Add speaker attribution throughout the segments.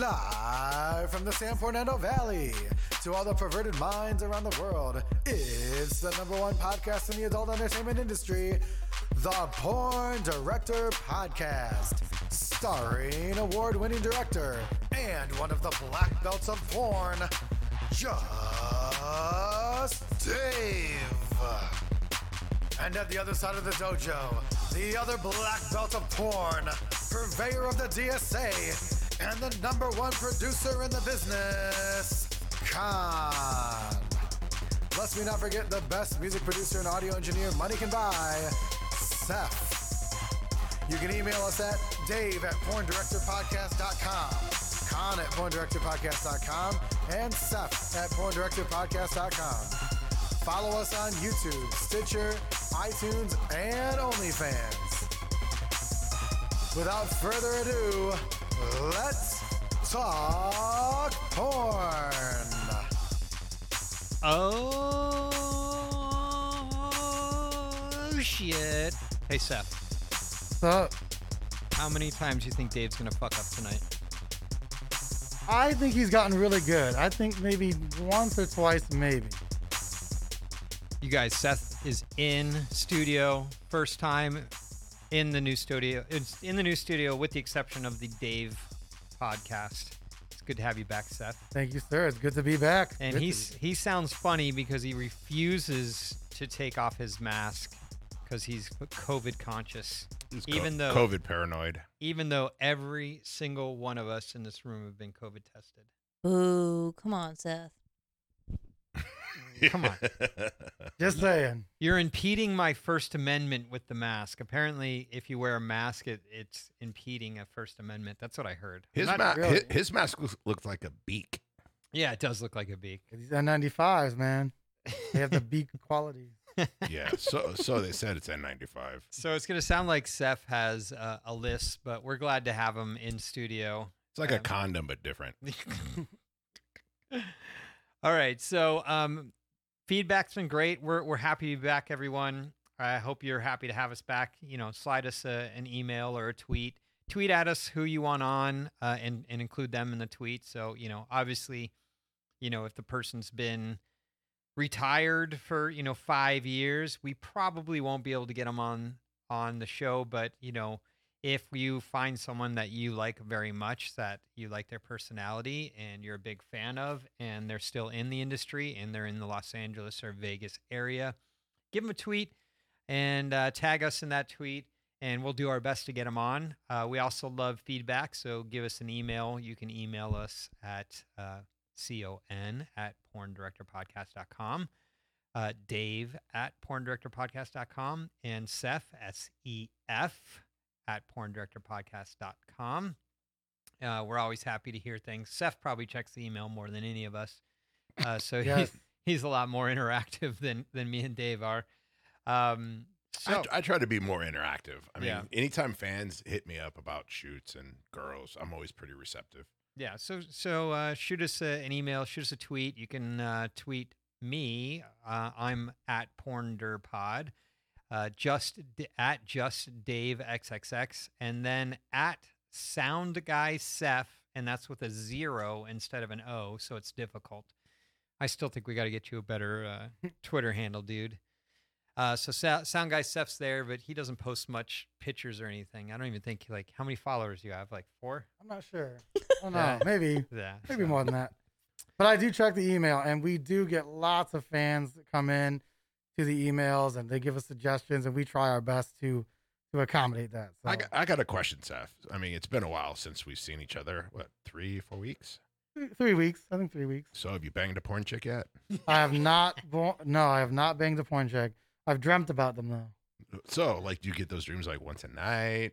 Speaker 1: Live from the San Fernando Valley to all the perverted minds around the world, it's the number one podcast in the adult entertainment industry, the Porn Director Podcast, starring award winning director and one of the black belts of porn, Just Dave. And at the other side of the dojo, the other black belt of porn, purveyor of the DSA, and the number one producer in the business, Khan. Lest we not forget the best music producer and audio engineer money can buy, Seth. You can email us at dave at porndirectorpodcast.com, con at porndirectorpodcast.com, and seth at porndirectorpodcast.com. Follow us on YouTube, Stitcher, iTunes, and OnlyFans. Without further ado, let's talk porn.
Speaker 2: Oh shit! Hey Seth,
Speaker 3: up.
Speaker 2: how many times do you think Dave's gonna fuck up tonight?
Speaker 3: I think he's gotten really good. I think maybe once or twice, maybe.
Speaker 2: You guys, Seth is in studio, first time in the new studio. It's in the new studio, with the exception of the Dave podcast. It's good to have you back, Seth.
Speaker 3: Thank you, sir. It's good to be back.
Speaker 2: And
Speaker 3: Good to
Speaker 2: he's he sounds funny because he refuses to take off his mask because he's COVID conscious.
Speaker 4: It's co-
Speaker 2: Even though
Speaker 4: COVID paranoid.
Speaker 2: even though every single one of us in this room have been COVID tested.
Speaker 5: Boo. Come on, Seth.
Speaker 2: Come on.
Speaker 3: be- just saying.
Speaker 2: You're impeding my First Amendment with the mask. Apparently, if you wear a mask, it, it's impeding a First Amendment. That's what I heard.
Speaker 4: His,
Speaker 2: Not-
Speaker 4: ma-
Speaker 3: really.
Speaker 4: his, his mask looks, looks like a beak.
Speaker 2: yeah, it does look like a beak.
Speaker 3: 'Cause These N95s, man, they have the beak quality.
Speaker 4: Yeah. So so they said it's N95.
Speaker 2: So it's going to sound like Seth has uh, a list, but we're glad to have him in studio.
Speaker 4: It's like a
Speaker 2: Um,
Speaker 4: condom but different.
Speaker 2: All right. So um, feedback's been great. We're we're happy to be back, everyone. I hope you're happy to have us back. You know, slide us a, an email or a tweet. Tweet at us who you want on, uh, and and include them in the tweet. So you know, obviously, you know if the person's been retired for you know five years, we probably won't be able to get them on on the show. But you know, if you find someone that you like very much that you like their personality and you're a big fan of and they're still in the industry and they're in the los angeles or vegas area give them a tweet and uh, tag us in that tweet and we'll do our best to get them on uh, we also love feedback so give us an email you can email us at uh, con at porndirectorpodcast.com uh, dave at porndirectorpodcast.com and seth s-e-f at porndirectorpodcast.com. Uh, we're always happy to hear things. Seth probably checks the email more than any of us. Uh, so
Speaker 3: Yes.
Speaker 2: he's, he's a lot more interactive than, than me and Dave are. Um, so,
Speaker 4: I, I try to be more interactive. I mean,
Speaker 2: Yeah.
Speaker 4: anytime fans hit me up about shoots and girls, I'm always pretty receptive.
Speaker 2: yeah. So, so uh, shoot us a, an email, shoot us a tweet. You can uh, tweet me. Uh, I'm at pornderpod. Uh, just d- at just Dave XXX and then at sound guy Seth, and that's with a zero instead of an O, so it's difficult. I still think we got to get you a better uh, Twitter handle, dude. Uh, so Sa- sound guy Seth's there, but he doesn't post much pictures or anything. I don't even think like how many followers do you have? Like four?
Speaker 3: I'm not sure. I don't know.
Speaker 2: Yeah.
Speaker 3: Maybe,
Speaker 2: Yeah,
Speaker 3: maybe
Speaker 2: so-
Speaker 3: more than that. But I do check the email, and we do get lots of fans that come in to the emails, and they give us suggestions, and we try our best to to accommodate that. So
Speaker 4: I, got, I got a question, Seth. I mean, it's been a while since we've seen each other. What, three, four weeks?
Speaker 3: th- three weeks, I think three weeks.
Speaker 4: So have you banged a porn chick yet?
Speaker 3: I have not. Bo- no, I have not banged a porn check. I've dreamt about them though.
Speaker 4: So, like, do you get those dreams like once a night?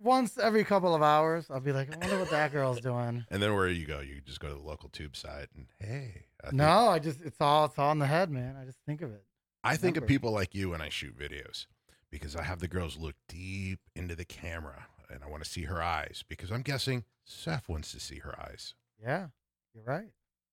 Speaker 3: Once every couple of hours, I'll be like, I wonder what that girl's doing.
Speaker 4: And then where you go? You just go to the local tube site and, hey. I think-
Speaker 3: No, I just it's all it's all in the head, man. I just think of it.
Speaker 4: I think of
Speaker 3: Remember.
Speaker 4: people like you when I shoot videos because I have the girls look deep into the camera and I want to see her eyes because I'm guessing Seth wants to see her eyes.
Speaker 3: Yeah, you're right.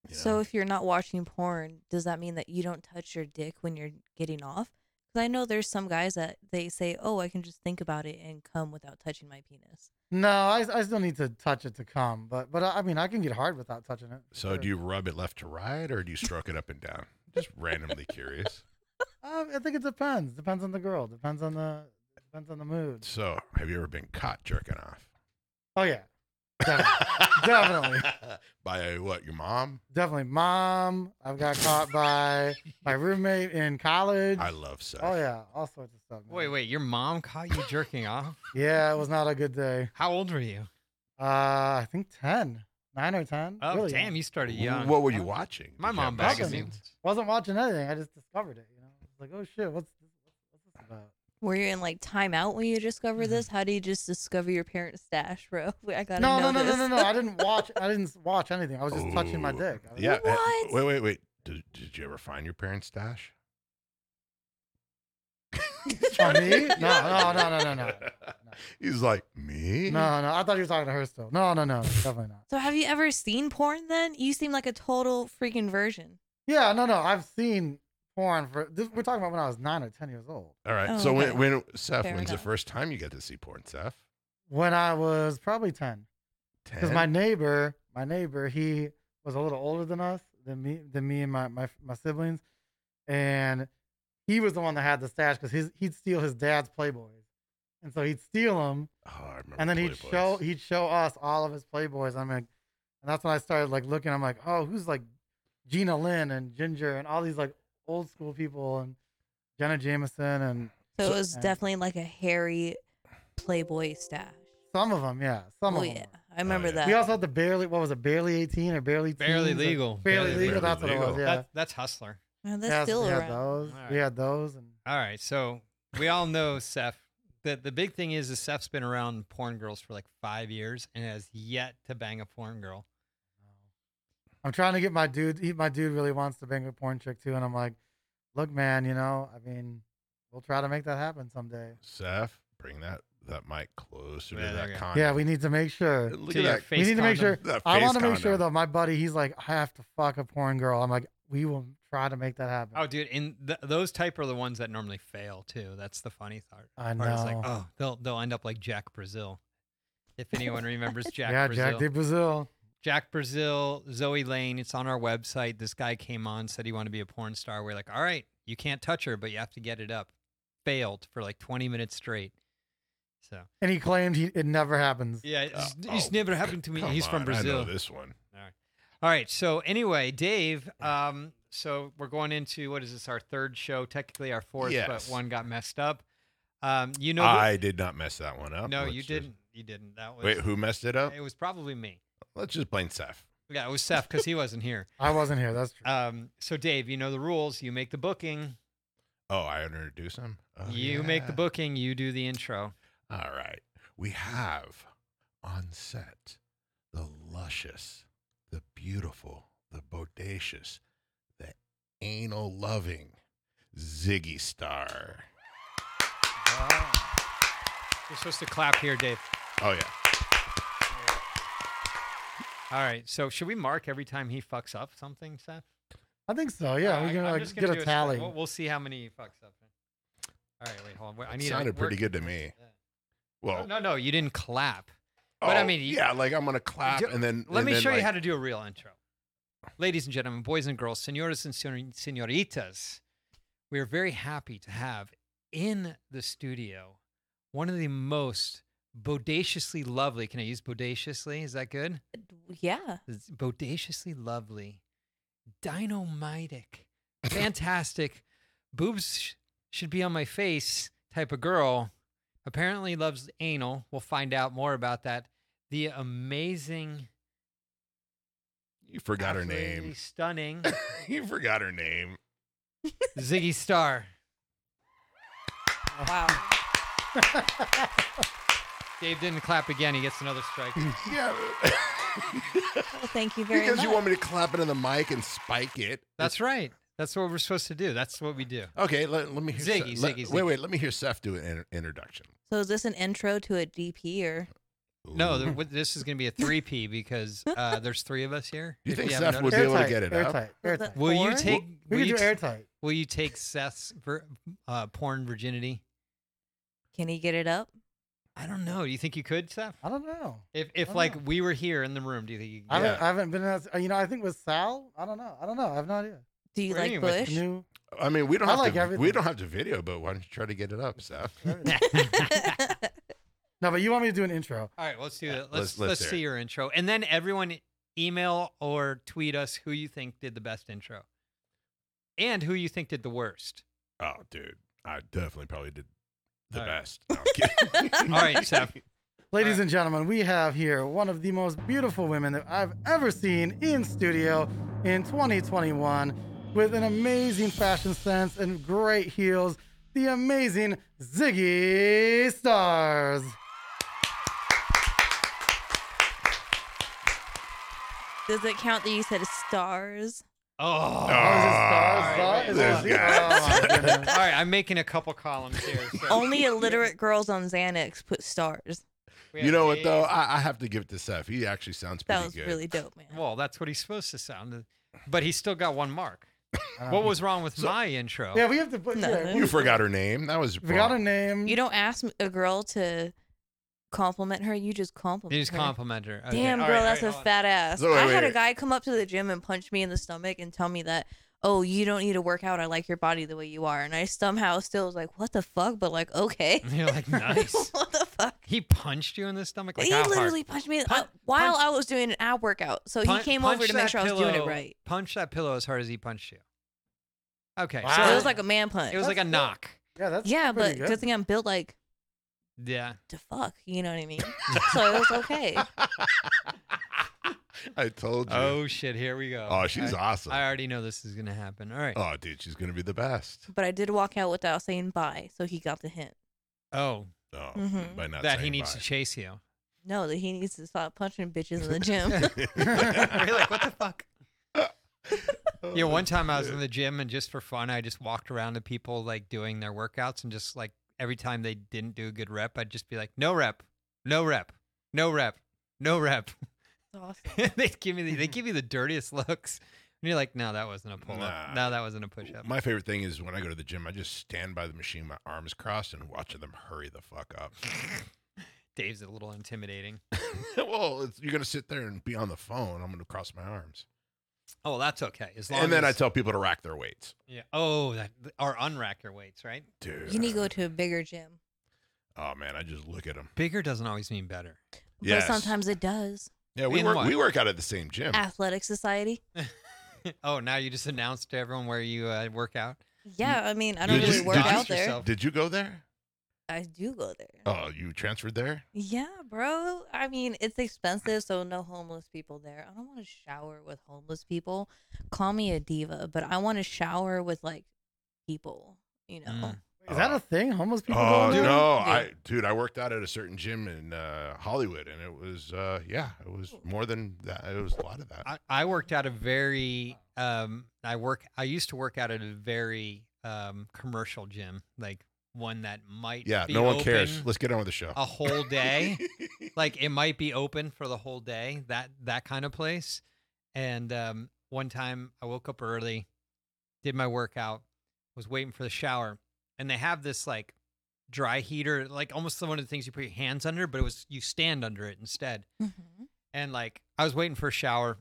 Speaker 4: you
Speaker 5: So
Speaker 4: know?
Speaker 5: if you're not watching porn, does that mean that you don't touch your dick when you're getting off? Because I know there's some guys that they say, "Oh, I can just think about it and come without touching my penis."
Speaker 3: No, I, I still need to touch it to come, but but I I mean I can get hard without touching it.
Speaker 4: So do you rub it left to right or do you stroke it up and down? Just randomly curious.
Speaker 3: Um, I think it depends. Depends on the girl. Depends on the depends on the mood.
Speaker 4: So have you ever been caught jerking off?
Speaker 3: Oh yeah, definitely, Definitely.
Speaker 4: By what? Your mom?
Speaker 3: definitely. Mom, I've got caught by my roommate in college.
Speaker 4: I love sex.
Speaker 3: oh yeah, all sorts of stuff. man.
Speaker 2: Wait, wait. Your mom caught you jerking off?
Speaker 3: Yeah, it was not a good day.
Speaker 2: How old were you?
Speaker 3: Uh, I think 10, 9 or ten.
Speaker 2: Oh,
Speaker 3: really
Speaker 2: damn.
Speaker 3: young.
Speaker 2: You started young.
Speaker 4: What were you watching?
Speaker 2: My
Speaker 4: Did you
Speaker 2: mom
Speaker 4: have
Speaker 3: Nothing.
Speaker 2: magazines.
Speaker 3: Wasn't watching anything. I just discovered it. You know, I was like, oh shit, what's this, what's this about?
Speaker 5: Were you in like timeout when you
Speaker 3: Mm-hmm.
Speaker 5: discover this? How do you just discover your parents' stash, bro? I gotta
Speaker 3: No,
Speaker 5: know
Speaker 3: no, no, no,
Speaker 5: this.
Speaker 3: no, no. I didn't watch. I didn't watch anything. I was just touching my
Speaker 4: Ooh.
Speaker 3: dick. I was-
Speaker 4: Yeah. eh,
Speaker 5: What?
Speaker 4: Wait, wait, wait. Did, did you ever find your parents' stash?
Speaker 3: On me? No, no, no, no, no, no.
Speaker 4: He's like, me?
Speaker 3: No, no. I thought you were talking to her still. No, no, no. Definitely not.
Speaker 5: So have you ever seen porn? Then you seem like a total freaking virgin.
Speaker 3: Yeah, no, no. I've seen porn for. This, we're talking about when I was nine or ten years old.
Speaker 4: All right.
Speaker 5: Oh,
Speaker 4: so
Speaker 5: okay.
Speaker 4: when, when Seth,
Speaker 5: Fair
Speaker 4: when's
Speaker 5: enough.
Speaker 4: the first time you got to see porn, Seth?
Speaker 3: When I was probably ten, because
Speaker 4: Ten?
Speaker 3: my neighbor, my neighbor, he was a little older than us, than me, than me and my my, my siblings, and he was the one that had the stash because his he'd steal his dad's Playboys, and so he'd steal them.
Speaker 4: Oh, I remember.
Speaker 3: and then he'd
Speaker 4: Playboys.
Speaker 3: show he'd show us all of his playboys. I'm like, and that's when I started like looking. I'm like, oh, who's like Gina Lynn and Ginger and all these like old school people and Jenna Jameson and
Speaker 5: So it was
Speaker 3: Yeah.
Speaker 5: definitely like a hairy Playboy stash.
Speaker 3: some of them, yeah, some
Speaker 5: oh
Speaker 3: of them.
Speaker 5: yeah, I remember
Speaker 4: yeah.
Speaker 5: that.
Speaker 3: We also had the barely what was it, barely 18 or barely
Speaker 2: Barely
Speaker 3: teens or-
Speaker 2: legal.
Speaker 3: barely,
Speaker 2: Barely
Speaker 3: legal. That's what it
Speaker 4: legal.
Speaker 3: was. Yeah,
Speaker 2: That, that's hustler.
Speaker 5: Oh, that's
Speaker 3: yeah so
Speaker 5: still
Speaker 3: we had
Speaker 5: around.
Speaker 3: those.
Speaker 2: All
Speaker 3: We
Speaker 2: right.
Speaker 3: had those, and
Speaker 2: All right. So we all know Seth. The, the big thing is, is Seth's been around porn girls for like five years and has yet to bang a porn girl.
Speaker 3: I'm trying to get my dude. He, my dude really wants to bang a porn chick too, and I'm like, look, man, you know, I mean, we'll try to make that happen someday.
Speaker 4: Seth, bring that, that mic closer
Speaker 2: Yeah,
Speaker 4: to
Speaker 2: there you
Speaker 4: that
Speaker 2: go.
Speaker 4: condom.
Speaker 3: Yeah, we need to make sure.
Speaker 4: Look
Speaker 2: To
Speaker 4: at
Speaker 2: your
Speaker 4: that.
Speaker 2: face
Speaker 3: we need to make
Speaker 2: condom.
Speaker 3: sure.
Speaker 4: that
Speaker 3: I
Speaker 4: face
Speaker 3: want to make sure
Speaker 4: condom.
Speaker 3: though. My buddy, he's like, I have to fuck a porn girl. I'm like, we will try to make that happen.
Speaker 2: Oh, dude, and th- those type are the ones that normally fail too. That's the funny part.
Speaker 3: I
Speaker 2: Part is like,
Speaker 3: know.
Speaker 2: oh, they'll they'll end up like Jack Brazil, if anyone remembers Jack
Speaker 3: yeah,
Speaker 2: Brazil.
Speaker 3: Jack de Brazil.
Speaker 2: Jack Brazil, Zoe Lane. It's on our website. This guy came on, said he wanted to be a porn star. We're like, all right, you can't touch her, but you have to get it up. Failed for like 20 minutes straight. So
Speaker 3: And he claimed he, it never happens.
Speaker 2: yeah,
Speaker 4: Uh,
Speaker 2: it's, it's
Speaker 4: oh,
Speaker 2: never happened to me.
Speaker 4: come
Speaker 2: He's
Speaker 4: on,
Speaker 2: from Brazil.
Speaker 4: I know this one.
Speaker 2: All right. So anyway, Dave. Um, so we're going into what is this? Our third show, technically our fourth, but
Speaker 4: Yes.
Speaker 2: one got messed up. Um, you know, who-
Speaker 4: I did not mess that one up.
Speaker 2: no,
Speaker 4: Let's
Speaker 2: you
Speaker 4: just-
Speaker 2: didn't. You didn't. That was
Speaker 4: Wait, who messed it up?
Speaker 2: It was probably me.
Speaker 4: Let's just blame Seth.
Speaker 2: Yeah, it was Seth because he wasn't here.
Speaker 3: I wasn't here. That's true.
Speaker 2: Um, so Dave, you know the rules. You make the booking.
Speaker 4: Oh, I introduce him. Oh,
Speaker 2: you make the
Speaker 4: yeah.
Speaker 2: booking. You do the intro.
Speaker 4: All right. We have on set the luscious, the beautiful, the bodacious, the anal loving Ziggy Star.
Speaker 2: You're supposed to clap here, Dave.
Speaker 4: Oh, yeah.
Speaker 2: All right. So should we mark every time he fucks up something, Seth?
Speaker 3: I think so.
Speaker 4: Oh,
Speaker 3: Yeah,
Speaker 2: All
Speaker 3: we
Speaker 2: right,
Speaker 3: can
Speaker 2: I'm
Speaker 3: like
Speaker 2: just
Speaker 3: get
Speaker 2: gonna
Speaker 3: a
Speaker 2: do
Speaker 3: tally.
Speaker 2: We'll, we'll see how many he fucks up. All right, wait, hold on. Wait, I
Speaker 4: It
Speaker 2: need. to
Speaker 4: sounded pretty
Speaker 2: work-
Speaker 4: good to me.
Speaker 2: Yeah.
Speaker 4: Well,
Speaker 2: No, no, you didn't clap. but I
Speaker 4: oh,
Speaker 2: mean, you-
Speaker 4: yeah, like I'm going to clap
Speaker 2: Do-
Speaker 4: and then.
Speaker 2: Let
Speaker 4: and
Speaker 2: me
Speaker 4: then,
Speaker 2: show you
Speaker 4: like-
Speaker 2: how to do a real intro. Ladies and gentlemen, boys and girls, senores and senor- senoritas, we are very happy to have in the studio one of the most bodaciously lovely. Can I use bodaciously? Is that good?
Speaker 5: Yeah.
Speaker 2: It's bodaciously lovely, dynamitic, fantastic, boobs sh- should be on my face type of girl. Apparently loves anal. We'll find out more about that. The amazing,
Speaker 4: You forgot her
Speaker 2: absolutely
Speaker 4: name.
Speaker 2: stunning
Speaker 4: you forgot her name.
Speaker 2: Ziggy Star.
Speaker 5: Wow.
Speaker 2: Dave didn't clap again. He gets another strike.
Speaker 4: Yeah.
Speaker 5: Well, thank you very
Speaker 4: because
Speaker 5: much.
Speaker 4: you want me to clap into the mic and spike it.
Speaker 2: That's right. That's what we're supposed to do. That's what we do.
Speaker 4: Okay, let, let me hear
Speaker 2: Ziggy,
Speaker 4: Seth- let-
Speaker 2: Ziggy,
Speaker 4: Wait,
Speaker 2: Ziggy.
Speaker 4: wait, let me hear Seth do an inter- introduction.
Speaker 5: so is this an intro to a DP or?
Speaker 2: No,
Speaker 4: Ooh.
Speaker 2: the, what- this is going to be a three P because uh, there's three of us here.
Speaker 4: You
Speaker 2: if
Speaker 4: think
Speaker 2: haven't
Speaker 4: Seth would
Speaker 2: noticed.
Speaker 4: be able to get it up?
Speaker 3: airtight, Airtight.
Speaker 2: Will you
Speaker 5: Porn?
Speaker 2: take? Will
Speaker 3: We could
Speaker 2: you,
Speaker 3: do
Speaker 2: t-
Speaker 3: airtight.
Speaker 2: will you take Seth's vir- uh, porn virginity?
Speaker 5: Can he get it up?
Speaker 2: I don't know. Do you think you could, Seth?
Speaker 3: I don't know.
Speaker 2: If
Speaker 3: I
Speaker 2: if
Speaker 3: don't
Speaker 2: like
Speaker 3: know.
Speaker 2: we were here in the room, do you think you
Speaker 3: I
Speaker 2: could?
Speaker 3: haven't,
Speaker 4: Yeah.
Speaker 3: I haven't been in that. You know, I think with Sal, I don't know. I don't know. I have no idea.
Speaker 5: Do you
Speaker 2: What do
Speaker 5: like
Speaker 2: you mean with
Speaker 5: Bush?
Speaker 3: New.
Speaker 4: I mean, we don't
Speaker 3: I
Speaker 4: have
Speaker 3: like
Speaker 4: to. We
Speaker 3: everything.
Speaker 4: don't have to video, but why don't you try to get it up, Seth?
Speaker 3: no, but you want me to do an intro?
Speaker 2: All right, well, let's do
Speaker 4: Yeah,
Speaker 2: that. Let's
Speaker 4: let's-
Speaker 2: let's,
Speaker 4: let's hear
Speaker 2: see
Speaker 4: it.
Speaker 2: your intro, and then everyone e-, email or tweet us who you think did the best intro, and who you think did the worst.
Speaker 4: Oh, dude, I definitely probably did the
Speaker 2: All right.
Speaker 4: best. No, I'm kidding.
Speaker 2: All right, Seth.
Speaker 3: Ladies
Speaker 2: Alright.
Speaker 3: and gentlemen, we have here one of the most beautiful women that I've ever seen in studio in 2021 with an amazing fashion sense and great heels, the amazing Ziggy Stars.
Speaker 5: Does it count that you said stars?
Speaker 2: Oh,
Speaker 4: Oh.
Speaker 2: all
Speaker 3: Is it stars?
Speaker 4: Alright,
Speaker 3: Star? Is
Speaker 4: this
Speaker 3: it Z- Oh, my goodness.
Speaker 2: right. I'm making a couple columns here. So
Speaker 5: Only illiterate girls on Xanax put stars.
Speaker 2: we
Speaker 4: You
Speaker 2: have
Speaker 4: know what though?
Speaker 2: Dave.
Speaker 4: I, I have to give it to Seth. He actually sounds pretty
Speaker 5: That was
Speaker 4: good.
Speaker 5: really dope, man.
Speaker 2: Well, that's what he's supposed to sound, but he's still got one mark.
Speaker 3: I don't
Speaker 2: What
Speaker 3: know.
Speaker 2: was wrong with
Speaker 4: So-
Speaker 2: my
Speaker 4: Oh.
Speaker 2: intro?
Speaker 3: Yeah, we have to put.
Speaker 5: No.
Speaker 3: yeah,
Speaker 4: you
Speaker 3: we
Speaker 4: forgot her name. That was
Speaker 3: forgot her
Speaker 4: wrong.
Speaker 3: name.
Speaker 5: You don't ask a girl to compliment her. You just compliment.
Speaker 2: You just
Speaker 5: her.
Speaker 2: compliment her. Okay,
Speaker 5: Damn,
Speaker 2: all
Speaker 5: girl,
Speaker 2: right, all
Speaker 5: that's
Speaker 2: right,
Speaker 5: a
Speaker 2: hold on.
Speaker 5: fat ass.
Speaker 4: So wait,
Speaker 5: I
Speaker 4: wait,
Speaker 5: had a
Speaker 4: wait.
Speaker 5: guy come up to the gym and punch me in the stomach and tell me that, oh, you don't need to work out. I like your body the way you are. And I somehow still was like, what the fuck? But like, okay.
Speaker 2: You're like nice.
Speaker 5: what the fuck?
Speaker 2: He punched you in the stomach. Like
Speaker 5: he
Speaker 2: how hard?
Speaker 5: literally punched me in the-
Speaker 2: Punch-
Speaker 5: uh, while
Speaker 2: punch-
Speaker 5: I was doing an ab workout. So
Speaker 2: Pun-
Speaker 5: he came
Speaker 2: punch
Speaker 5: over to make
Speaker 2: that
Speaker 5: sure I was doing it
Speaker 2: pillow-
Speaker 5: right.
Speaker 2: Punch that pillow as hard as he punched you. Okay,
Speaker 3: Wow.
Speaker 2: so
Speaker 5: It was like a man punch.
Speaker 2: it was like a
Speaker 3: That's good.
Speaker 2: knock.
Speaker 3: Yeah, that's
Speaker 5: yeah, but
Speaker 3: pretty
Speaker 5: good.
Speaker 3: good.
Speaker 5: thing I'm built like
Speaker 2: Yeah.
Speaker 5: to fuck. You know what I mean? so it was okay.
Speaker 4: I told you. Oh,
Speaker 2: Oh shit! Here we go.
Speaker 4: she's
Speaker 2: I,
Speaker 4: awesome.
Speaker 2: I already know this is gonna happen. All right.
Speaker 4: oh, dude, she's gonna be the best.
Speaker 5: But I did walk out without saying bye. So he got the hint.
Speaker 2: Oh,
Speaker 4: Oh,
Speaker 5: Mhm.
Speaker 4: by not
Speaker 2: that he
Speaker 4: saying
Speaker 2: needs
Speaker 4: bye.
Speaker 2: to chase you.
Speaker 5: No, that he needs to stop punching bitches in the gym.
Speaker 2: You're like, what the fuck?
Speaker 4: Oh,
Speaker 2: Yeah, one time I was
Speaker 4: shit.
Speaker 2: in the gym and just for fun, I just walked around to people like doing their workouts and just like every time they didn't do a good rep, I'd just be like, no rep, no rep, no rep, no rep.
Speaker 5: awesome.
Speaker 2: they give me the, they give you the dirtiest looks. And you're like, no, that wasn't a pull
Speaker 4: Nah.
Speaker 2: up. No, that wasn't a push up.
Speaker 4: My favorite thing is when I go to the gym, I just stand by the machine, my arms crossed, and watching them hurry the fuck up.
Speaker 2: Dave's a little intimidating.
Speaker 4: well, it's, you're gonna sit there and be on the phone. I'm gonna cross my arms,
Speaker 2: Oh, that's okay. As long
Speaker 4: and then I
Speaker 2: as-
Speaker 4: tell people to rack their weights.
Speaker 2: yeah. Oh, that or unrack your weights, right?
Speaker 4: Dude,
Speaker 5: You need to go to a bigger gym.
Speaker 4: Oh man, I just look at them.
Speaker 2: Bigger doesn't always mean better.
Speaker 4: Yes.
Speaker 5: But sometimes it does.
Speaker 4: Yeah, we
Speaker 2: In
Speaker 4: work.
Speaker 2: what?
Speaker 4: We work out at the same gym.
Speaker 5: Athletic Society.
Speaker 2: oh, now you just announced to everyone where you uh, work out.
Speaker 5: Yeah, I mean, I don't
Speaker 4: Did
Speaker 5: really
Speaker 4: you-
Speaker 5: work
Speaker 4: did you-
Speaker 5: out there.
Speaker 2: yourself.
Speaker 4: Did you go there?
Speaker 5: I do go there.
Speaker 4: Oh, you transferred there?
Speaker 5: Yeah, bro. I mean, it's expensive, so no homeless people there. I don't want to shower with homeless people. Call me a diva, but I want to shower with like people, you know.
Speaker 2: Mm.
Speaker 3: Is that a thing? Homeless people going
Speaker 4: Oh
Speaker 3: there?
Speaker 4: no, I
Speaker 5: Dude.
Speaker 4: dude, I worked out at a certain gym in uh, Hollywood, and it was uh, yeah, it was more than that. It was a lot of that.
Speaker 2: I, I worked out a very um I work I used to work out at a very um commercial gym, like one that might
Speaker 4: yeah,
Speaker 2: be
Speaker 4: no one
Speaker 2: open
Speaker 4: cares. Let's get on with the show.
Speaker 2: a whole day. like it might be open for the whole day, that that kind of place. And um one time I woke up early, did my workout, was waiting for the shower, and they have this like dry heater, like almost one of the things you put your hands under, but it was you stand under it instead
Speaker 5: Mhm.
Speaker 2: and like I was waiting for a shower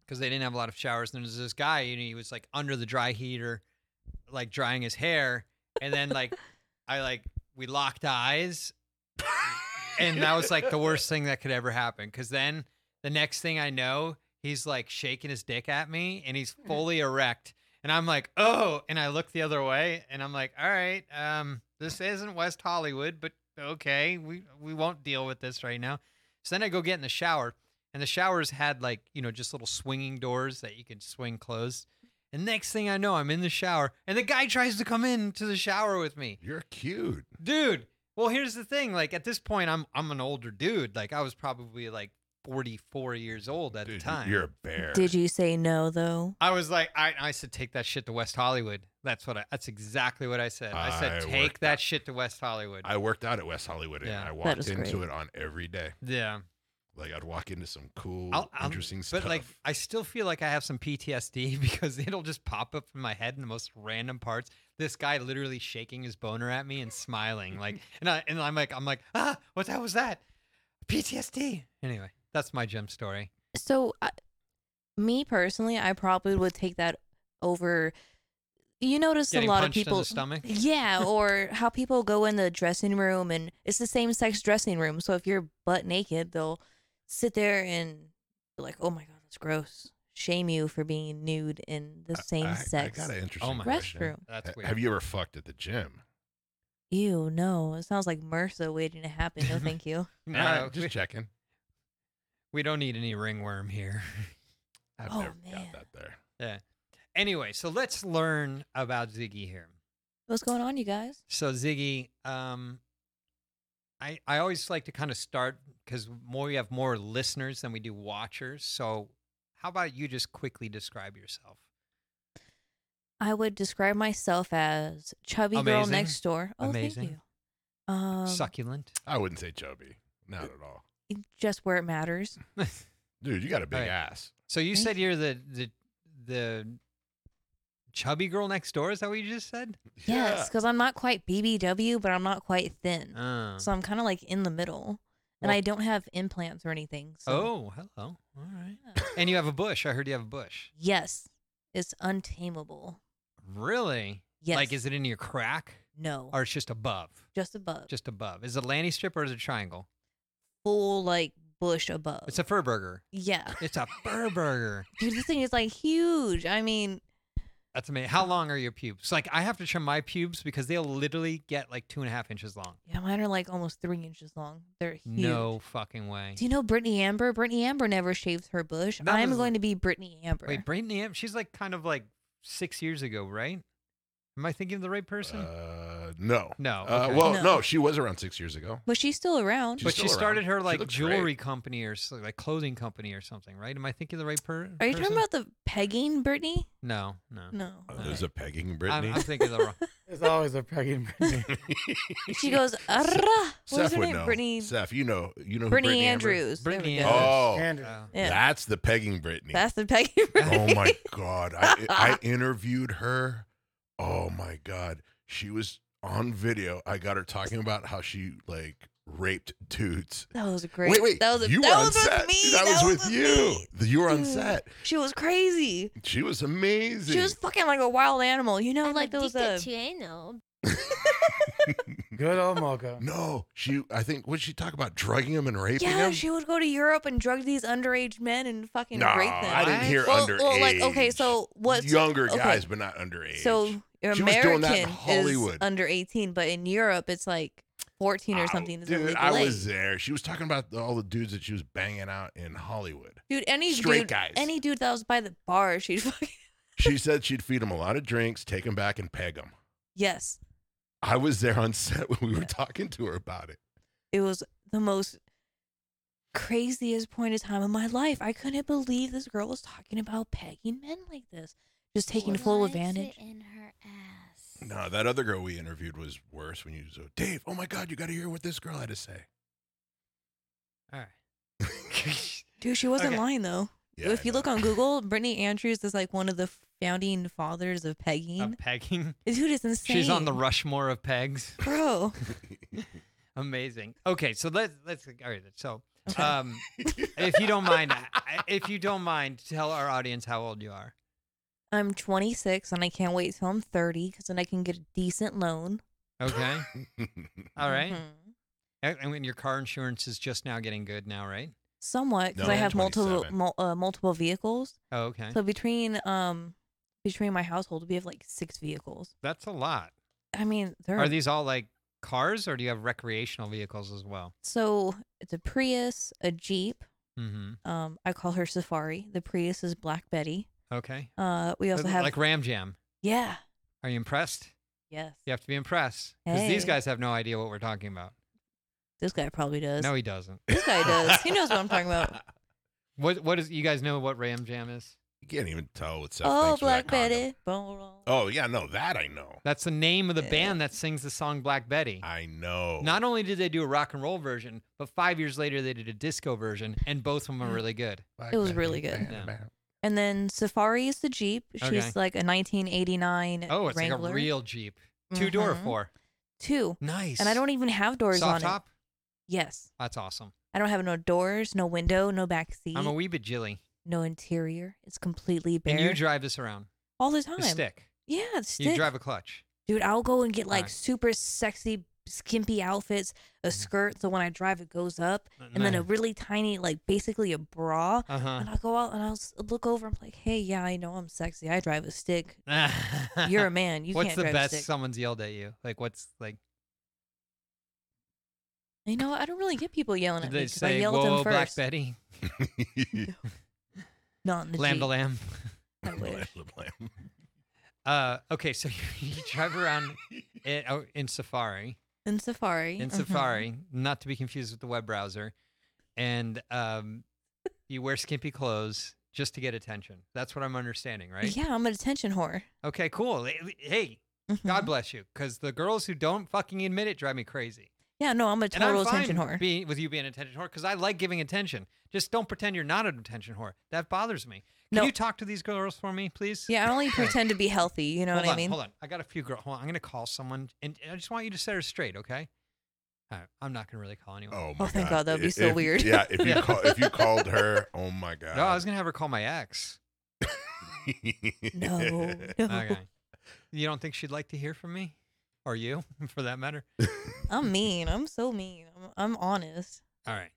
Speaker 2: because they didn't have a lot of showers. And there's this guy, and he was like under the dry heater, like drying his hair. And then like I like we locked eyes, and that was like the worst thing that could ever happen. Because then the next thing I know, he's like shaking his dick at me, and he's fully erect. And I'm like, oh, and I look the other way, and I'm like, all right, um, this isn't West Hollywood, but okay, we we won't deal with this right now. So then I go get in the shower, and the showers had like, you know, just little swinging doors that you could swing closed. And next thing I know, I'm in the shower, and the guy tries to come in to the shower with me.
Speaker 4: You're cute.
Speaker 2: Dude, well, here's the thing. Like at this point, I'm I'm an older dude. Like I was probably like 44 years old at
Speaker 4: Dude,
Speaker 2: the time.
Speaker 4: You're a bear.
Speaker 5: Did you say no though?
Speaker 2: I was like, I, I said, take that shit to West Hollywood. That's what I. That's exactly what I said. I said
Speaker 4: I
Speaker 2: take
Speaker 4: worked
Speaker 2: that
Speaker 4: out-
Speaker 2: shit to West Hollywood.
Speaker 4: I worked out at West Hollywood and
Speaker 2: Yeah.
Speaker 4: I
Speaker 2: That
Speaker 4: walked
Speaker 5: is
Speaker 4: into
Speaker 5: great.
Speaker 4: it on every day.
Speaker 2: yeah,
Speaker 4: Like I'd walk into some cool,
Speaker 2: I'll- I'll-
Speaker 4: interesting
Speaker 2: but
Speaker 4: stuff.
Speaker 2: like I still feel like I have some PTSD because it'll just pop up in my head in the most random parts. This guy literally shaking his boner at me and smiling like, and I and I'm like I'm like ah, what that was that PTSD. Anyway, that's my gym story.
Speaker 5: So, I, me personally, I probably would take that over. You notice
Speaker 2: Getting
Speaker 5: a lot of
Speaker 2: punched in
Speaker 5: people.
Speaker 2: the stomach.
Speaker 5: Yeah, or how people go in the dressing room and it's the same sex dressing room. So if you're butt naked, they'll sit there and be like, "Oh my god, that's gross." Shame you for being nude in the
Speaker 4: I-
Speaker 5: same
Speaker 4: I, I
Speaker 5: sex
Speaker 4: got an interesting
Speaker 2: Oh my-
Speaker 4: question.
Speaker 5: restroom.
Speaker 2: That's
Speaker 4: Ha-
Speaker 2: weird.
Speaker 4: Have you ever fucked at the gym?
Speaker 5: Ew, no. It sounds like MRSA waiting to happen. No, thank you.
Speaker 2: No,
Speaker 4: Alright,
Speaker 2: we,
Speaker 4: just checking.
Speaker 2: we don't need any ringworm here.
Speaker 4: I've
Speaker 5: Oh,
Speaker 4: never
Speaker 5: man.
Speaker 4: got that there.
Speaker 2: anyway, so let's learn about Ziggy here.
Speaker 5: What's going on, you guys?
Speaker 2: So Ziggy, um, I I always like to kind of start because more we have more listeners than we do watchers. So how about you just quickly describe yourself?
Speaker 5: I would describe myself as chubby girl
Speaker 2: Amazing.
Speaker 5: next door. Oh,
Speaker 2: Amazing.
Speaker 5: thank you. Um,
Speaker 2: Succulent.
Speaker 4: I wouldn't say chubby. Not at all.
Speaker 5: Just where it matters.
Speaker 4: Dude, you got a big
Speaker 2: Alright.
Speaker 4: ass.
Speaker 2: So you
Speaker 5: Thank
Speaker 2: said you're the the the chubby girl next door. Is that what you just said?
Speaker 5: Yes, because I'm not quite BBW, but I'm not quite thin.
Speaker 2: Uh,
Speaker 5: So I'm kind of like in the middle, and I don't have implants or anything. So.
Speaker 2: oh, hello. All right. And you have a bush. I heard you have a bush.
Speaker 5: yes, it's untamable.
Speaker 2: Really?
Speaker 5: Yes.
Speaker 2: Like, is it in your crack
Speaker 5: No,
Speaker 2: or it's just above?
Speaker 5: just above,
Speaker 2: Just above. Is it a landy strip or is it a triangle?
Speaker 5: full like bush above.
Speaker 2: It's a fur burger.
Speaker 5: yeah,
Speaker 2: It's a fur burger.
Speaker 5: dude, this thing is like huge. I mean,
Speaker 2: That's amazing. How long are your pubes? Like, I have to trim my pubes because they'll literally get like two and a half inches long.
Speaker 5: yeah, mine are like almost three inches long. They're huge.
Speaker 2: No fucking way.
Speaker 5: Do you know Brittany Amber? Brittany Amber never shaves her bush.
Speaker 2: That
Speaker 5: I'm
Speaker 2: was-
Speaker 5: going to be Brittany Amber.
Speaker 2: Wait, Brittany, Am- she's like kind of like six years ago, right? Am I thinking of the right person?
Speaker 4: Uh, no.
Speaker 2: No,
Speaker 4: Uh,
Speaker 2: okay.
Speaker 4: well,
Speaker 5: No.
Speaker 4: no. she was around six years ago.
Speaker 5: but she's still around.
Speaker 4: she's
Speaker 2: but she
Speaker 4: still
Speaker 2: started
Speaker 4: around.
Speaker 2: her
Speaker 4: She
Speaker 2: like
Speaker 4: looks great.
Speaker 2: jewelry company or so, like clothing company or something, right? Am I thinking of the right per- person? Uh,
Speaker 5: Are you talking about the pegging Brittany?
Speaker 2: No, no.
Speaker 5: No.
Speaker 4: Oh,
Speaker 2: Alright.
Speaker 4: there's a pegging
Speaker 2: I'm,
Speaker 4: Brittany.
Speaker 2: I'm thinking of the wrong.
Speaker 3: It's always a pregnant Brittany.
Speaker 5: She goes, Arrah. what was
Speaker 4: Seth
Speaker 5: her
Speaker 4: would
Speaker 5: name?
Speaker 4: know.
Speaker 5: Brittany,
Speaker 4: Seth, you know, you know who
Speaker 5: Brittany
Speaker 4: Amber-
Speaker 5: Andrews. There we
Speaker 2: Brittany
Speaker 5: go.
Speaker 2: Andrews.
Speaker 4: Oh,
Speaker 3: Andrew.
Speaker 2: Oh.
Speaker 5: Yeah.
Speaker 4: that's the pegging Brittany.
Speaker 5: That's the pegging Brittany.
Speaker 4: oh my god, I I interviewed her. Oh my god, she was on video. I got her talking about how she like raped dudes.
Speaker 5: That was great.
Speaker 4: Wait, wait,
Speaker 5: That was,
Speaker 4: you
Speaker 5: that
Speaker 4: were on
Speaker 5: was
Speaker 4: set.
Speaker 5: with me.
Speaker 4: That, was with you.
Speaker 5: me.
Speaker 4: You were on
Speaker 5: Dude.
Speaker 4: set.
Speaker 5: She was crazy.
Speaker 4: She was amazing.
Speaker 5: She was fucking like a wild animal. You know,
Speaker 6: I'm
Speaker 5: like those.
Speaker 6: addicted
Speaker 5: Uh,
Speaker 6: to anal.
Speaker 3: Good old Mocha.
Speaker 4: no, she. I think what did she talk about drugging him and raping
Speaker 5: yeah,
Speaker 4: him?
Speaker 5: she would go to Europe and drug these underage men and fucking
Speaker 4: no,
Speaker 5: rape them.
Speaker 4: I didn't hear
Speaker 5: well,
Speaker 4: underage.
Speaker 5: well, like okay, so what's
Speaker 4: younger
Speaker 5: okay.
Speaker 4: guys, but not underage.
Speaker 5: So your
Speaker 4: She was
Speaker 5: American
Speaker 4: doing that in
Speaker 5: is
Speaker 4: Hollywood.
Speaker 5: under eighteen, but in Europe it's like fourteen or
Speaker 4: Ow,
Speaker 5: something. is the
Speaker 4: Dude,
Speaker 5: legal
Speaker 4: I
Speaker 5: age.
Speaker 4: was there. She was talking about the- all the dudes that she was banging out in Hollywood.
Speaker 5: Dude, any
Speaker 4: Straight
Speaker 5: dude,
Speaker 4: guys.
Speaker 5: any dude that was by the bar, she'd fucking
Speaker 4: She said she'd feed him a lot of drinks, take him back, and peg him.
Speaker 5: yes.
Speaker 4: I was there on set when we were talking to her about it.
Speaker 5: It was the most craziest point of time in my life. I couldn't believe this girl was talking about pegging men like this, just taking full
Speaker 6: Why is it
Speaker 5: advantage.
Speaker 6: in her ass.
Speaker 4: No, that other girl we interviewed was worse. When you so Dave, oh my God, you got to hear what this girl had to say.
Speaker 2: All right.
Speaker 5: Dude, she wasn't
Speaker 2: Okay.
Speaker 5: lying though.
Speaker 4: Yeah,
Speaker 5: if
Speaker 4: I
Speaker 5: you
Speaker 4: know.
Speaker 5: look on Google, Brittany Andrews is like one of the founding fathers of
Speaker 2: Of
Speaker 5: pegging.
Speaker 2: pegging.
Speaker 5: Dude is insane.
Speaker 2: Um, She's on the Rushmore of pegs.
Speaker 5: bro.
Speaker 2: Amazing. Okay, so let's let's all right. So,
Speaker 5: Okay.
Speaker 2: um, if you don't mind, I- if you don't mind, tell our audience how old you are.
Speaker 5: I'm 26 and I can't wait till I'm 30 because then I can get a decent loan.
Speaker 2: Okay. All right.
Speaker 5: Mhm.
Speaker 2: And- And when your car insurance is just now getting good now, right?
Speaker 5: Somewhat because
Speaker 4: No,
Speaker 5: I have multiple
Speaker 4: 27.
Speaker 5: mul- uh, multiple vehicles.
Speaker 2: Oh, okay.
Speaker 5: So between um between my household, we have like six vehicles.
Speaker 2: That's a lot.
Speaker 5: I mean, there
Speaker 2: Are these all like cars, or do you have recreational vehicles as well?
Speaker 5: so it's a Prius, a Jeep.
Speaker 2: Mm-hmm.
Speaker 5: Um, I call her Safari. The Prius is Black Betty.
Speaker 2: Okay.
Speaker 5: Uh, we also
Speaker 2: Like-
Speaker 5: have
Speaker 2: like Ram Jam.
Speaker 5: yeah,
Speaker 2: Are you impressed?
Speaker 5: yes.
Speaker 2: You have to be impressed because these
Speaker 5: Hey.
Speaker 2: guys have no idea what we're talking about.
Speaker 5: This guy probably does.
Speaker 2: No, he doesn't.
Speaker 5: This guy does. He knows what I'm talking about.
Speaker 2: What What is? You guys know what Ram Jam is?
Speaker 4: You can't even tell with Seth.
Speaker 5: oh,
Speaker 4: thinks with that
Speaker 5: Black
Speaker 4: condom.
Speaker 5: Betty. Bone roll.
Speaker 4: Oh yeah, no, that I know.
Speaker 2: That's the name of the
Speaker 5: Yeah.
Speaker 2: band that sings the song Black Betty.
Speaker 4: I know.
Speaker 2: Not only did they do a rock and roll version, but five years later they did a disco version, and both of them
Speaker 5: Mm.
Speaker 2: are really good.
Speaker 5: It was really good. And then Safari is the Jeep. She's
Speaker 2: Okay.
Speaker 5: like a 1989
Speaker 2: Oh, it's
Speaker 5: Wrangler.
Speaker 2: like a real Jeep, two door
Speaker 5: Mhm.
Speaker 2: four,
Speaker 5: Two.
Speaker 2: nice.
Speaker 5: And I don't even have doors
Speaker 2: soft
Speaker 5: on
Speaker 2: top.
Speaker 5: it. Yes.
Speaker 2: That's awesome.
Speaker 5: I don't have no doors, no window, no back seat,
Speaker 2: I'm a wee bit jilly,
Speaker 5: no interior. It's completely bare.
Speaker 2: and you drive this around.
Speaker 5: all the time.
Speaker 2: The stick.
Speaker 5: Yeah, the
Speaker 2: You
Speaker 5: stick.
Speaker 2: drive a clutch.
Speaker 5: Dude, I'll go and get like
Speaker 2: Alright.
Speaker 5: super sexy, skimpy outfits, a
Speaker 2: Mm.
Speaker 5: skirt, so when I drive it goes up, and then a really tiny, like basically a bra.
Speaker 2: Uh huh.
Speaker 5: And I'll go out and I'll s- look over. I'm like, hey, yeah, I know I'm sexy. I drive a stick. You're a man. You
Speaker 2: what's
Speaker 5: can't
Speaker 2: the
Speaker 5: drive
Speaker 2: best
Speaker 5: a stick.
Speaker 2: someone's yelled at you? Like what's like?
Speaker 5: You know, I don't really get people yelling
Speaker 2: Did
Speaker 5: at me
Speaker 2: they
Speaker 5: 'cause I
Speaker 2: say
Speaker 5: yelled at
Speaker 2: "Whoa,
Speaker 5: them
Speaker 2: Black
Speaker 5: first.
Speaker 2: Betty,
Speaker 5: Not in the
Speaker 2: Lamb to
Speaker 5: Jeep.
Speaker 2: Lamb"?
Speaker 5: I wish.
Speaker 2: Uh, okay, so you, you drive around in, oh, in Safari,
Speaker 5: In Safari.
Speaker 2: in
Speaker 5: mhm.
Speaker 2: Safari, not to be confused with the web browser, and um, you wear skimpy clothes just to get attention. That's what I'm understanding, right?
Speaker 5: Yeah, I'm an attention whore.
Speaker 2: Okay, cool. Hey,
Speaker 5: Mhm.
Speaker 2: God bless you, because the girls who don't fucking admit it drive me crazy.
Speaker 5: Yeah, no, I'm a
Speaker 2: And I'm
Speaker 5: total attention
Speaker 2: fine
Speaker 5: whore.
Speaker 2: being- with you being an attention whore because I like giving attention. Just don't pretend you're not an attention whore. That bothers me. Can
Speaker 5: No.
Speaker 2: you talk to these girls for me, please?
Speaker 5: yeah, I only pretend to be healthy. You know
Speaker 2: hold
Speaker 5: what
Speaker 2: on,
Speaker 5: I mean?
Speaker 2: Hold on. I got a few girls. Hold on. I'm going to call someone, and and I just want you to set her straight, okay? All right, I'm not going to really call anyone.
Speaker 4: Oh my
Speaker 5: Oh, thank God, that'd be
Speaker 4: If-
Speaker 5: so
Speaker 4: if-
Speaker 5: weird.
Speaker 4: Yeah, if you
Speaker 2: Yeah.
Speaker 4: call, if you called her, oh my god.
Speaker 2: no, I was going to have her call my ex.
Speaker 5: No, no.
Speaker 2: Okay. you don't think she'd like to hear from me? Or you, for that matter?
Speaker 5: I'm mean. I'm so mean. I'm, I'm honest.
Speaker 2: All right.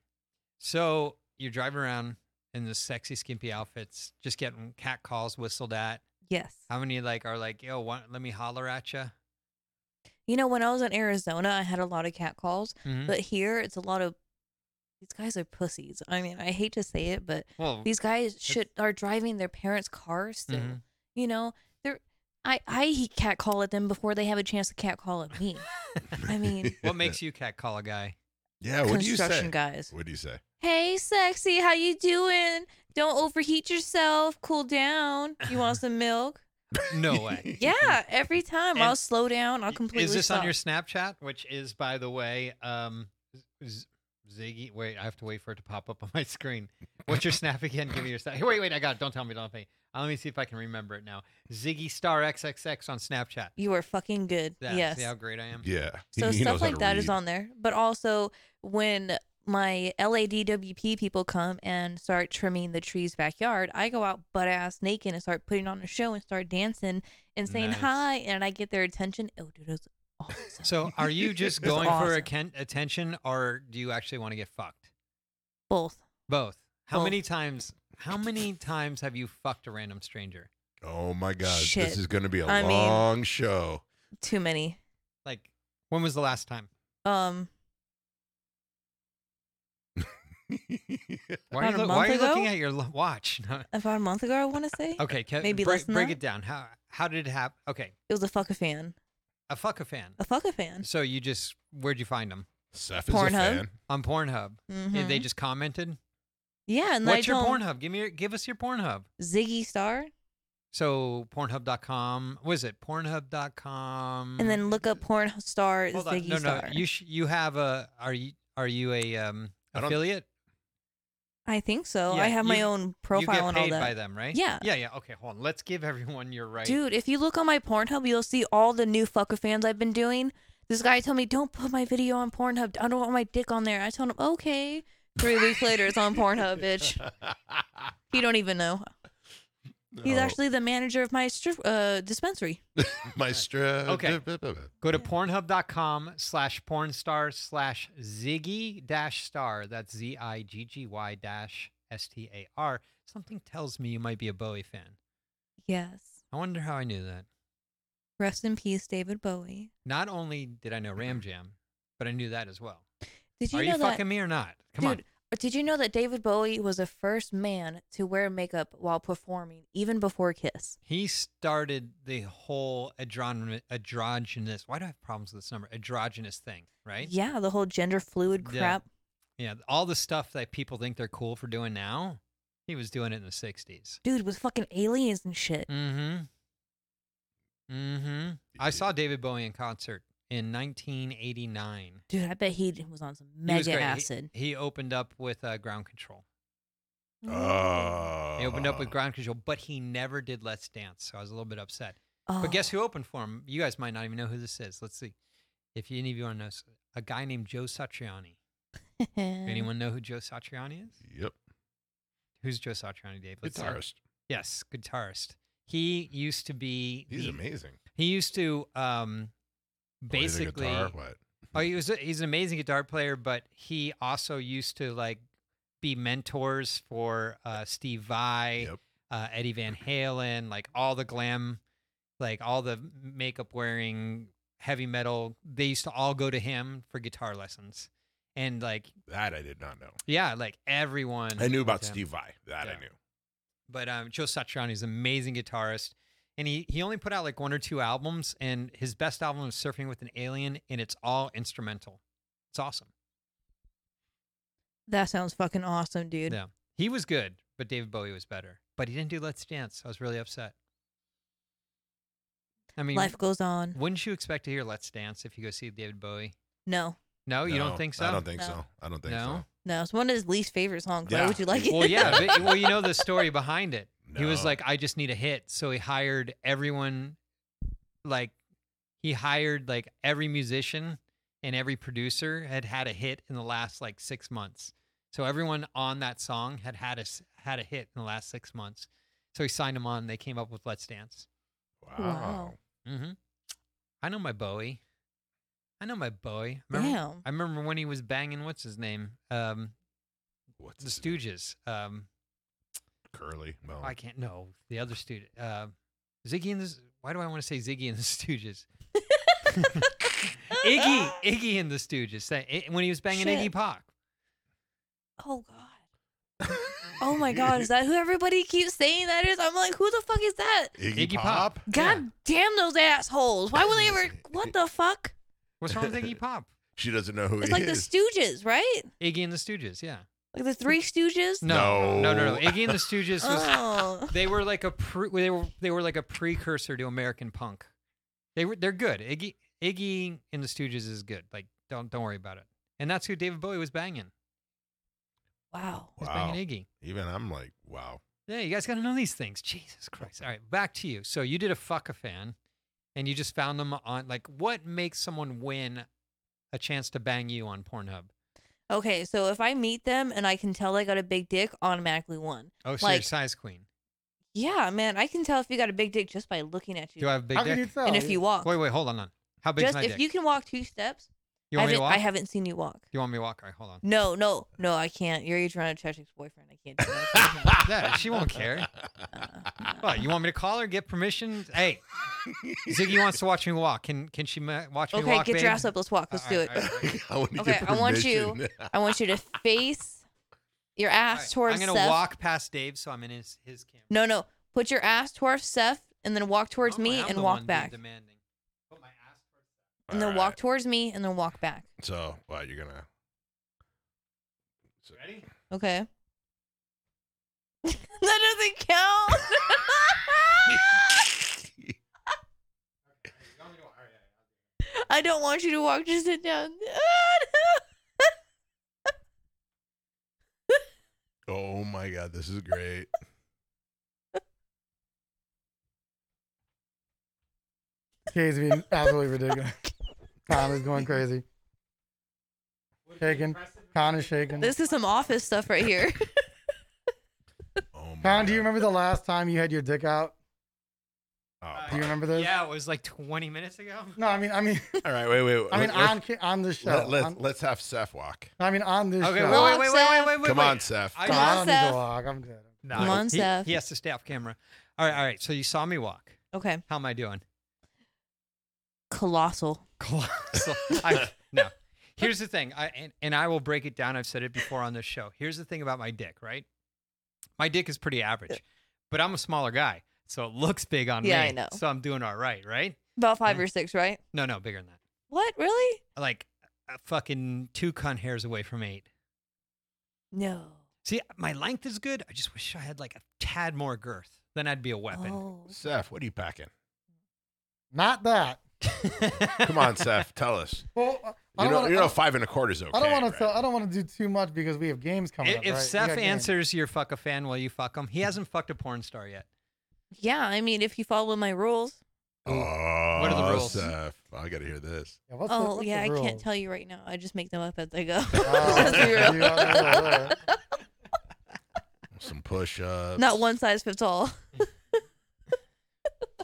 Speaker 2: So you're driving around in the sexy, skimpy outfits, just getting cat calls whistled at.
Speaker 5: Yes.
Speaker 2: How many like are like, yo, want, let me holler at you?
Speaker 5: You know, when I was in Arizona, I had a lot of cat calls,
Speaker 2: Mm. Mm-hmm.
Speaker 5: but here it's a lot of these guys are pussies. I mean, I hate to say it, but
Speaker 2: Well,
Speaker 5: these guys should are driving their parents' cars still.
Speaker 2: Mhm.
Speaker 5: You know, they're I I cat call at them before they have a chance to cat call at me. I mean,
Speaker 2: what makes you cat call a guy?
Speaker 4: Yeah,
Speaker 2: Oh,
Speaker 4: what do you
Speaker 5: construction
Speaker 4: say?
Speaker 5: guys.
Speaker 4: What do you say?
Speaker 5: Hey, sexy, how you doing? Don't overheat yourself. Cool down. You want some milk?
Speaker 2: No way.
Speaker 5: Yeah, every time I'll
Speaker 2: And
Speaker 5: slow down. I'll completely.
Speaker 2: Is this
Speaker 5: stop.
Speaker 2: on your Snapchat? Which is, by the way, um, Z- Ziggy. Wait, I have to wait for it to pop up on my screen. What's your snap again? Give me your snap. Hey, wait, wait, I got it. Don't tell me. Don't tell me. Uh, Let me see if I can remember it now. Ziggy Star XXX on Snapchat.
Speaker 5: You are fucking good.
Speaker 2: Yeah,
Speaker 5: yes.
Speaker 2: See how great I am.
Speaker 4: Yeah. He-
Speaker 5: So
Speaker 4: he knows
Speaker 5: stuff
Speaker 4: how
Speaker 5: like
Speaker 4: to
Speaker 5: that is
Speaker 4: read.
Speaker 5: on there. But also when my LADWP people come and start trimming the tree's backyard, I go out butt ass naked and start putting on a show and start dancing and saying
Speaker 2: Nice.
Speaker 5: hi, and I get their attention. Oh, dude, it was awesome.
Speaker 2: So, are you just
Speaker 5: That's
Speaker 2: going for
Speaker 5: awesome.
Speaker 2: atten- attention, or do you actually want to get fucked?
Speaker 5: Both.
Speaker 2: Both. How
Speaker 5: Both.
Speaker 2: many times? How many times have you fucked a random stranger?
Speaker 4: Oh my god,
Speaker 5: Shit.
Speaker 4: this is going to be a
Speaker 5: I mean-
Speaker 4: long show.
Speaker 5: Too many.
Speaker 2: Like, when was the last time?
Speaker 5: Um,
Speaker 2: Why are you,
Speaker 5: About a
Speaker 2: loo- why
Speaker 5: month
Speaker 2: are you looking
Speaker 5: ago?
Speaker 2: at your lo- watch? No.
Speaker 5: about a month ago, I want to say
Speaker 2: Okay, can,
Speaker 5: Maybe
Speaker 2: break,
Speaker 5: less than
Speaker 2: break
Speaker 5: that?
Speaker 2: it down. How how did it happen? Okay,
Speaker 5: it was a fuck a fan,
Speaker 2: a fuck a fan.
Speaker 5: a fuck a fan.
Speaker 2: So you just where'd you find them
Speaker 4: Seth is a
Speaker 5: Pornhub?
Speaker 4: fan.
Speaker 2: on Pornhub? Eh,
Speaker 5: Mhm.
Speaker 2: They just commented.
Speaker 5: yeah, and then
Speaker 2: What's
Speaker 5: I
Speaker 2: your
Speaker 5: told 'em,
Speaker 2: Pornhub? Give me your, give us your Pornhub.
Speaker 5: Ziggy Star,
Speaker 2: So Pornhub.com. Was it Pornhub.com?
Speaker 5: and then look up porn star
Speaker 2: Mm-hmm. Hold on.
Speaker 5: Ziggy
Speaker 2: No, no.
Speaker 5: Star.
Speaker 2: You sh- you have a are you are you a um
Speaker 4: I don't-
Speaker 2: affiliate?
Speaker 5: I think so.
Speaker 2: Yeah,
Speaker 5: I have my
Speaker 2: you-
Speaker 5: own profile
Speaker 2: you get
Speaker 5: and
Speaker 2: paid
Speaker 5: all that.
Speaker 2: by them, right?
Speaker 5: Yeah.
Speaker 2: Yeah, yeah. Okay, hold on. Let's give everyone your right.
Speaker 5: Dude, if you look on my Pornhub, you'll see all the new fucker fans I've been doing. This guy told me, don't put my video on Pornhub. I don't want my dick on there. I told him, okay. Three weeks later, it's on Pornhub, bitch. He don't even know. He's
Speaker 2: Oh.
Speaker 4: No,
Speaker 5: actually the manager of my strip, uh, dispensary.
Speaker 4: my stra-
Speaker 2: Okay.
Speaker 4: That's
Speaker 2: Go to pornhub.com slash pornstar slash ziggy dash star. That's Z I G G Y dash S T A R. Something tells me you might be a Bowie fan.
Speaker 5: Yes.
Speaker 2: I wonder how I knew that.
Speaker 5: Rest in peace, David Bowie.
Speaker 2: Not only did I know Ram Jam, but I knew that as well.
Speaker 5: Did you
Speaker 2: Are
Speaker 5: know
Speaker 2: you
Speaker 5: that?
Speaker 2: fucking me or not? Come
Speaker 5: Dude, uh, did you know that David Bowie was the first man to wear makeup while performing, even before Kiss?
Speaker 2: He started the whole adron- androgynous. Why do I have problems with this number? Androgynous thing, right?
Speaker 5: Yeah, the whole gender fluid
Speaker 2: Yeah.
Speaker 5: crap.
Speaker 2: Yeah, all the stuff that people think they're cool for doing now, He was doing it in the 60s.
Speaker 5: Dude, with fucking aliens and shit.
Speaker 2: Mm hmm. Mm hmm. I saw David Bowie in concert in 1989.
Speaker 5: Dude, I bet he was on some
Speaker 2: He was
Speaker 5: mega
Speaker 2: great. He-
Speaker 5: acid.
Speaker 2: He, opened up with uh, Ground Control.
Speaker 4: Uh,
Speaker 2: He opened up with Ground Control, but he never did Let's Dance. So I was a little bit upset.
Speaker 5: Oh.
Speaker 2: But guess who opened for him? You guys might not even know who this is. Let's see. If any of you want to know, s- a guy named Joe Satriani.
Speaker 5: Mm.
Speaker 2: Anyone know who Joe Satriani is?
Speaker 4: Yep.
Speaker 2: Who's Joe Satriani, Dave? Let's see.
Speaker 4: Guitarist.
Speaker 2: Yes, guitarist. He used to be.
Speaker 4: He's
Speaker 2: he,
Speaker 4: amazing.
Speaker 2: He used to um,
Speaker 4: Play the
Speaker 2: basically.
Speaker 4: guitar, what?
Speaker 2: Oh, he was a, he's an amazing guitar player, but he also used to like be mentors for uh, Steve Vai,
Speaker 4: Yep.
Speaker 2: uh, Eddie Van Halen, like all the glam, like all the makeup wearing heavy metal. They used to all go to him for guitar lessons, and like
Speaker 4: That I did not know.
Speaker 2: yeah, like everyone.
Speaker 4: I knew
Speaker 2: was
Speaker 4: about
Speaker 2: him.
Speaker 4: Steve Vai. That
Speaker 2: Yeah.
Speaker 4: I knew.
Speaker 2: But um, Joe Satriani is an amazing guitarist, and he he only put out like one or two albums, and his best album was Surfing with an Alien, and it's all instrumental. It's awesome.
Speaker 5: That sounds fucking awesome, dude.
Speaker 2: Yeah. He was good, but David Bowie was better. But he didn't do Let's Dance. I was really upset. I mean,
Speaker 5: Life goes on.
Speaker 2: wouldn't you expect to hear Let's Dance if you go see David Bowie?
Speaker 5: No,
Speaker 2: No, Oh, you don't
Speaker 4: No,
Speaker 2: think so?
Speaker 4: I don't think
Speaker 5: No.
Speaker 4: so. I don't think
Speaker 2: No?
Speaker 4: so.
Speaker 5: no, it's one of his least favorite songs. Why
Speaker 4: Yeah.
Speaker 5: would you like it?
Speaker 2: Well, yeah. but- well, you know the story behind it. He was
Speaker 4: No.
Speaker 2: like, I just need a hit. So he hired everyone, like, he hired like every musician and every producer had had a hit in the last like six months. So everyone on that song had had a s- had a hit in the last six months. So he signed them on. They came up with Let's Dance.
Speaker 4: Wow.
Speaker 5: Wow.
Speaker 2: Mm-hmm. I know my Bowie. I know my Bowie. Remember,
Speaker 5: Damn.
Speaker 2: I remember when he was banging what's his name, um,
Speaker 4: What's
Speaker 2: the
Speaker 4: his name?
Speaker 2: Stooges. Um,
Speaker 4: Curly. No.
Speaker 2: I can't know the other student. Uh, Ziggy and the. S- Why do I want to say Ziggy and the Stooges? Iggy, Iggy and the Stooges. That- i- When he was banging
Speaker 5: Shit.
Speaker 2: Iggy Pop.
Speaker 5: Oh god. Oh my god, is that who everybody keeps saying that is? I'm like, who the fuck is that?
Speaker 4: Iggy,
Speaker 2: Iggy
Speaker 4: Pop?
Speaker 5: God damn those assholes. Why would they ever what the fuck?
Speaker 2: What's wrong with Iggy Pop?
Speaker 4: She doesn't know who
Speaker 5: It's
Speaker 4: he
Speaker 5: like the
Speaker 4: is.
Speaker 5: Stooges, right?
Speaker 2: Iggy and the Stooges. Yeah.
Speaker 5: Like the three Stooges?
Speaker 2: No. No. No. no.
Speaker 4: No.
Speaker 2: Iggy and the Stooges was.
Speaker 5: Oh.
Speaker 2: They were like a pre, they were they were like a precursor to American punk. They were they're good. Iggy Iggy and the Stooges is good. Like don't don't worry about it. And that's who David Bowie was banging.
Speaker 5: Wow.
Speaker 2: He was
Speaker 4: wow.
Speaker 2: banging Iggy.
Speaker 4: Even I'm like, wow.
Speaker 2: Yeah, you guys got to know these things. Jesus Christ. All right, back to you. So you did a fuck a fan and you just found them on like what makes someone win a chance to bang you on Pornhub?
Speaker 5: Okay, so if I meet them and I can tell they got a big dick, automatically one.
Speaker 2: Oh, so you're
Speaker 5: Like-
Speaker 2: size queen.
Speaker 5: Yeah, man, I can tell if you got a big dick just by looking at you.
Speaker 2: Do I oh, have a big
Speaker 3: How
Speaker 2: dick?
Speaker 3: can you tell?
Speaker 5: and if you walk.
Speaker 2: Wait, wait, hold on. on. How big is
Speaker 5: just
Speaker 2: my
Speaker 5: if
Speaker 2: dick?
Speaker 5: you can walk two steps,
Speaker 2: you
Speaker 5: I,
Speaker 2: want me
Speaker 5: haven't,
Speaker 2: to walk?
Speaker 5: I haven't seen you walk.
Speaker 2: You want me to walk? All right, hold on.
Speaker 5: No, no, no, I can't. You're your trying to check ex boyfriend. I can't do that.
Speaker 2: Yeah, she won't care. What, you want me to call her, get permission? Hey, Ziggy wants to watch me walk. Can can she ma- watch me
Speaker 5: Okay,
Speaker 2: walk?
Speaker 5: get
Speaker 2: babe?
Speaker 5: your ass up. Let's walk. Let's
Speaker 2: All
Speaker 5: do
Speaker 2: right,
Speaker 5: it.
Speaker 2: all right, all right.
Speaker 4: I want to
Speaker 5: Okay,
Speaker 4: get
Speaker 5: I want you-
Speaker 4: permission.
Speaker 5: I want you to face your
Speaker 2: All
Speaker 5: ass
Speaker 2: right,
Speaker 5: towards
Speaker 2: I'm gonna
Speaker 5: Seth.
Speaker 2: walk past Dave, so I'm in his his camera.
Speaker 5: No, no. Put your ass towards Seth and then walk towards
Speaker 2: Oh,
Speaker 5: me
Speaker 2: I'm
Speaker 5: and
Speaker 2: the one
Speaker 5: walk
Speaker 2: being
Speaker 5: back.
Speaker 2: Demanding. Put my ass towards
Speaker 5: And then
Speaker 4: All
Speaker 5: walk
Speaker 4: right.
Speaker 5: towards me and then walk back.
Speaker 4: So, wow, you're going to.
Speaker 2: Ready?
Speaker 5: Okay. that doesn't count. I don't want you to walk. Just sit down.
Speaker 4: Oh my God, this is great.
Speaker 3: Kay's being absolutely ridiculous. Con is going crazy. Shaking. Con is shaking.
Speaker 5: this is some office stuff right here.
Speaker 4: Oh my
Speaker 3: Con, do you
Speaker 4: God.
Speaker 3: remember the last time you had your dick out?
Speaker 4: Oh,
Speaker 3: Do you remember this?
Speaker 2: Yeah, it was like 20 minutes ago.
Speaker 3: No, I mean, I mean,
Speaker 4: All right, wait, wait. wait.
Speaker 3: I mean,
Speaker 4: Let-
Speaker 3: on ca- on this show.
Speaker 4: let, let,
Speaker 3: on-
Speaker 4: let's have Seth walk.
Speaker 3: I mean, on this
Speaker 2: Okay,
Speaker 3: show.
Speaker 5: Come
Speaker 2: wait, wait,
Speaker 5: on,
Speaker 2: wait, wait, wait,
Speaker 5: Seth.
Speaker 2: wait, wait.
Speaker 4: Come on, Seth.
Speaker 2: I-
Speaker 3: Con, I don't need
Speaker 5: Seth.
Speaker 3: to walk. I'm good.
Speaker 2: No.
Speaker 5: Come on,
Speaker 2: He-
Speaker 5: Seth.
Speaker 2: He has to stay off camera. All right, all right. So you saw me walk.
Speaker 5: Okay.
Speaker 2: How am I doing?
Speaker 5: Colossal.
Speaker 2: Colossal. I, no. Here's the thing, I, and, and I will break it down. I've said it before on this show. Here's the thing about my dick, right? My dick is pretty average, but I'm a smaller guy, so it looks big on
Speaker 5: Yeah,
Speaker 2: me.
Speaker 5: I know.
Speaker 2: So I'm doing all right, right?
Speaker 5: About five
Speaker 2: Yeah.
Speaker 5: or six, right?
Speaker 2: No, no, bigger than that.
Speaker 5: What? Really?
Speaker 2: Like, uh, fucking two cunt hairs away from eight.
Speaker 5: No.
Speaker 2: See, my length is good. I just wish I had like a tad more girth. Then I'd be a weapon.
Speaker 5: Oh.
Speaker 4: Seth, what are you packing?
Speaker 3: Not that.
Speaker 4: Come on, Seth, tell us.
Speaker 3: Well, I
Speaker 4: You
Speaker 3: don't
Speaker 4: know,
Speaker 3: wanna-
Speaker 4: you
Speaker 3: I
Speaker 4: know,
Speaker 3: don't-
Speaker 4: five and a quarter is okay.
Speaker 3: I don't want
Speaker 4: right?
Speaker 3: to. I don't want to do too much because we have games coming
Speaker 2: If,
Speaker 3: up.
Speaker 2: if
Speaker 3: right? We got
Speaker 2: Seth
Speaker 3: games.
Speaker 2: answers your fuck a fan, will you fuck him? He hasn't fucked a porn star yet.
Speaker 5: Yeah, I mean, if you follow my rules.
Speaker 4: Oh,
Speaker 2: What are the rules?
Speaker 4: Seth, I got to hear this.
Speaker 3: Yeah, what's the-
Speaker 5: Oh,
Speaker 3: what's the
Speaker 5: yeah, I can't
Speaker 3: rules?
Speaker 5: tell you right now. I just make them up as I go.
Speaker 3: Oh,
Speaker 5: Let's be real.
Speaker 3: you got the rules, all
Speaker 4: Some push-ups.
Speaker 5: Not one size fits all.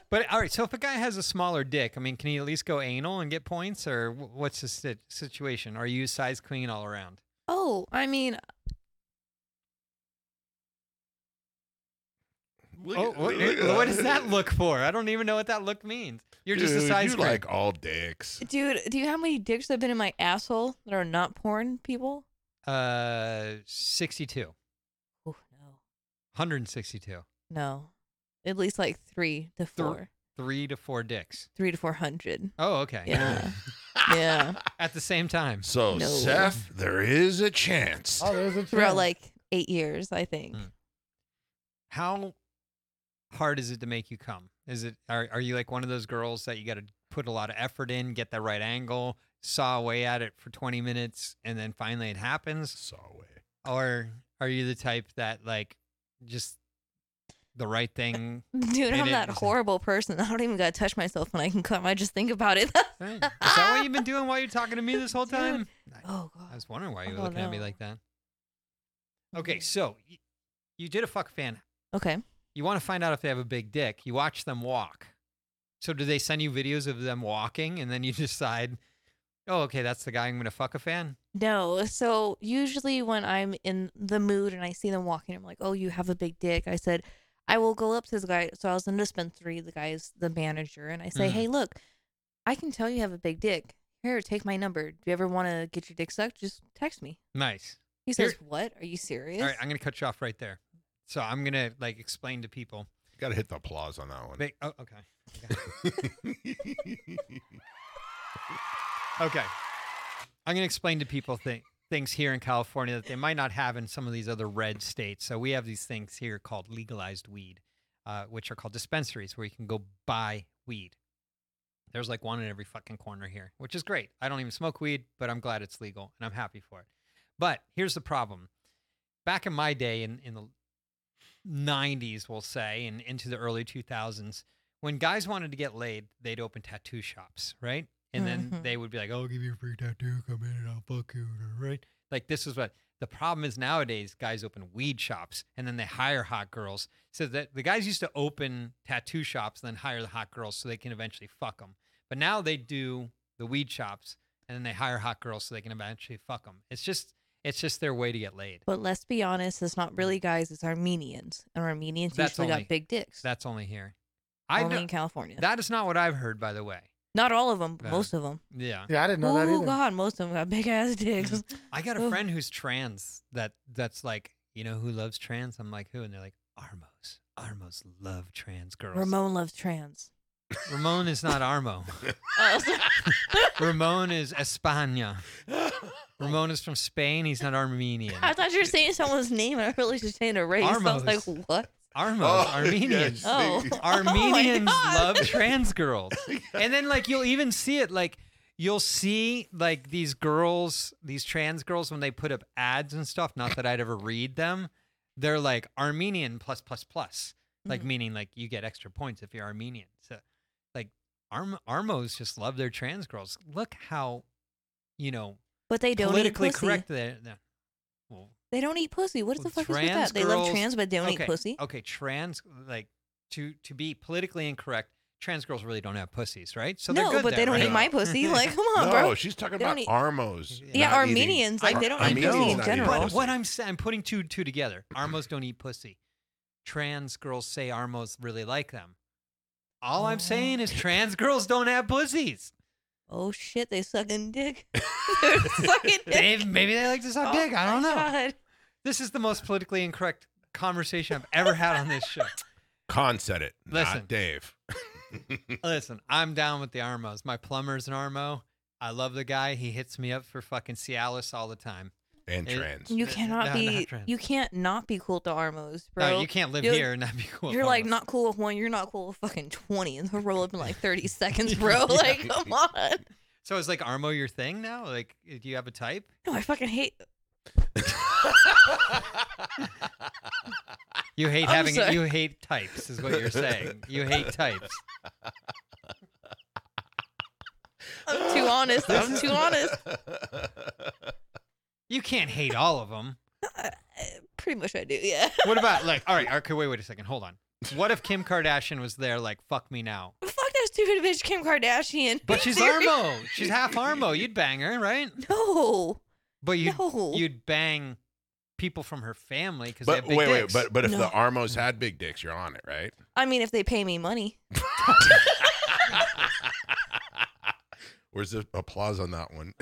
Speaker 2: But all right, so if a guy has a smaller dick, I mean, can he at least go anal and get points, or wh- what's the sit- situation? Are you size queen all around?
Speaker 5: Oh, I mean,
Speaker 4: Look
Speaker 2: oh,
Speaker 4: at-
Speaker 2: what,
Speaker 4: look at
Speaker 2: what does that look for? I don't even know what that look means. You're just a
Speaker 4: Dude,
Speaker 2: size
Speaker 4: you
Speaker 2: queen.
Speaker 4: like all dicks.
Speaker 5: dude, do you know how many dicks have been in my asshole that are not porn people?
Speaker 2: uh, 62,
Speaker 5: Oh, no.
Speaker 2: 162,
Speaker 5: No. At least like three to
Speaker 2: Three.
Speaker 5: four.
Speaker 2: three to four dicks.
Speaker 5: Three to four hundred.
Speaker 2: Oh, okay.
Speaker 5: Yeah. yeah.
Speaker 2: At the same time.
Speaker 4: So,
Speaker 5: No.
Speaker 4: Seth, there is a chance.
Speaker 3: Oh, there's a
Speaker 5: Throughout
Speaker 3: chance.
Speaker 5: like eight years, I think.
Speaker 2: Mm. How hard is it to make you come? Is it are are you like one of those girls that you got to put a lot of effort in, get that right angle, saw away at it for 20 minutes, and then finally it happens?
Speaker 4: Saw away.
Speaker 2: or are you the type that like just the right thing?
Speaker 5: Dude,
Speaker 2: Made
Speaker 5: I'm
Speaker 2: it
Speaker 5: that
Speaker 2: interesting.
Speaker 5: horrible person. I don't even gotta touch myself when I can come. I just think about it.
Speaker 2: Hey, Is that what you've been doing while you're talking to me this whole
Speaker 5: Dude.
Speaker 2: time? I,
Speaker 5: oh
Speaker 2: I
Speaker 5: god.
Speaker 2: was wondering why you were
Speaker 5: Oh,
Speaker 2: looking at me
Speaker 5: no.
Speaker 2: like that. Okay, so you, you did a fuck fan.
Speaker 5: Okay.
Speaker 2: You want to find out if they have a big dick. You watch them walk. So do they send you videos of them walking, and then you decide, oh, okay, that's the guy I'm gonna fuck a fan.
Speaker 5: No. So usually when I'm in the mood and I see them walking, I'm like, "Oh, you have a big dick." I said, "I will go up to this guy." So I was in a dispensary. The guy's the manager, and I say,
Speaker 2: Mhm.
Speaker 5: "Hey, look, I can tell you have a big dick. Here, take my number. Do you ever want to get your dick sucked? Just text me."
Speaker 2: Nice.
Speaker 5: He says,
Speaker 2: Here-
Speaker 5: "What? Are you serious?"
Speaker 2: All right, I'm gonna cut you off right there. So I'm gonna like explain to people.
Speaker 4: You got to hit the applause on that one.
Speaker 2: They, oh, okay. Okay. I'm going to explain to people thi- things here in California that they might not have in some of these other red states. So we have these things here called legalized weed, uh, which are called dispensaries where you can go buy weed. There's like one in every fucking corner here, which is great. I don't even smoke weed, but I'm glad it's legal and I'm happy for it. But here's the problem. Back in my day in, in the 90s, we'll say, and into the early 2000s, when guys wanted to get laid, they'd open tattoo shops, right? And then
Speaker 5: Mhm.
Speaker 2: they would be like, I'll give you a free tattoo, come in and I'll fuck you, right? Like, this is what the problem is nowadays guys open weed shops and then they hire hot girls. So that the guys used to open tattoo shops and then hire the hot girls so they can eventually fuck them. But now they do the weed shops and then they hire hot girls so they can eventually fuck them. It's just, it's just their way to get laid.
Speaker 5: But let's be honest, it's not really guys, it's Armenians. And Armenians
Speaker 2: Mm. That's
Speaker 5: usually
Speaker 2: only-
Speaker 5: got big dicks.
Speaker 2: That's only here. I
Speaker 5: only
Speaker 2: know,
Speaker 5: in California.
Speaker 2: that is not what I've heard, by the way.
Speaker 5: not all of them, but
Speaker 2: Yeah.
Speaker 5: most of them.
Speaker 2: Yeah,
Speaker 3: Yeah, I didn't know that
Speaker 5: Oh
Speaker 3: either.
Speaker 5: god, most of them got big
Speaker 2: Mm,
Speaker 5: ass dicks.
Speaker 2: I got a
Speaker 5: Ugh.
Speaker 2: friend who's trans. That that's like, you know, who loves trans? I'm like, who? And they're like, Armos. Armos love trans girls.
Speaker 5: Ramon loves trans.
Speaker 2: Ramon is not Armo.
Speaker 5: Oh, sorry.
Speaker 2: Ramon is España. Ramon is from Spain. He's not Armenian.
Speaker 5: I thought you were saying someone's name and I really just saying a race. I was like,
Speaker 2: Armos.
Speaker 5: what?
Speaker 2: Armos,
Speaker 4: Oh,
Speaker 2: Armenians.
Speaker 4: yes.
Speaker 5: Oh.
Speaker 2: Armenians
Speaker 5: oh my God.
Speaker 2: love trans girls. And then like you'll even see it like you'll see like these girls, these trans girls when they put up ads and stuff, not that I'd ever read them, they're like Armenian plus plus plus. Like
Speaker 5: Mhm.
Speaker 2: meaning like you get extra points if you're Armenian. So like Arm- Armos just love their trans girls. Look how you know
Speaker 5: But they don't
Speaker 2: politically
Speaker 5: eat pussy.
Speaker 2: correct they're, they're- well,
Speaker 5: They don't eat pussy. What is the fuck
Speaker 2: Well,
Speaker 5: is with
Speaker 2: trans
Speaker 5: that? They love
Speaker 2: girls-
Speaker 5: trans but they don't
Speaker 2: okay, Oh,
Speaker 5: eat pussy.
Speaker 2: Okay, trans like to to be politically incorrect, trans girls really don't have pussies, right? So they're
Speaker 5: no,
Speaker 2: good
Speaker 5: but
Speaker 2: there,
Speaker 5: they don't
Speaker 2: right?
Speaker 5: eat my pussy. Like, come on,
Speaker 4: no,
Speaker 5: bro.
Speaker 4: she's talking
Speaker 5: They
Speaker 4: about
Speaker 5: don't eat-
Speaker 4: Armos.
Speaker 2: Yeah,
Speaker 4: not eating-
Speaker 5: Armenians, like, they don't
Speaker 4: I
Speaker 2: eat
Speaker 4: know,
Speaker 2: pussy in
Speaker 4: not eating
Speaker 5: general.
Speaker 2: But what
Speaker 4: pussy.
Speaker 2: I'm saying, I'm putting two two together. Armos don't eat pussy. Trans girls say Armos really like them. All I'm
Speaker 5: Oh.
Speaker 2: saying is trans girls don't have pussies.
Speaker 5: Oh shit, they sucking dick. They're sucking dick.
Speaker 2: They, maybe they like to suck
Speaker 5: Oh
Speaker 2: dick. I don't know.
Speaker 5: my God.
Speaker 2: This is the most politically incorrect conversation I've ever had on this show.
Speaker 4: Con said it.
Speaker 2: Listen.
Speaker 4: Not Dave.
Speaker 2: Listen, I'm down with the Armos. My plumber's an Armo. I love the guy. He hits me up for fucking Cialis all the time.
Speaker 4: and
Speaker 2: It-
Speaker 4: trans.
Speaker 5: You
Speaker 2: N-
Speaker 5: cannot
Speaker 2: no,
Speaker 5: be.
Speaker 2: not trans.
Speaker 5: You can't not be cool to Armos, bro.
Speaker 2: No, you can't live
Speaker 5: You're-
Speaker 2: here and not be cool. with
Speaker 5: You're like
Speaker 2: Armos.
Speaker 5: not cool with one. You're not cool with fucking twenty, and they'll roll up in like thirty seconds,
Speaker 2: Yeah.
Speaker 5: bro. Like, come on.
Speaker 2: So is like Armo your thing now? Like, uh, do you have a type?
Speaker 5: No, I fucking hate.
Speaker 2: You hate
Speaker 5: I'm
Speaker 2: having
Speaker 5: sorry.
Speaker 2: you hate types is what you're saying. You hate types.
Speaker 5: I'm too honest. I'm too honest.
Speaker 2: You can't hate all of them.
Speaker 5: Pretty much, I do. Yeah.
Speaker 2: What about like? All right, okay. Wait, wait a second. Hold on. What if Kim Kardashian was there? Like, fuck me now.
Speaker 5: Fuck that stupid bitch, Kim Kardashian.
Speaker 2: But she's
Speaker 5: Serious-
Speaker 2: Armo. She's half Armo. You'd bang her, right?
Speaker 5: No.
Speaker 2: But you
Speaker 5: No.
Speaker 2: would you'd bang people from her family because they
Speaker 4: But
Speaker 2: have big
Speaker 4: wait,
Speaker 2: dicks. Mm.
Speaker 4: wait, but but if the
Speaker 5: No.
Speaker 4: Armos had big dicks, you're on it, right?
Speaker 5: I mean, if they pay me money.
Speaker 4: Where's the applause on that one?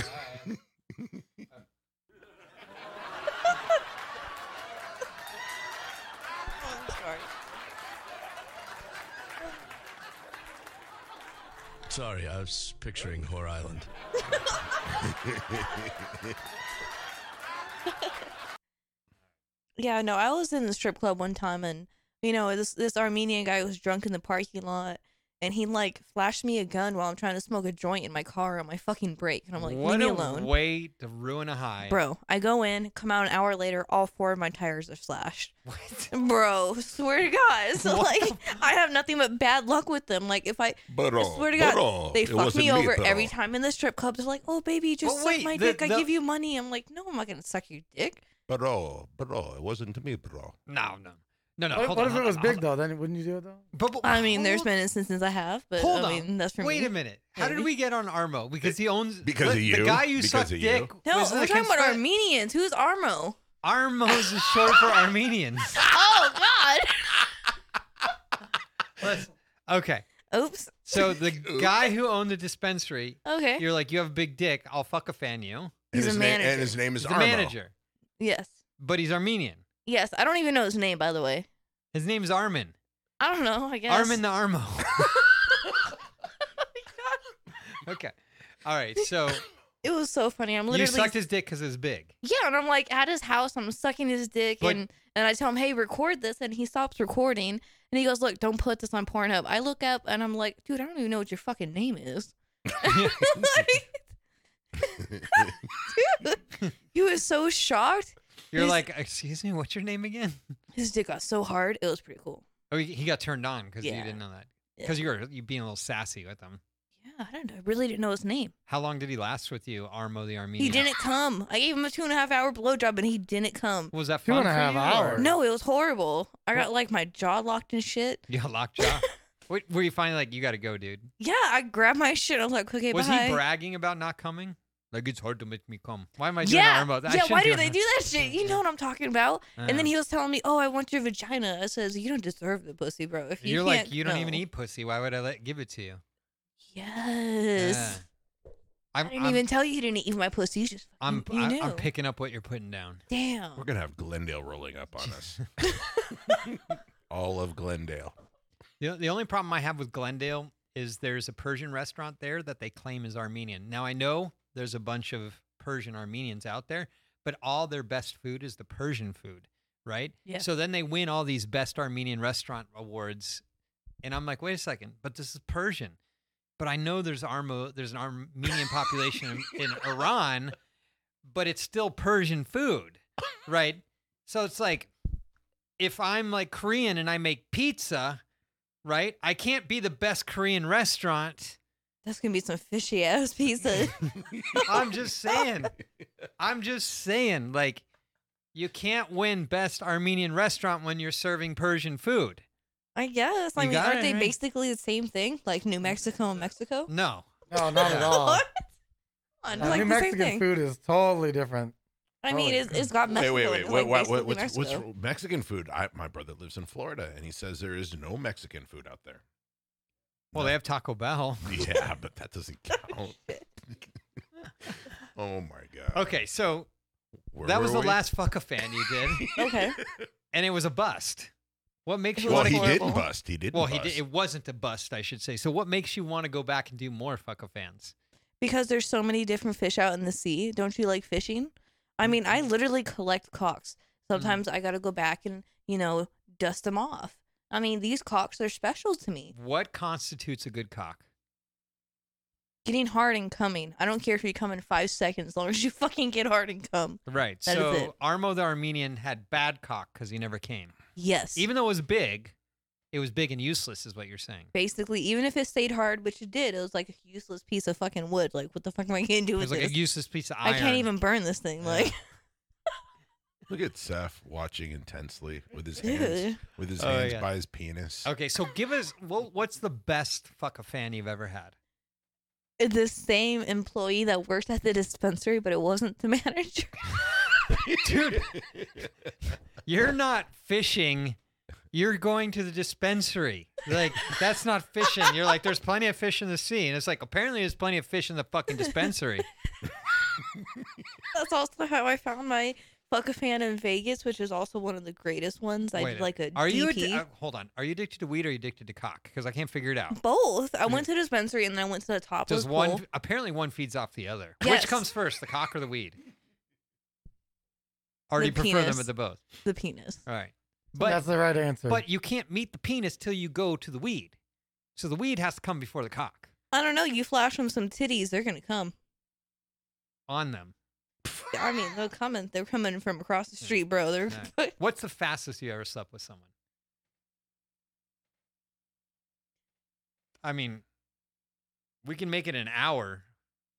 Speaker 7: Sorry, I was picturing Whore Island.
Speaker 5: Yeah, no, I was in the strip club one time, and you know, this this Armenian guy was drunk in the parking lot, and he like flashed me a gun while I'm trying to smoke a joint in my car on my fucking break, and I'm like,
Speaker 2: what
Speaker 5: leave me
Speaker 2: a
Speaker 5: alone,
Speaker 2: way to ruin a high,
Speaker 5: bro. I go in, come out an hour later, all four of my tires are slashed,
Speaker 2: What?
Speaker 5: bro. Swear to God, so
Speaker 2: What
Speaker 5: like,
Speaker 2: the
Speaker 5: I have nothing but bad luck with them. Like, if I,
Speaker 4: But
Speaker 5: I swear to God, they fuck me over every time in the strip club. They're like, oh baby, just
Speaker 2: Well,
Speaker 5: suck
Speaker 2: wait,
Speaker 5: my
Speaker 2: the-
Speaker 5: dick. I
Speaker 2: the-
Speaker 5: give you money. I'm like, no, I'm not gonna suck your dick.
Speaker 4: Bro, bro, it wasn't me, bro.
Speaker 2: No, no, no, no.
Speaker 3: What,
Speaker 2: hold
Speaker 3: what
Speaker 2: on,
Speaker 3: if it
Speaker 2: hold
Speaker 3: was
Speaker 2: on,
Speaker 3: big
Speaker 2: hold
Speaker 3: though? Then wouldn't you do it though?
Speaker 2: on. But- but-
Speaker 5: I mean, there's
Speaker 2: hold-
Speaker 5: been instances I have, but
Speaker 2: Hold
Speaker 5: I
Speaker 2: on.
Speaker 5: mean, that's for
Speaker 2: Wait
Speaker 5: me.
Speaker 2: a minute. How did
Speaker 5: Maybe.
Speaker 2: we get on Armo? Because he owns
Speaker 4: Because
Speaker 2: look,
Speaker 4: of you.
Speaker 2: The guy you
Speaker 4: Because
Speaker 2: sucked
Speaker 4: of you.
Speaker 2: dick.
Speaker 5: No,
Speaker 2: was
Speaker 5: we're
Speaker 2: the
Speaker 5: talking about
Speaker 2: consent-
Speaker 5: Armenians. Who's Armo?
Speaker 2: Armos is short for Armenians.
Speaker 5: Oh God!
Speaker 2: Let's- okay.
Speaker 5: Oops.
Speaker 2: So the guy who owned the dispensary,
Speaker 5: Okay.
Speaker 2: you're like, you have a big dick. I'll fuck a fan you.
Speaker 5: He's
Speaker 4: and
Speaker 5: a
Speaker 4: his
Speaker 5: manager.
Speaker 4: Name, and his name is
Speaker 2: He's the
Speaker 4: Armo.
Speaker 2: manager,
Speaker 5: yes.
Speaker 2: but he's Armenian.
Speaker 5: Yes. I don't even know his name, by the way.
Speaker 2: His name's Armin.
Speaker 5: I don't know. I guess.
Speaker 2: Armin the Armo. okay. All right. So
Speaker 5: It was so funny. I'm
Speaker 2: you
Speaker 5: literally.
Speaker 2: sucked his dick because it was big.
Speaker 5: yeah, and I'm like at his house. I'm sucking his dick,
Speaker 2: But-
Speaker 5: and and I tell him, "Hey, record this," and he stops recording, and he goes, "Look, don't put this on Pornhub." I look up, and I'm like, "Dude, I don't even know what your fucking name is." like, dude, he was so shocked.
Speaker 2: You're
Speaker 5: He's-
Speaker 2: like, excuse me, what's your name again?
Speaker 5: His dick got so hard. It was pretty cool.
Speaker 2: Oh, he- he got turned on because you
Speaker 5: Yeah.
Speaker 2: didn't know that.
Speaker 5: Yeah.
Speaker 2: Because you were you being a little sassy with him.
Speaker 5: Yeah, I don't know. I really didn't know his name.
Speaker 2: How long did he last with you, Armo the Armenian?
Speaker 5: He didn't come. I gave him a two and a half hour blowjob and he didn't come.
Speaker 2: Was that
Speaker 3: Two
Speaker 2: fun
Speaker 3: and a
Speaker 2: for
Speaker 3: half
Speaker 2: you,
Speaker 3: hours.
Speaker 2: or-
Speaker 5: No, it was horrible. I got like my jaw locked and shit.
Speaker 2: Yeah, lockjaw. Wait, were you finally like, you got to go, dude?
Speaker 5: Yeah, I grabbed my shit. I was like, okay,
Speaker 2: was
Speaker 5: bye.
Speaker 2: he bragging about not coming? Like it's hard to make me come. Why am I doing
Speaker 5: yeah,
Speaker 2: Armo? I
Speaker 5: yeah.
Speaker 2: shouldn't
Speaker 5: Why do
Speaker 2: an
Speaker 5: they
Speaker 2: Armo.
Speaker 5: do that shit? You know what I'm talking about. And then
Speaker 2: Uh,
Speaker 5: he was telling me, "Oh, I want your vagina." I says, "You don't deserve the pussy, bro. If you
Speaker 2: You're
Speaker 5: can't,
Speaker 2: like you don't even
Speaker 5: no."
Speaker 2: eat pussy. Why would I let give it to you?
Speaker 5: Yes.
Speaker 2: Yeah. I'm,
Speaker 5: I didn't
Speaker 2: I'm-
Speaker 5: even tell you you didn't eat my pussy. You just
Speaker 2: I'm,
Speaker 5: fucking- you
Speaker 2: I'm,
Speaker 5: knew.
Speaker 2: I'm picking up what you're putting down.
Speaker 5: Damn.
Speaker 4: We're gonna have Glendale rolling up on us. All of Glendale.
Speaker 2: The, the only problem I have with Glendale is there's a Persian restaurant there that they claim is Armenian. Now I know there's a bunch of Persian Armenians out there, but all their best food is the Persian food, right?
Speaker 5: Yeah.
Speaker 2: So then they win all these best Armenian restaurant awards, and I'm like, wait a second, but this is Persian. But I know there's Armo, there's an Armenian population in, in Iran, but it's still Persian food, right? So it's like, if I'm like Korean and I make pizza, right? I can't be the best Korean restaurant.
Speaker 5: That's gonna be some fishy ass pizza.
Speaker 2: I'm just saying. I'm just saying, like, you can't win best Armenian restaurant when you're serving Persian food.
Speaker 5: I guess. I
Speaker 2: You
Speaker 5: mean,
Speaker 2: got
Speaker 5: aren't
Speaker 2: it,
Speaker 5: they
Speaker 2: right?
Speaker 5: basically the same thing? Like New Mexico and Mexico?
Speaker 2: No.
Speaker 3: No, not at
Speaker 2: Yeah.
Speaker 3: all.
Speaker 5: What? Come on,
Speaker 3: Uh,
Speaker 5: like
Speaker 3: New
Speaker 5: the same
Speaker 3: Mexican
Speaker 5: thing.
Speaker 3: food is totally different.
Speaker 5: I mean, it's, it's got Mexico.
Speaker 4: wait,
Speaker 5: in
Speaker 4: wait,
Speaker 5: it,
Speaker 4: wait.
Speaker 5: like
Speaker 4: What, what,
Speaker 5: basically
Speaker 4: what's, what's
Speaker 5: Mexico.
Speaker 4: Mexican food? I, my brother lives in Florida, and he says there is no Mexican food out there.
Speaker 2: Well, they have Taco Bell.
Speaker 4: Yeah, but that doesn't count. oh my god.
Speaker 2: Okay, so
Speaker 4: Where
Speaker 2: that
Speaker 4: were
Speaker 2: was the
Speaker 4: we?
Speaker 2: last fuck a fan you did,
Speaker 5: Okay.
Speaker 2: and it was a bust. What makes you
Speaker 4: Well,
Speaker 2: want
Speaker 4: he
Speaker 2: to?
Speaker 4: didn't bust. He didn't.
Speaker 2: Well, he
Speaker 4: bust.
Speaker 2: did. It wasn't a bust, I should say. So, what makes you want to go back and do more fuck a fans?
Speaker 5: Because there's so many different fish out in the sea. Don't you like fishing? I mean,
Speaker 2: Mm-hmm.
Speaker 5: I literally collect cocks. Sometimes I got to go back and, you know, dust them off. I mean, these cocks are special to me.
Speaker 2: What constitutes a good cock?
Speaker 5: Getting hard and coming. I don't care if you come in five seconds, as long as you fucking get hard and come.
Speaker 2: Right.
Speaker 5: That is
Speaker 2: so
Speaker 5: it.
Speaker 2: Armo the Armenian had bad cock because he never came.
Speaker 5: Yes.
Speaker 2: Even though it was big, it was big and useless, is what you're saying.
Speaker 5: Basically, even if it stayed hard, which it did, it was like a useless piece of fucking wood. Like, what the fuck am I going to do
Speaker 2: It
Speaker 5: with
Speaker 2: was like
Speaker 5: this?
Speaker 2: a useless piece of
Speaker 5: I
Speaker 2: iron.
Speaker 5: can't even burn this thing.
Speaker 2: Yeah.
Speaker 5: Like,
Speaker 4: Look at Seth watching intensely with his hands
Speaker 5: dude.
Speaker 4: with his
Speaker 2: Oh,
Speaker 4: hands
Speaker 2: yeah.
Speaker 4: by his penis.
Speaker 2: Okay, so give us well, what's the best fuck a fan you've ever had?
Speaker 5: the same employee that worked at the dispensary, but it wasn't the manager.
Speaker 2: Dude, you're not fishing. You're going to the dispensary. Like that's not fishing. You're like, there's plenty of fish in the sea, and it's like apparently there's plenty of fish in the fucking dispensary.
Speaker 5: That's also how I found my fuck a fan in Vegas, which is also one of the greatest ones. I
Speaker 2: Wait
Speaker 5: did like a
Speaker 2: Are
Speaker 5: DP.
Speaker 2: you addi- uh, hold on? Are you addicted to weed or are you addicted to cock? Because I can't figure it out.
Speaker 5: both. I went to the dispensary and then I went to the top.
Speaker 2: Hmm. Does
Speaker 5: of
Speaker 2: one apparently one feeds off the other?
Speaker 5: Oh, Yes.
Speaker 2: Which comes first, the cock or the weed? Or do
Speaker 5: The
Speaker 2: you prefer them
Speaker 5: penis.
Speaker 2: with the both?
Speaker 5: the penis?
Speaker 2: All right,
Speaker 3: that's
Speaker 2: but
Speaker 3: the right answer.
Speaker 2: but you can't meet the penis till you go to the weed, so the weed has to come before the cock
Speaker 5: I don't know. You flash them some titties, they're gonna come.
Speaker 2: on them.
Speaker 5: I mean, they're coming. They're coming from across the street, bro. They're
Speaker 2: All right. What's the fastest you ever slept with someone? I mean, we can make it an hour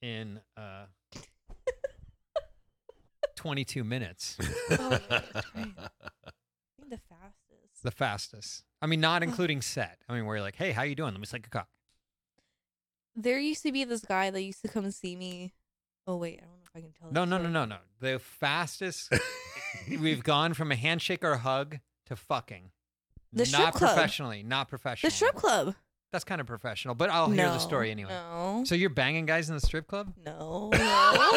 Speaker 2: in uh, 22 minutes.
Speaker 5: the fastest.
Speaker 2: The fastest. I mean, not including set. I mean, where you're like, hey, how you doing? Let me suck a cock.
Speaker 5: There used to be this guy that used to come and see me. Oh wait, I don't know if I can tell.
Speaker 2: No,
Speaker 5: this
Speaker 2: no, no,
Speaker 5: story.
Speaker 2: no, no. The fastest we've gone from a handshake or a hug to fucking.
Speaker 5: The strip
Speaker 2: not
Speaker 5: club.
Speaker 2: professionally, not professionally.
Speaker 5: The strip club.
Speaker 2: That's kind of professional, but I'll hear the story anyway.
Speaker 5: No.
Speaker 2: So you're banging guys in the strip club?
Speaker 5: No.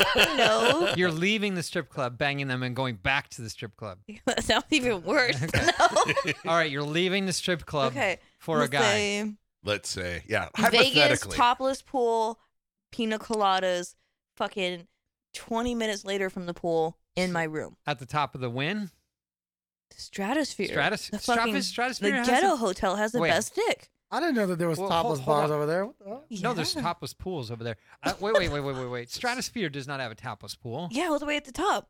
Speaker 5: No. no.
Speaker 2: You're leaving the strip club, banging them, and going back to the strip club.
Speaker 5: that sounds even worse.
Speaker 2: Okay.
Speaker 5: No.
Speaker 2: All right, you're leaving the strip club
Speaker 5: Okay,
Speaker 2: for a
Speaker 5: let's
Speaker 2: guy.
Speaker 5: say
Speaker 4: Let's say, yeah,
Speaker 5: Vegas
Speaker 4: hypothetically,
Speaker 5: topless pool, pina coladas, fucking 20 minutes later from the pool in my room.
Speaker 2: At the top of the win?
Speaker 5: The Stratosphere.
Speaker 2: Stratus-
Speaker 5: the fucking,
Speaker 2: Stratus- Stratosphere
Speaker 5: The
Speaker 2: has
Speaker 5: ghetto
Speaker 2: a-
Speaker 5: hotel has the
Speaker 2: Wait.
Speaker 5: best dick.
Speaker 3: I didn't know that there was
Speaker 2: Well, hold-
Speaker 3: topless
Speaker 2: hold
Speaker 3: bars
Speaker 2: on.
Speaker 3: over there. What the hell?
Speaker 2: No, there's
Speaker 5: Yeah.
Speaker 2: topless pools over there. Uh, wait, wait, wait, wait, wait, wait. Stratosphere does not have a topless pool.
Speaker 5: Yeah, all the way at the top.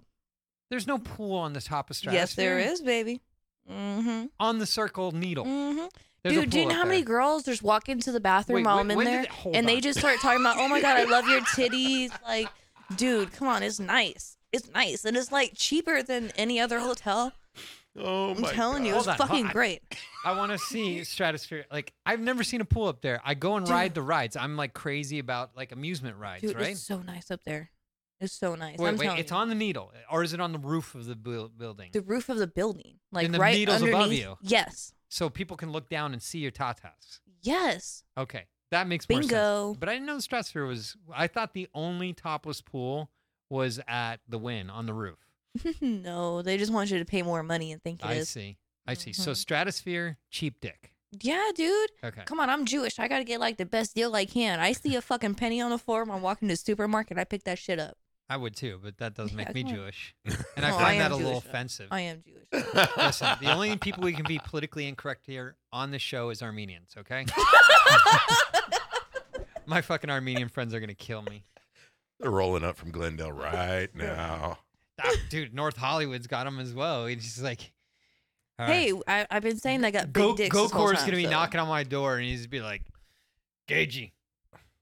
Speaker 2: There's no pool on the top of Stratosphere.
Speaker 5: Yes, there is, baby. Mm-hmm.
Speaker 2: On the circle needle.
Speaker 5: Mm-hmm.
Speaker 2: There's a
Speaker 5: Dude, do you
Speaker 2: pool
Speaker 5: know
Speaker 2: up
Speaker 5: how many
Speaker 2: there.
Speaker 5: girls just walk into the bathroom
Speaker 2: Wait,
Speaker 5: while
Speaker 2: wait,
Speaker 5: I'm in
Speaker 2: when did
Speaker 5: there
Speaker 2: it- hold
Speaker 5: and they
Speaker 2: on.
Speaker 5: just start talking about, oh my God, I love your titties. Like, dude, come on, it's nice. It's nice. And it's like cheaper than any other hotel.
Speaker 4: oh
Speaker 5: I'm
Speaker 4: my
Speaker 5: telling you,
Speaker 4: God.
Speaker 5: it's
Speaker 2: Hold on, hold
Speaker 5: fucking
Speaker 2: on.
Speaker 5: great.
Speaker 2: I want to see Stratosphere. Like, I've never seen a pool up there. I go and ride the rides. I'm like crazy about like amusement rides,
Speaker 5: Dude,
Speaker 2: right?
Speaker 5: it's so nice up there. It's so nice.
Speaker 2: wait,
Speaker 5: I'm
Speaker 2: wait.
Speaker 5: telling
Speaker 2: It's
Speaker 5: you.
Speaker 2: on the needle, or is it on the roof of the buil- building?
Speaker 5: the roof of the building, like
Speaker 2: And the
Speaker 5: right
Speaker 2: needle's above
Speaker 5: underneath.
Speaker 2: you.
Speaker 5: Yes,
Speaker 2: so people can look down and see your tatas.
Speaker 5: yes.
Speaker 2: Okay, that makes More
Speaker 5: Bingo.
Speaker 2: sense. But I didn't know the Stratosphere was. I thought the only topless pool was at the Win on the roof.
Speaker 5: no, they just want you to pay more money and think it is.
Speaker 2: I see. I see. So
Speaker 5: Mhm.
Speaker 2: Stratosphere, cheap dick.
Speaker 5: Yeah, dude.
Speaker 2: Okay.
Speaker 5: Come on, I'm Jewish. I gotta get like the best deal I can. I see a fucking penny on the floor. when I'm walking to the supermarket. I pick that shit up.
Speaker 2: I would too, but that doesn't
Speaker 5: Yeah,
Speaker 2: make me
Speaker 5: come on.
Speaker 2: Jewish, and I
Speaker 5: No, I am
Speaker 2: find that a little
Speaker 5: Jewish, though.
Speaker 2: offensive.
Speaker 5: I am Jewish.
Speaker 2: Listen, the only people we can be politically incorrect here on the show is Armenians. Okay. My fucking Armenian friends are gonna kill me.
Speaker 4: They're rolling up from Glendale right now.
Speaker 2: Ah, dude, North Hollywood's got them as well. It's just like, all right.
Speaker 5: hey, I, I've been saying they got big
Speaker 2: Go
Speaker 5: dicks.
Speaker 2: Go
Speaker 5: this whole
Speaker 2: Gore's
Speaker 5: time,
Speaker 2: gonna be
Speaker 5: so-
Speaker 2: knocking on my door and he's be like, Gagey,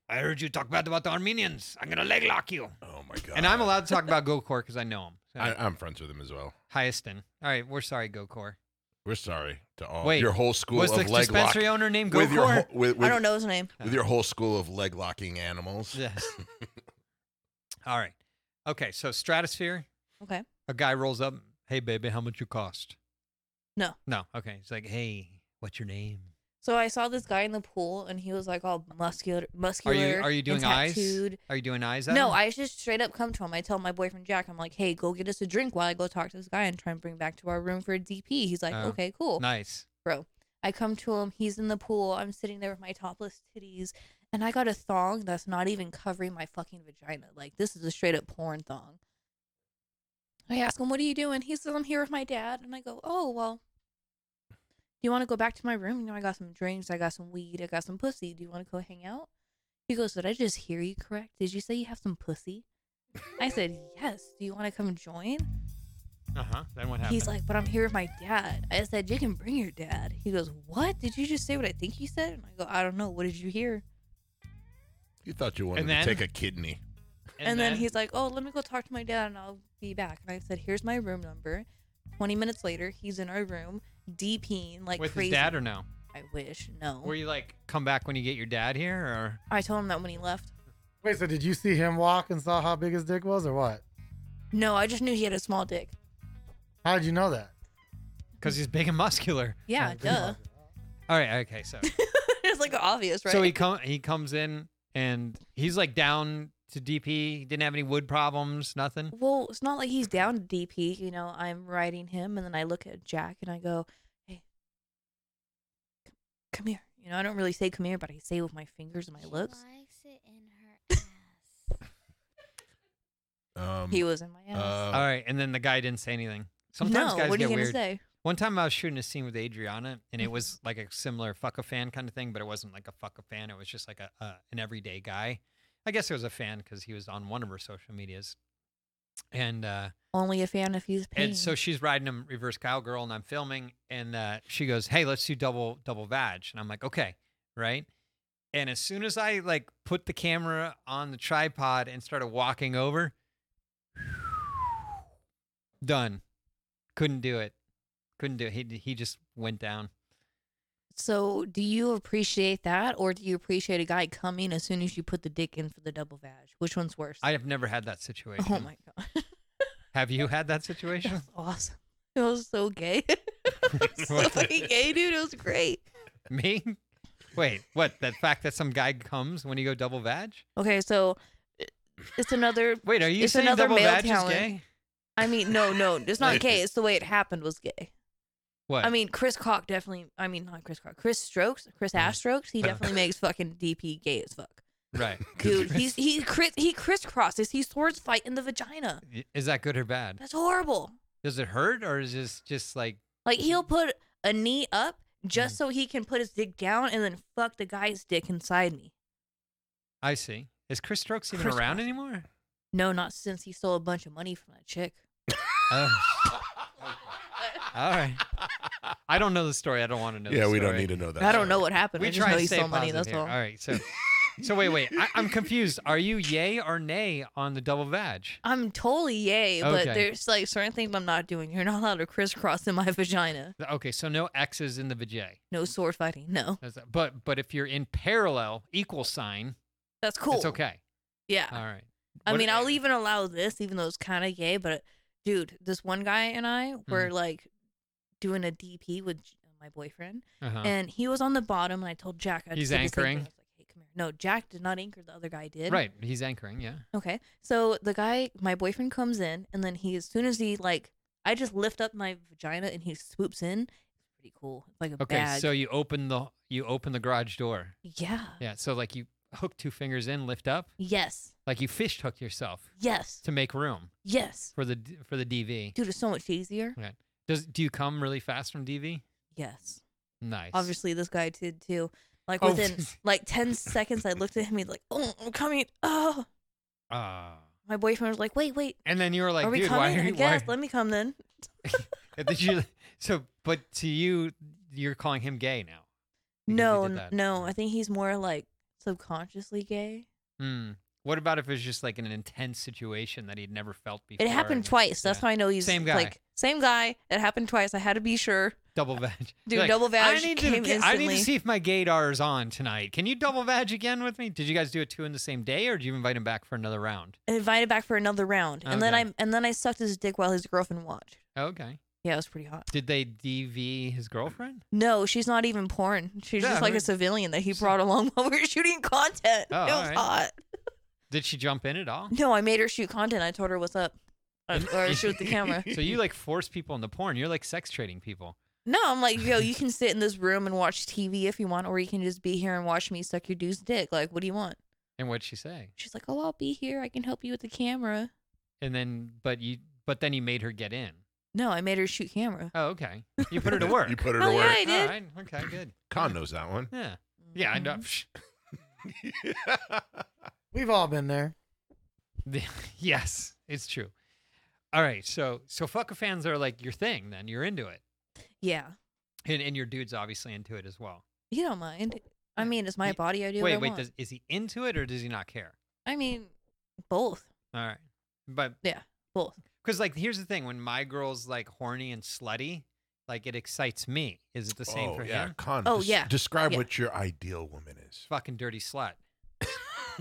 Speaker 2: I heard you talk bad about the Armenians. I'm gonna leg lock you.
Speaker 4: Oh my god!
Speaker 2: And I'm allowed to talk about Gokor because I know him. So,
Speaker 4: I, I'm friends with him as well.
Speaker 2: Hyaston. All right, we're sorry, Gokor.
Speaker 4: We're sorry to all
Speaker 2: Wait,
Speaker 4: your whole school
Speaker 2: Was
Speaker 4: of
Speaker 2: the
Speaker 4: leg lock
Speaker 2: dispensary owner named
Speaker 4: with your
Speaker 2: Gokor?
Speaker 4: whole- with,
Speaker 5: I
Speaker 4: with-
Speaker 5: don't know his name.
Speaker 4: with your whole school of leg locking animals.
Speaker 2: Yes. All right. Okay, so Stratosphere,
Speaker 5: Okay.
Speaker 2: a guy rolls up. Hey, baby, how much you cost?
Speaker 5: No.
Speaker 2: No. Okay. He's like, hey, what's your name?
Speaker 5: So I saw this guy in the pool, and he was like all muscular,
Speaker 2: Are
Speaker 5: muscular.
Speaker 2: you are you
Speaker 5: and
Speaker 2: doing eyes?
Speaker 5: tattooed.
Speaker 2: Are you doing eyes? at
Speaker 5: No,
Speaker 2: him?
Speaker 5: I just straight up come to him. I tell my boyfriend Jack, I'm like, hey, go get us a drink while I go talk to this guy and try and bring back to our room for a DP. He's like,
Speaker 2: Oh,
Speaker 5: okay, cool,
Speaker 2: Nice.
Speaker 5: bro. I come to him. He's in the pool. I'm sitting there with my topless titties, and I got a thong that's not even covering my fucking vagina. Like this is a straight up porn thong. I ask him, "What are you doing?" He says, "I'm here with my dad." And I go, "Oh well, do you want to go back to my room? You know, I got some drinks, I got some weed, I got some pussy. Do you want to go hang out?" He goes, "Did I just hear you correct? Did you say you have some pussy?" I said, "Yes. Do you want to come join?"
Speaker 2: Uh huh. Then what happened?
Speaker 5: He's like, "But I'm here with my dad." I said, "You can bring your dad." He goes, "What? Did you just say what I think you said?" And I go, "I don't know. What did you hear?"
Speaker 4: You thought you wanted
Speaker 2: And
Speaker 4: to
Speaker 2: then-
Speaker 4: take a kidney.
Speaker 5: And, then, he's like, "Oh, let me go talk to my dad, and I'll be back." And I said, "Here's my room number." Twenty minutes later, he's in our room, DPing like
Speaker 2: with
Speaker 5: crazy.
Speaker 2: his dad or no?
Speaker 5: I wish no.
Speaker 2: Were you like, come back when you get your dad here, or
Speaker 5: I told him that when he left.
Speaker 3: Wait, so did you see him walk and saw how big his dick was, or what?
Speaker 5: No, I just knew he had a small dick.
Speaker 3: How did you know that?
Speaker 2: because he's big and muscular?
Speaker 5: Yeah, duh.
Speaker 2: All right. Okay. So
Speaker 5: it's like obvious, right?
Speaker 2: so he come he comes in and he's like down to DP. He didn't have any wood problems. Nothing.
Speaker 5: well, it's not like he's down to DP. You know, I'm riding him, and then I look at Jack and I go, "Hey, c- come here." You know, I don't really say "come here," but I say it with my fingers and my
Speaker 6: She
Speaker 5: looks.
Speaker 6: likes it in her ass.
Speaker 4: Um,
Speaker 5: He was in my ass.
Speaker 4: uh,
Speaker 2: All right. And then the guy didn't say anything. Sometimes
Speaker 5: no,
Speaker 2: guys
Speaker 5: what are you
Speaker 2: get
Speaker 5: gonna
Speaker 2: weird.
Speaker 5: say?
Speaker 2: One time I was shooting a scene with Adriana, and it was like a similar fuck a fan kind of thing, but it wasn't like a fuck a fan. It was just like a uh, an everyday guy. I guess it was a fan because he was on one of her social medias, and uh,
Speaker 5: Only a fan if he's paying.
Speaker 2: and so she's riding him reverse cowgirl, and I'm filming, and uh, she goes, "Hey, let's do double double vag," and I'm like, "Okay, right." And as soon as I like put the camera on the tripod and started walking over, done. Couldn't do it. Couldn't do it. He he just went down.
Speaker 5: So, do you appreciate that, or do you appreciate a guy coming as soon as you put the dick in for the double vag? Which one's worse?
Speaker 2: I have never had that situation.
Speaker 5: oh my god,
Speaker 2: Have you had that
Speaker 5: that
Speaker 2: situation?
Speaker 5: was awesome! It was so gay. It was so
Speaker 2: What?
Speaker 5: fucking gay, dude. It was great.
Speaker 2: Me? Wait, what? That fact that some guy comes when you go double vag?
Speaker 5: Okay, so i- it's another.
Speaker 2: Wait, are you
Speaker 5: It's
Speaker 2: saying
Speaker 5: another
Speaker 2: double
Speaker 5: male
Speaker 2: vag is
Speaker 5: talent.
Speaker 2: gay?
Speaker 5: I mean, no, no, it's not gay. It's the way it happened was gay.
Speaker 2: What?
Speaker 5: I mean, Chris Cock definitely. I mean, not Chris Cock. Chris Strokes, Chris Ash Strokes. He definitely makes fucking DP gay as fuck,
Speaker 2: right.
Speaker 5: dude. He's he cri- he crisscrosses. He swords fight in the vagina.
Speaker 2: Y- Is that good or bad?
Speaker 5: That's horrible.
Speaker 2: Does it hurt or is this just like
Speaker 5: Like he'll put a knee up
Speaker 2: Mm.
Speaker 5: just so he can put his dick down and then fuck the guy's dick inside me.
Speaker 2: I see? Is Chris Strokes even
Speaker 5: Chris
Speaker 2: around
Speaker 5: Rock.
Speaker 2: anymore?
Speaker 5: No, not since he stole a bunch of money from that chick.
Speaker 2: Oh. All right. I don't know the story. I don't want to know.
Speaker 4: yeah,
Speaker 2: the
Speaker 4: we don't
Speaker 2: story.
Speaker 4: need to know that.
Speaker 5: I don't know
Speaker 4: story.
Speaker 5: what happened.
Speaker 2: We
Speaker 5: I just
Speaker 2: try
Speaker 5: know
Speaker 2: to
Speaker 5: he
Speaker 2: stay
Speaker 5: stole money.
Speaker 2: positive
Speaker 5: That's
Speaker 2: here.
Speaker 5: all.
Speaker 2: All right. So, so wait, wait. I, I'm confused. Are you yay or nay on the double vag?
Speaker 5: I'm totally yay,
Speaker 2: Okay.
Speaker 5: but there's like certain things I'm not doing. You're not allowed to crisscross in my vagina.
Speaker 2: Okay, so no X's in the vajay.
Speaker 5: No sword fighting. No,
Speaker 2: That's- But but if you're in parallel equal sign,
Speaker 5: that's cool.
Speaker 2: it's okay.
Speaker 5: Yeah.
Speaker 2: All right.
Speaker 5: I
Speaker 2: What-
Speaker 5: mean, I'll even allow this, even though it's kind of gay. But dude, this one guy and I were
Speaker 2: Mm-hmm.
Speaker 5: like doing a DP with my boyfriend,
Speaker 2: Uh-huh.
Speaker 5: and he was on the bottom. And I told Jack, I
Speaker 2: He's
Speaker 5: did the same thing.
Speaker 2: anchoring.
Speaker 5: I was like, hey, come here. No, Jack did not anchor. The other guy did.
Speaker 2: Right. He's anchoring. Yeah.
Speaker 5: Okay. So the guy, my boyfriend, comes in, and then he, as soon as he like, I just lift up my vagina, and he swoops in. It's pretty cool. It's like a
Speaker 2: Okay.
Speaker 5: bag.
Speaker 2: So you open the you open the garage door.
Speaker 5: yeah.
Speaker 2: Yeah. So like you hook two fingers in, lift up,
Speaker 5: Yes.
Speaker 2: like you fish hook yourself
Speaker 5: Yes.
Speaker 2: to make room
Speaker 5: Yes.
Speaker 2: for the d- for the DV.
Speaker 5: Dude, it's so much easier.
Speaker 2: Right. Does do you come really fast from DV?
Speaker 5: Yes.
Speaker 2: Nice.
Speaker 5: Obviously, this guy did too. Like
Speaker 2: Oh.
Speaker 5: within like ten seconds, I looked at him. He's like, "Oh, I'm coming." Oh,
Speaker 2: Ah.
Speaker 5: my boyfriend was like, "Wait, wait,
Speaker 2: and then you were like,
Speaker 5: are we
Speaker 2: dude,
Speaker 5: coming?"
Speaker 2: why are
Speaker 5: I
Speaker 2: you? Why?
Speaker 5: guess. Let me come then.
Speaker 2: Did you? So, but to you, you're calling him gay now. because he
Speaker 5: No,
Speaker 2: did
Speaker 5: n-
Speaker 2: that.
Speaker 5: no. I think he's more like subconsciously gay.
Speaker 2: Hmm. What about if it was just like an intense situation that he'd never felt before?
Speaker 5: It happened
Speaker 2: and-
Speaker 5: twice. That's
Speaker 2: yeah.
Speaker 5: how I know he's
Speaker 2: Same guy.
Speaker 5: like same guy. It happened twice. I had to be sure.
Speaker 2: double vag.
Speaker 5: Dude,
Speaker 2: You're
Speaker 5: double
Speaker 2: I
Speaker 5: vag
Speaker 2: need
Speaker 5: came
Speaker 2: to. get- I need to
Speaker 5: instantly."
Speaker 2: see if my gaydar is on tonight. Can you double vag again with me? Did you guys do it two in the same day, or did you invite him back for another round?
Speaker 5: I invited back for another round, and then
Speaker 2: Okay.
Speaker 5: I and then I sucked his dick while his girlfriend watched.
Speaker 2: Oh, Okay.
Speaker 5: Yeah, it was pretty hot.
Speaker 2: Did they DV his girlfriend?
Speaker 5: No, she's not even porn. She's
Speaker 2: Yeah,
Speaker 5: just like
Speaker 2: who-
Speaker 5: a civilian that he
Speaker 2: so-
Speaker 5: brought along while we were shooting content.
Speaker 2: Oh,
Speaker 5: it was
Speaker 2: alright.
Speaker 5: hot.
Speaker 2: Did she jump in at all?
Speaker 5: No, I made her shoot content. I told her what's up, Uh, or shoot the camera.
Speaker 2: So you like force people into porn. You're like sex trading people.
Speaker 5: No, I'm like, yo, you can sit in this room and watch TV if you want, or you can just be here and watch me suck your dude's dick. Like, what do you want?
Speaker 2: And what'd she say?
Speaker 5: She's like, oh, I'll be here. I can help you with the camera.
Speaker 2: And then, but you, but then you made her get in.
Speaker 5: No, I made her shoot camera.
Speaker 2: Oh, okay. You put her to work.
Speaker 4: You put her to
Speaker 5: Oh, yeah,
Speaker 4: work.
Speaker 5: I did. Mm-hmm.
Speaker 2: All right. Okay. Good.
Speaker 4: Con knows that one.
Speaker 2: Yeah. Yeah. I know. Psh.
Speaker 3: We've all been there.
Speaker 2: yes, it's true. All right. So so fucker fans are like your thing. Then you're into it,
Speaker 5: Yeah.
Speaker 2: and and your dude's obviously into it as well.
Speaker 5: You don't mind. I
Speaker 2: Yeah.
Speaker 5: mean, it's my
Speaker 2: Ye-
Speaker 5: body. I do what
Speaker 2: wait,
Speaker 5: I
Speaker 2: wait.
Speaker 5: want.
Speaker 2: Does, is he into it or does he not care?
Speaker 5: I mean, both.
Speaker 2: All right. But
Speaker 5: Both.
Speaker 2: because like here's the thing, when my girl's like horny and slutty, like it excites me. Is it the same
Speaker 4: oh,
Speaker 2: for
Speaker 4: yeah.
Speaker 2: him?
Speaker 4: Con.
Speaker 5: Oh,
Speaker 4: des-
Speaker 5: yeah.
Speaker 4: Describe
Speaker 5: Yeah.
Speaker 4: what your ideal woman is.
Speaker 2: Fucking dirty slut.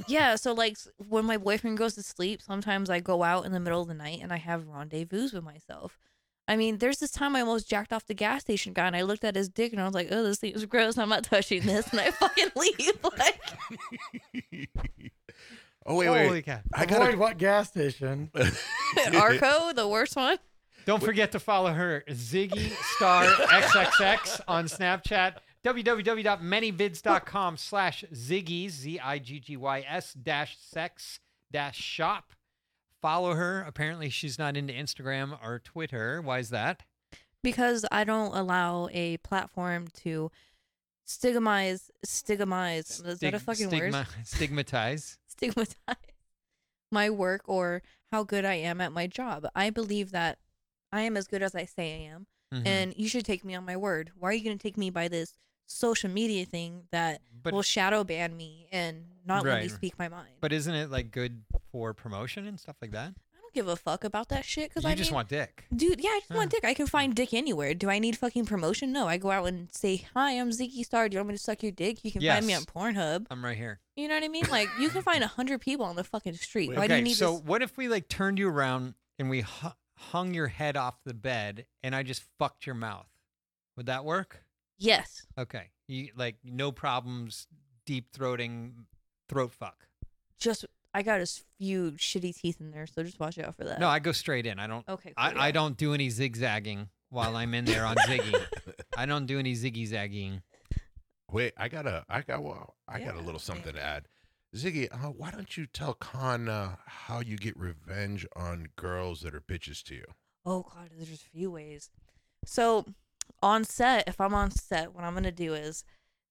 Speaker 5: yeah. So, like, s- when my boyfriend goes to sleep, sometimes I go out in the middle of the night and I have rendezvous with myself. I mean, there's this time I almost jacked off the gas station guy and I looked at his dick and I was like, oh, this thing is gross. I'm not touching this. And I fucking leave. Like,
Speaker 4: oh wait,
Speaker 2: Holy
Speaker 4: wait.
Speaker 2: cow.
Speaker 4: I
Speaker 3: Avoid
Speaker 4: gotta.
Speaker 3: what gas station?
Speaker 5: Arco, the worst one.
Speaker 2: Don't forget to follow her, Ziggy Star XXX on Snapchat, www.manyvids.com slash Ziggy's, Z-I-G-G-Y-S dash sex dash shop. Follow her. Apparently, she's not into Instagram or Twitter. Why is that?
Speaker 5: because I don't allow a platform to stigmatize stigmatize is that a
Speaker 2: Stig-
Speaker 5: fucking word
Speaker 2: stigma- Stigmatize.
Speaker 5: stigmatize my work or how good I am at my job. I believe that I am as good as I say I am,
Speaker 2: Mhm.
Speaker 5: and you should take me on my word. Why are you going to take me by this social media thing that
Speaker 2: but,
Speaker 5: will shadow ban me and not let me
Speaker 2: Right.
Speaker 5: speak my mind?
Speaker 2: but isn't it like good for promotion and stuff like that?
Speaker 5: I don't give a fuck about that shit because
Speaker 2: You
Speaker 5: I
Speaker 2: just
Speaker 5: mean,
Speaker 2: want dick.
Speaker 5: Dude, yeah, I just want
Speaker 2: Yeah.
Speaker 5: dick. I can find dick anywhere. Do I need fucking promotion? No, I go out and say, "Hi, I'm Ziggy Star. Do you want me to suck your dick? You can find me
Speaker 2: Yes.
Speaker 5: on Pornhub."
Speaker 2: I'm right here.
Speaker 5: You know what I mean? Like, you can find a hundred people on the fucking street.
Speaker 4: Wait,
Speaker 5: Why do
Speaker 2: okay,
Speaker 5: you need
Speaker 2: so
Speaker 5: this?
Speaker 2: what if we like turned you around and we hu- hung your head off the bed and I just fucked your mouth? Would that work?
Speaker 5: Yes,
Speaker 2: Okay, you like no problems, deep throating, throat fuck.
Speaker 5: just I got a s- few shitty teeth in there, so just watch out for that.
Speaker 2: No, I go straight in. I don't.
Speaker 5: Okay,
Speaker 2: I,
Speaker 5: cool,
Speaker 2: I
Speaker 5: yeah.
Speaker 2: don't do any zigzagging while I'm in there on Ziggy. I don't do any ziggy zagging.
Speaker 4: Wait, I got a, I got, well, I got a
Speaker 5: Yeah,
Speaker 4: little something
Speaker 5: maybe.
Speaker 4: to add. Ziggy, uh, why don't you tell Con uh, how you get revenge on girls that are bitches to you?
Speaker 5: Oh god, there's a few ways. So on set, if I'm on set, what I'm gonna do is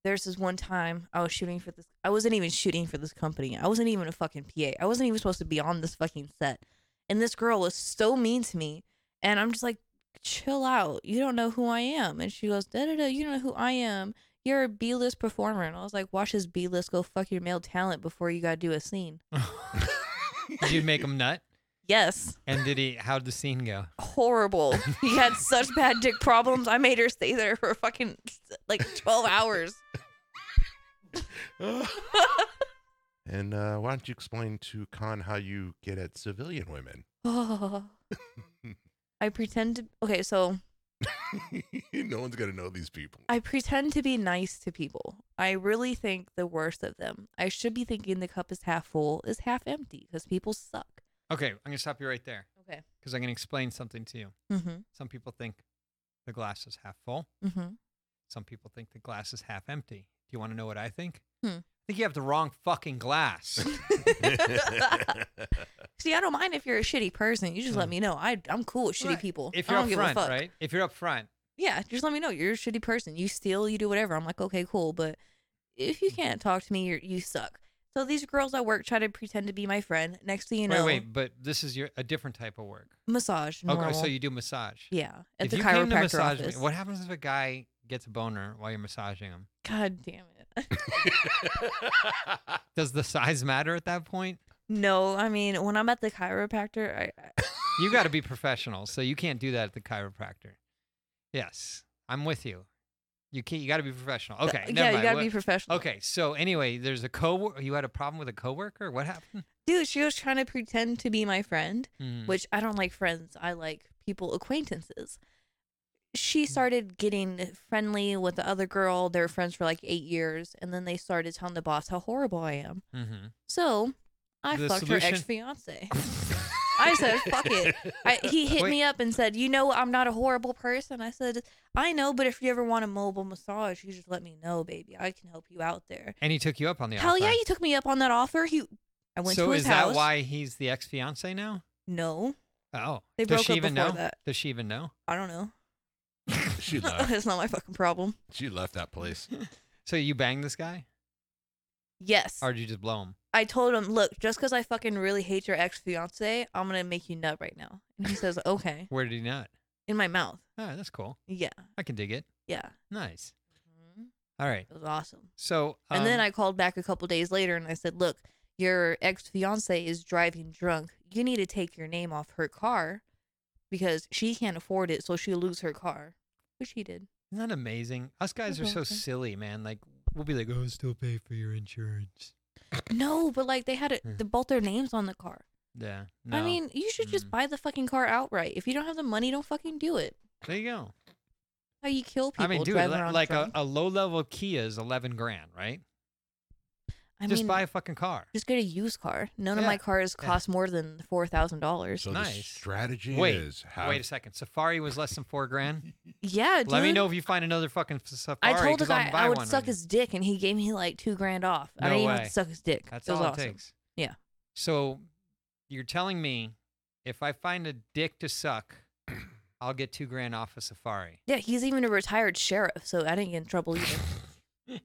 Speaker 5: there's this one time I was shooting for this I wasn't even shooting for this company. I wasn't even a fucking PA. I wasn't even supposed to be on this fucking set. And this girl was so mean to me. And I'm just like, chill out. You don't know who I am. And she goes, da da da, you don't know who I am. You're a B list performer. And I was like, watch this B list go fuck your male talent before you gotta do a scene.
Speaker 2: Did you make him nut?
Speaker 5: Yes.
Speaker 2: And did he? How'd the scene go?
Speaker 5: horrible. He had such bad dick problems. I made her stay there for fucking like 12 hours.
Speaker 4: and uh, why don't you explain to Con how you get at civilian women?
Speaker 5: Oh. I pretend to Okay, so
Speaker 4: no one's gonna know these people.
Speaker 5: I pretend to be nice to people. I really think the worst of them. I should be thinking the cup is half full, is half empty cuz people suck.
Speaker 2: Okay, I'm gonna stop you right there
Speaker 5: Okay.
Speaker 2: because I'm gonna explain something to you.
Speaker 5: Mhm.
Speaker 2: Some people think the glass is half full.
Speaker 5: Mhm.
Speaker 2: Some people think the glass is half empty. Do you want to know what I think?
Speaker 5: Hmm.
Speaker 2: I think you have the wrong fucking glass.
Speaker 5: See, I don't mind if you're a shitty person. You just let
Speaker 2: Mm.
Speaker 5: me know. I I'm cool with shitty
Speaker 2: Right.
Speaker 5: people.
Speaker 2: If
Speaker 5: I
Speaker 2: you're
Speaker 5: don't
Speaker 2: up
Speaker 5: give
Speaker 2: front,
Speaker 5: a fuck.
Speaker 2: right? If you're up front,
Speaker 5: yeah, just let me know. You're a shitty person. You steal, you do whatever. I'm like, okay, cool. But if you can't talk to me, you're, you suck. So these girls at work try to pretend to be my friend. Next thing you know,
Speaker 2: wait, wait, but this is your a different type of work.
Speaker 5: massage. Normal.
Speaker 2: Okay, so you do massage.
Speaker 5: yeah, at
Speaker 2: if
Speaker 5: the
Speaker 2: you
Speaker 5: chiropractor
Speaker 2: came to massage
Speaker 5: office.
Speaker 2: me, what happens if a guy gets a boner while you're massaging him?
Speaker 5: God damn it.
Speaker 2: Does the size matter at that point?
Speaker 5: no, I mean when I'm at the chiropractor, I, I
Speaker 2: You got to be professional, so you can't do that at the chiropractor. Yes, I'm with you. You can't. You got to be professional. Okay, never
Speaker 5: yeah, you
Speaker 2: mind.
Speaker 5: gotta
Speaker 2: What-
Speaker 5: be professional.
Speaker 2: Okay, so anyway, there's a co. You had a problem with a coworker. What happened?
Speaker 5: dude, she was trying to pretend to be my friend.
Speaker 2: Hmm.
Speaker 5: which I don't like friends. I like people, acquaintances. She
Speaker 2: Mm-hmm.
Speaker 5: started getting friendly with the other girl. They were friends for like eight years, and then they started telling the boss how horrible I am.
Speaker 2: Mhm.
Speaker 5: So I
Speaker 2: The
Speaker 5: fucked her
Speaker 2: solution-
Speaker 5: ex fiance. I said, fuck it. I, he hit
Speaker 2: Wait.
Speaker 5: me up and said, You know, I'm not a horrible person. I said, I know, but if you ever want a mobile massage, you just let me know, baby. I can help you out there.
Speaker 2: And he took you up on the
Speaker 5: Hell
Speaker 2: offer.
Speaker 5: yeah, you took me up on that offer. He, I went
Speaker 2: so
Speaker 5: to his
Speaker 2: is
Speaker 5: house.
Speaker 2: that why he's the ex fiance now?
Speaker 5: No,
Speaker 2: Oh,
Speaker 5: They
Speaker 2: does
Speaker 5: broke
Speaker 2: she
Speaker 5: up
Speaker 2: even
Speaker 5: before
Speaker 2: know?
Speaker 5: that.
Speaker 2: Does she even know?
Speaker 5: I don't know.
Speaker 4: She left.
Speaker 5: That's not my fucking problem.
Speaker 4: she left that place.
Speaker 2: So you banged this guy,
Speaker 5: Yes.
Speaker 2: or did you just blow him?
Speaker 5: I told him, look, just because I fucking really hate your ex fiance, I'm gonna make you nut right now. And he says, okay,
Speaker 2: Where did he nut?
Speaker 5: in my mouth.
Speaker 2: Oh, that's cool.
Speaker 5: Yeah,
Speaker 2: I can dig it.
Speaker 5: yeah.
Speaker 2: Nice.
Speaker 5: Mhm.
Speaker 2: All right.
Speaker 5: It was awesome.
Speaker 2: So
Speaker 5: and then
Speaker 2: um,
Speaker 5: I called back a couple days later and I said, look, your ex fiance is driving drunk. You need to take your name off her car because she can't afford it, so she'll lose her car, which he did.
Speaker 2: Isn't that amazing? Us guys are so
Speaker 5: welcome.
Speaker 2: silly, man. Like we'll be like, "Oh, still pay for your insurance."
Speaker 5: No, but like they had it,
Speaker 2: Hmm.
Speaker 5: the, both their names on the car.
Speaker 2: Yeah. No.
Speaker 5: I mean, you should just
Speaker 2: Mm.
Speaker 5: buy the fucking car outright. If you don't have the money, don't fucking do it.
Speaker 2: Mm. there you go.
Speaker 5: How you kill people?
Speaker 2: I mean, dude,
Speaker 5: driving
Speaker 2: li-
Speaker 5: around
Speaker 2: like uh, a,
Speaker 5: drunk.
Speaker 2: a low level Kia is eleven grand, right?
Speaker 5: I
Speaker 2: just
Speaker 5: mean,
Speaker 2: buy a fucking car.
Speaker 5: just get a used car. None of
Speaker 2: Yeah,
Speaker 5: my cars
Speaker 2: yeah.
Speaker 5: cost more than four thousand dollars.
Speaker 4: So the
Speaker 2: Nice.
Speaker 4: strategy
Speaker 2: Wait,
Speaker 4: is have,
Speaker 2: wait a second. Safari was less than four grand.
Speaker 5: Yeah,
Speaker 2: Let me
Speaker 5: dude.
Speaker 2: know if you find another fucking f-
Speaker 5: I
Speaker 2: Safari.
Speaker 5: told the
Speaker 2: 'cause I'm
Speaker 5: guy
Speaker 2: buy
Speaker 5: I would
Speaker 2: one
Speaker 5: suck
Speaker 2: right
Speaker 5: his dick, and he gave me like two grand off. I
Speaker 2: No
Speaker 5: didn't even have
Speaker 2: way.
Speaker 5: to suck his dick.
Speaker 2: now. That's
Speaker 5: it was
Speaker 2: all
Speaker 5: awesome.
Speaker 2: it takes.
Speaker 5: Yeah.
Speaker 2: So, you're telling me if I find a dick to suck, I'll get two grand off a Safari.
Speaker 5: Yeah, he's even a retired sheriff, so I didn't get in trouble either.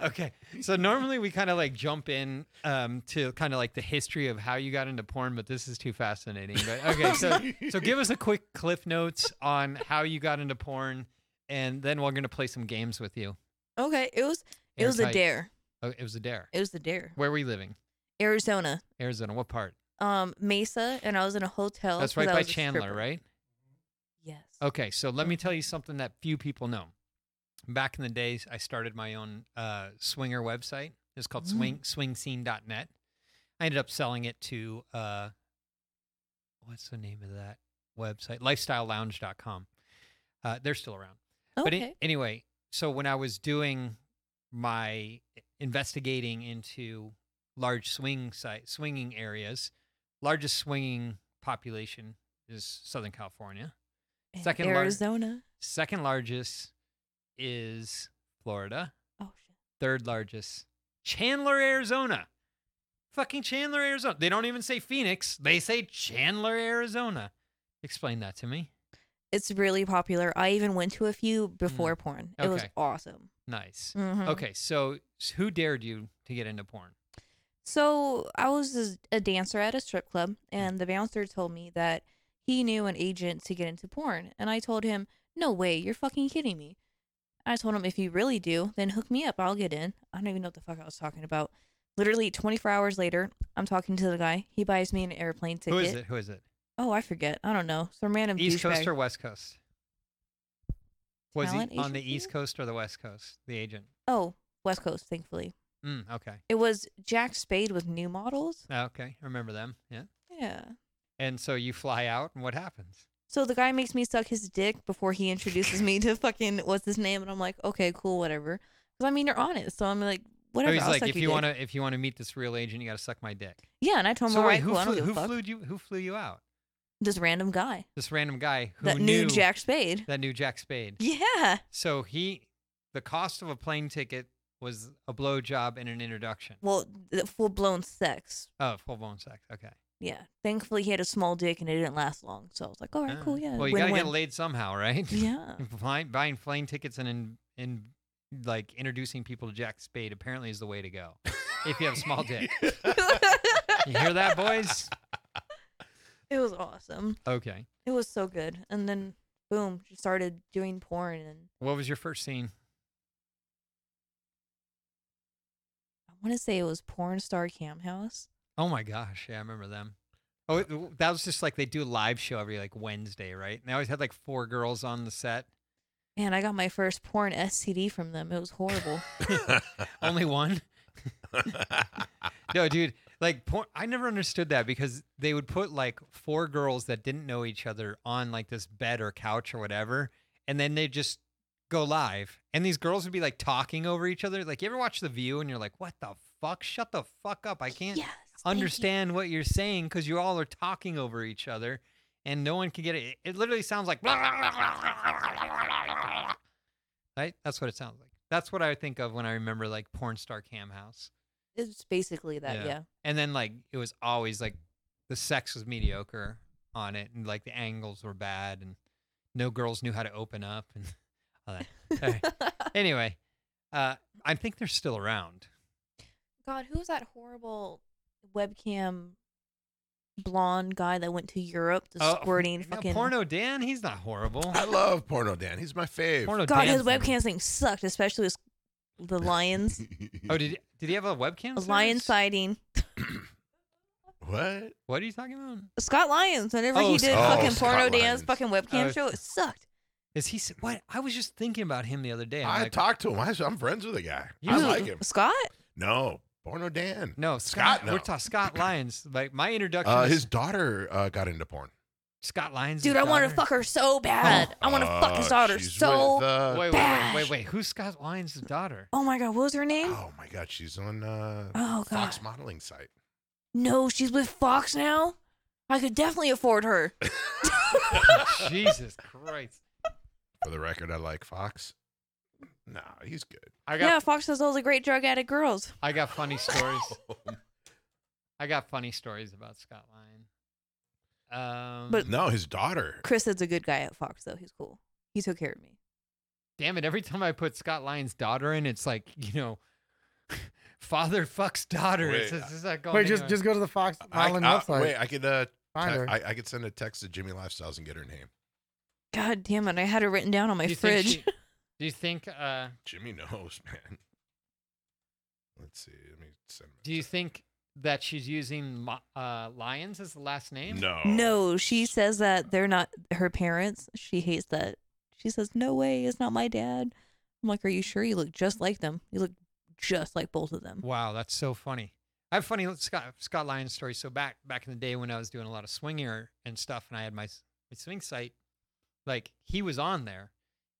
Speaker 2: Okay. So normally we kind of like jump in um, to kind of like the history of how you got into porn, but this is too fascinating. But okay, so so give us a quick cliff notes on how you got into porn, and then we're gonna play some games with you.
Speaker 5: okay, it was it was a
Speaker 2: Airtight.
Speaker 5: dare.
Speaker 2: Oh, it was a dare.
Speaker 5: It was the dare.
Speaker 2: Where were you living?
Speaker 5: Arizona,
Speaker 2: Arizona. What part?
Speaker 5: um, Mesa, and I was in a hotel.
Speaker 2: That's
Speaker 5: 'cause
Speaker 2: right
Speaker 5: I
Speaker 2: by
Speaker 5: Oh, was a
Speaker 2: Chandler,
Speaker 5: stripper.
Speaker 2: right?
Speaker 5: Yes.
Speaker 2: Okay, so let me tell you something that few people know. Back in the days, I started my own uh, swinger website. It's called swing swingscene.net. I ended up selling it to uh, what's the name of that website? Lifestylelounge.com. Uh, they're still around. But
Speaker 5: Okay.
Speaker 2: a- anyway, so when I was doing my investigating into large swing site swinging areas, largest swinging population is Southern California.
Speaker 5: And
Speaker 2: second lar-
Speaker 5: Arizona.
Speaker 2: Second largest is Florida.
Speaker 5: Oh shit.
Speaker 2: Third largest, Chandler, Arizona. Fucking Chandler, Arizona. They don't even say Phoenix. They say Chandler, Arizona. Explain that to me.
Speaker 5: It's really popular. I even went to a few before porn. It was
Speaker 2: Mm. Okay.
Speaker 5: awesome.
Speaker 2: Nice.
Speaker 5: Mhm.
Speaker 2: Okay, so s- who dared you to get into porn?
Speaker 5: So I was a- a dancer at a strip club, and the bouncer told me that he knew an agent to get into porn. And I told him, No way, you're fucking kidding me. I told him, If you really do, then hook me up. I'll get in. I don't even know what the fuck I was talking about. Literally 24 hours later, I'm talking to the guy. He buys me an airplane ticket.
Speaker 2: Who is it? Who is it?
Speaker 5: Oh, I forget. I don't know. Some random
Speaker 2: East Coast
Speaker 5: douchebag.
Speaker 2: or West Coast? Was
Speaker 5: Talent
Speaker 2: he on the
Speaker 5: agency?
Speaker 2: East Coast or the West Coast? The agent.
Speaker 5: Oh, West Coast, thankfully.
Speaker 2: Mm, okay.
Speaker 5: It was Jack Spade with new models.
Speaker 2: Okay. Remember them. Yeah.
Speaker 5: Yeah.
Speaker 2: And so you fly out, and what happens?
Speaker 5: So the guy makes me suck his dick before he introduces me to fucking what's his name, and I'm like, okay, cool, whatever. Because I mean, you're honest, so I'm like,
Speaker 2: Oh,
Speaker 5: whatever.
Speaker 2: he's
Speaker 5: I'll
Speaker 2: like,
Speaker 5: suck
Speaker 2: if
Speaker 5: your
Speaker 2: you
Speaker 5: dick."
Speaker 2: want to, if you want to meet this real agent, you got to suck my dick.
Speaker 5: yeah. And I told him,
Speaker 2: so
Speaker 5: all
Speaker 2: wait,
Speaker 5: right,
Speaker 2: who
Speaker 5: cool, I don't
Speaker 2: flew,
Speaker 5: give a
Speaker 2: who
Speaker 5: fuck.
Speaker 2: flew you? Who flew you out?
Speaker 5: This random guy
Speaker 2: This random guy who
Speaker 5: that
Speaker 2: knew
Speaker 5: knew Jack Spade.
Speaker 2: that knew Jack Spade.
Speaker 5: Yeah,
Speaker 2: So he, the cost of a plane ticket was a blowjob and an introduction.
Speaker 5: well, full blown sex.
Speaker 2: Oh, full blown sex. Okay.
Speaker 5: Yeah. Thankfully, he had a small dick, and it didn't last long. So I was like, all right,
Speaker 2: Ah.
Speaker 5: cool, yeah.
Speaker 2: Well, you gotta get laid somehow, right?
Speaker 5: Yeah.
Speaker 2: Buying, buying plane tickets and in, in like introducing people to Jack Spade apparently is the way to go. if you have a small dick, you hear that, boys?
Speaker 5: it was awesome.
Speaker 2: Okay.
Speaker 5: It was so good. And then, boom, she started doing porn, and
Speaker 2: What was your first scene?
Speaker 5: I want to say it was porn star cam house.
Speaker 2: Oh my gosh, yeah, I remember them. Oh, it, that was just like they do a live show every like Wednesday, right? And they always had like four girls on the set.
Speaker 5: And I got my first porn STD from them. It was horrible.
Speaker 2: Only one. No, dude, like porn, I never understood that because they would put like four girls that didn't know each other on like this bed or couch or whatever, and then they just go live, and these girls would be like talking over each other. Like you ever watch The View and you're like, what the fuck? Shut the fuck up! I can't
Speaker 5: yes. thank you.
Speaker 2: understand what you're saying because you all are talking over each other, and no one can get it. It literally sounds like. Right? That's what it sounds like. That's what I think of when I remember like porn star cam house.
Speaker 5: It's basically that,
Speaker 2: Yeah.
Speaker 5: yeah.
Speaker 2: and then like it was always like the sex was mediocre on it and like the angles were bad and no girls knew how to open up and all that Alright. anyway uh i think they're still around
Speaker 5: God, who was that horrible webcam blonde guy that went to Europe to
Speaker 2: Oh,
Speaker 5: squirting
Speaker 2: no,
Speaker 5: fucking
Speaker 2: porno dan he's not horrible
Speaker 4: I love Porno Dan. He's my fave.
Speaker 2: porno
Speaker 5: God,
Speaker 2: Dan-
Speaker 5: his webcam thing sucked, especially with the lions,
Speaker 2: oh did did he have a webcam
Speaker 5: a lion
Speaker 2: service?
Speaker 5: sighting.
Speaker 4: what?
Speaker 2: what are you talking about
Speaker 5: Scott Lyons, whenever
Speaker 2: Oh,
Speaker 5: he did
Speaker 2: Scott-
Speaker 5: fucking
Speaker 4: oh,
Speaker 5: porno
Speaker 4: Scott
Speaker 5: dance,
Speaker 4: Lyons. Uh,
Speaker 5: fucking webcam
Speaker 2: Oh,
Speaker 5: show, it sucked.
Speaker 2: is he s- what i was just thinking about him the other day I'm
Speaker 4: I
Speaker 2: like,
Speaker 4: talked to him. I, am friends with the guy. I
Speaker 2: You-
Speaker 4: like him.
Speaker 5: Scott?
Speaker 4: No, Porno Dan.
Speaker 2: no
Speaker 4: Scott,
Speaker 2: scott,
Speaker 4: no.
Speaker 2: we're talking scott lyons like my introduction
Speaker 4: Uh,
Speaker 2: to
Speaker 4: his daughter uh, got into porn.
Speaker 2: scott lyons
Speaker 5: Dude, I want to
Speaker 2: daughter.
Speaker 5: fuck her so bad. I want to fuck his
Speaker 4: Oh,
Speaker 5: daughter
Speaker 4: she's
Speaker 5: so.
Speaker 4: with, uh,
Speaker 2: wait, wait, wait,
Speaker 5: Bash.
Speaker 2: wait, wait. Who's Scott Lyons' daughter?
Speaker 5: oh my God, what was her name?
Speaker 4: oh my god, she's on uh,
Speaker 5: oh God.
Speaker 4: Fox modeling site.
Speaker 5: No, she's with Fox now. I could definitely afford her.
Speaker 2: Jesus Christ.
Speaker 4: For the record, I like Fox. Nah, he's good.
Speaker 2: I got
Speaker 5: Yeah, Fox has all the great drug addict girls.
Speaker 2: I got funny stories.
Speaker 4: Oh,
Speaker 2: I got funny stories about Scott Lyons. Um,
Speaker 5: But-
Speaker 4: No, his daughter.
Speaker 5: Chris is a good guy at Fox, though. He's cool. He took care of me.
Speaker 2: damn it, every time I put Scott Lyons' daughter in, it's like you know, father fucks daughter. it's,
Speaker 4: Wait,
Speaker 2: it's oh, just not going
Speaker 3: Wait, just
Speaker 2: anywhere.
Speaker 3: just go to the Fox
Speaker 4: I,
Speaker 3: modeling
Speaker 4: I-
Speaker 3: website.
Speaker 4: wait, I could uh,
Speaker 3: Find
Speaker 4: te-
Speaker 3: her.
Speaker 4: I, I could send a text to Jimmy Lifestyles and get her name.
Speaker 5: God damn it. I had it written down on my
Speaker 2: Do you think
Speaker 5: fridge.
Speaker 2: she- do you think? Uh,
Speaker 4: Jimmy knows, man. Let's see. Let me send. him a
Speaker 2: do you
Speaker 4: text.
Speaker 2: think that she's using Mo- uh, Lyons as the last name?
Speaker 4: No.
Speaker 5: No, she says that they're not her parents. She hates that. She says, No way, it's not my dad. I'm like, Are you sure? You look just like them. You look just like both of them.
Speaker 2: Wow, that's so funny. I have funny Scott Scott Lyons story. So back back in the day when I was doing a lot of swingier and stuff, and I had my s- my swing site, like he was on there,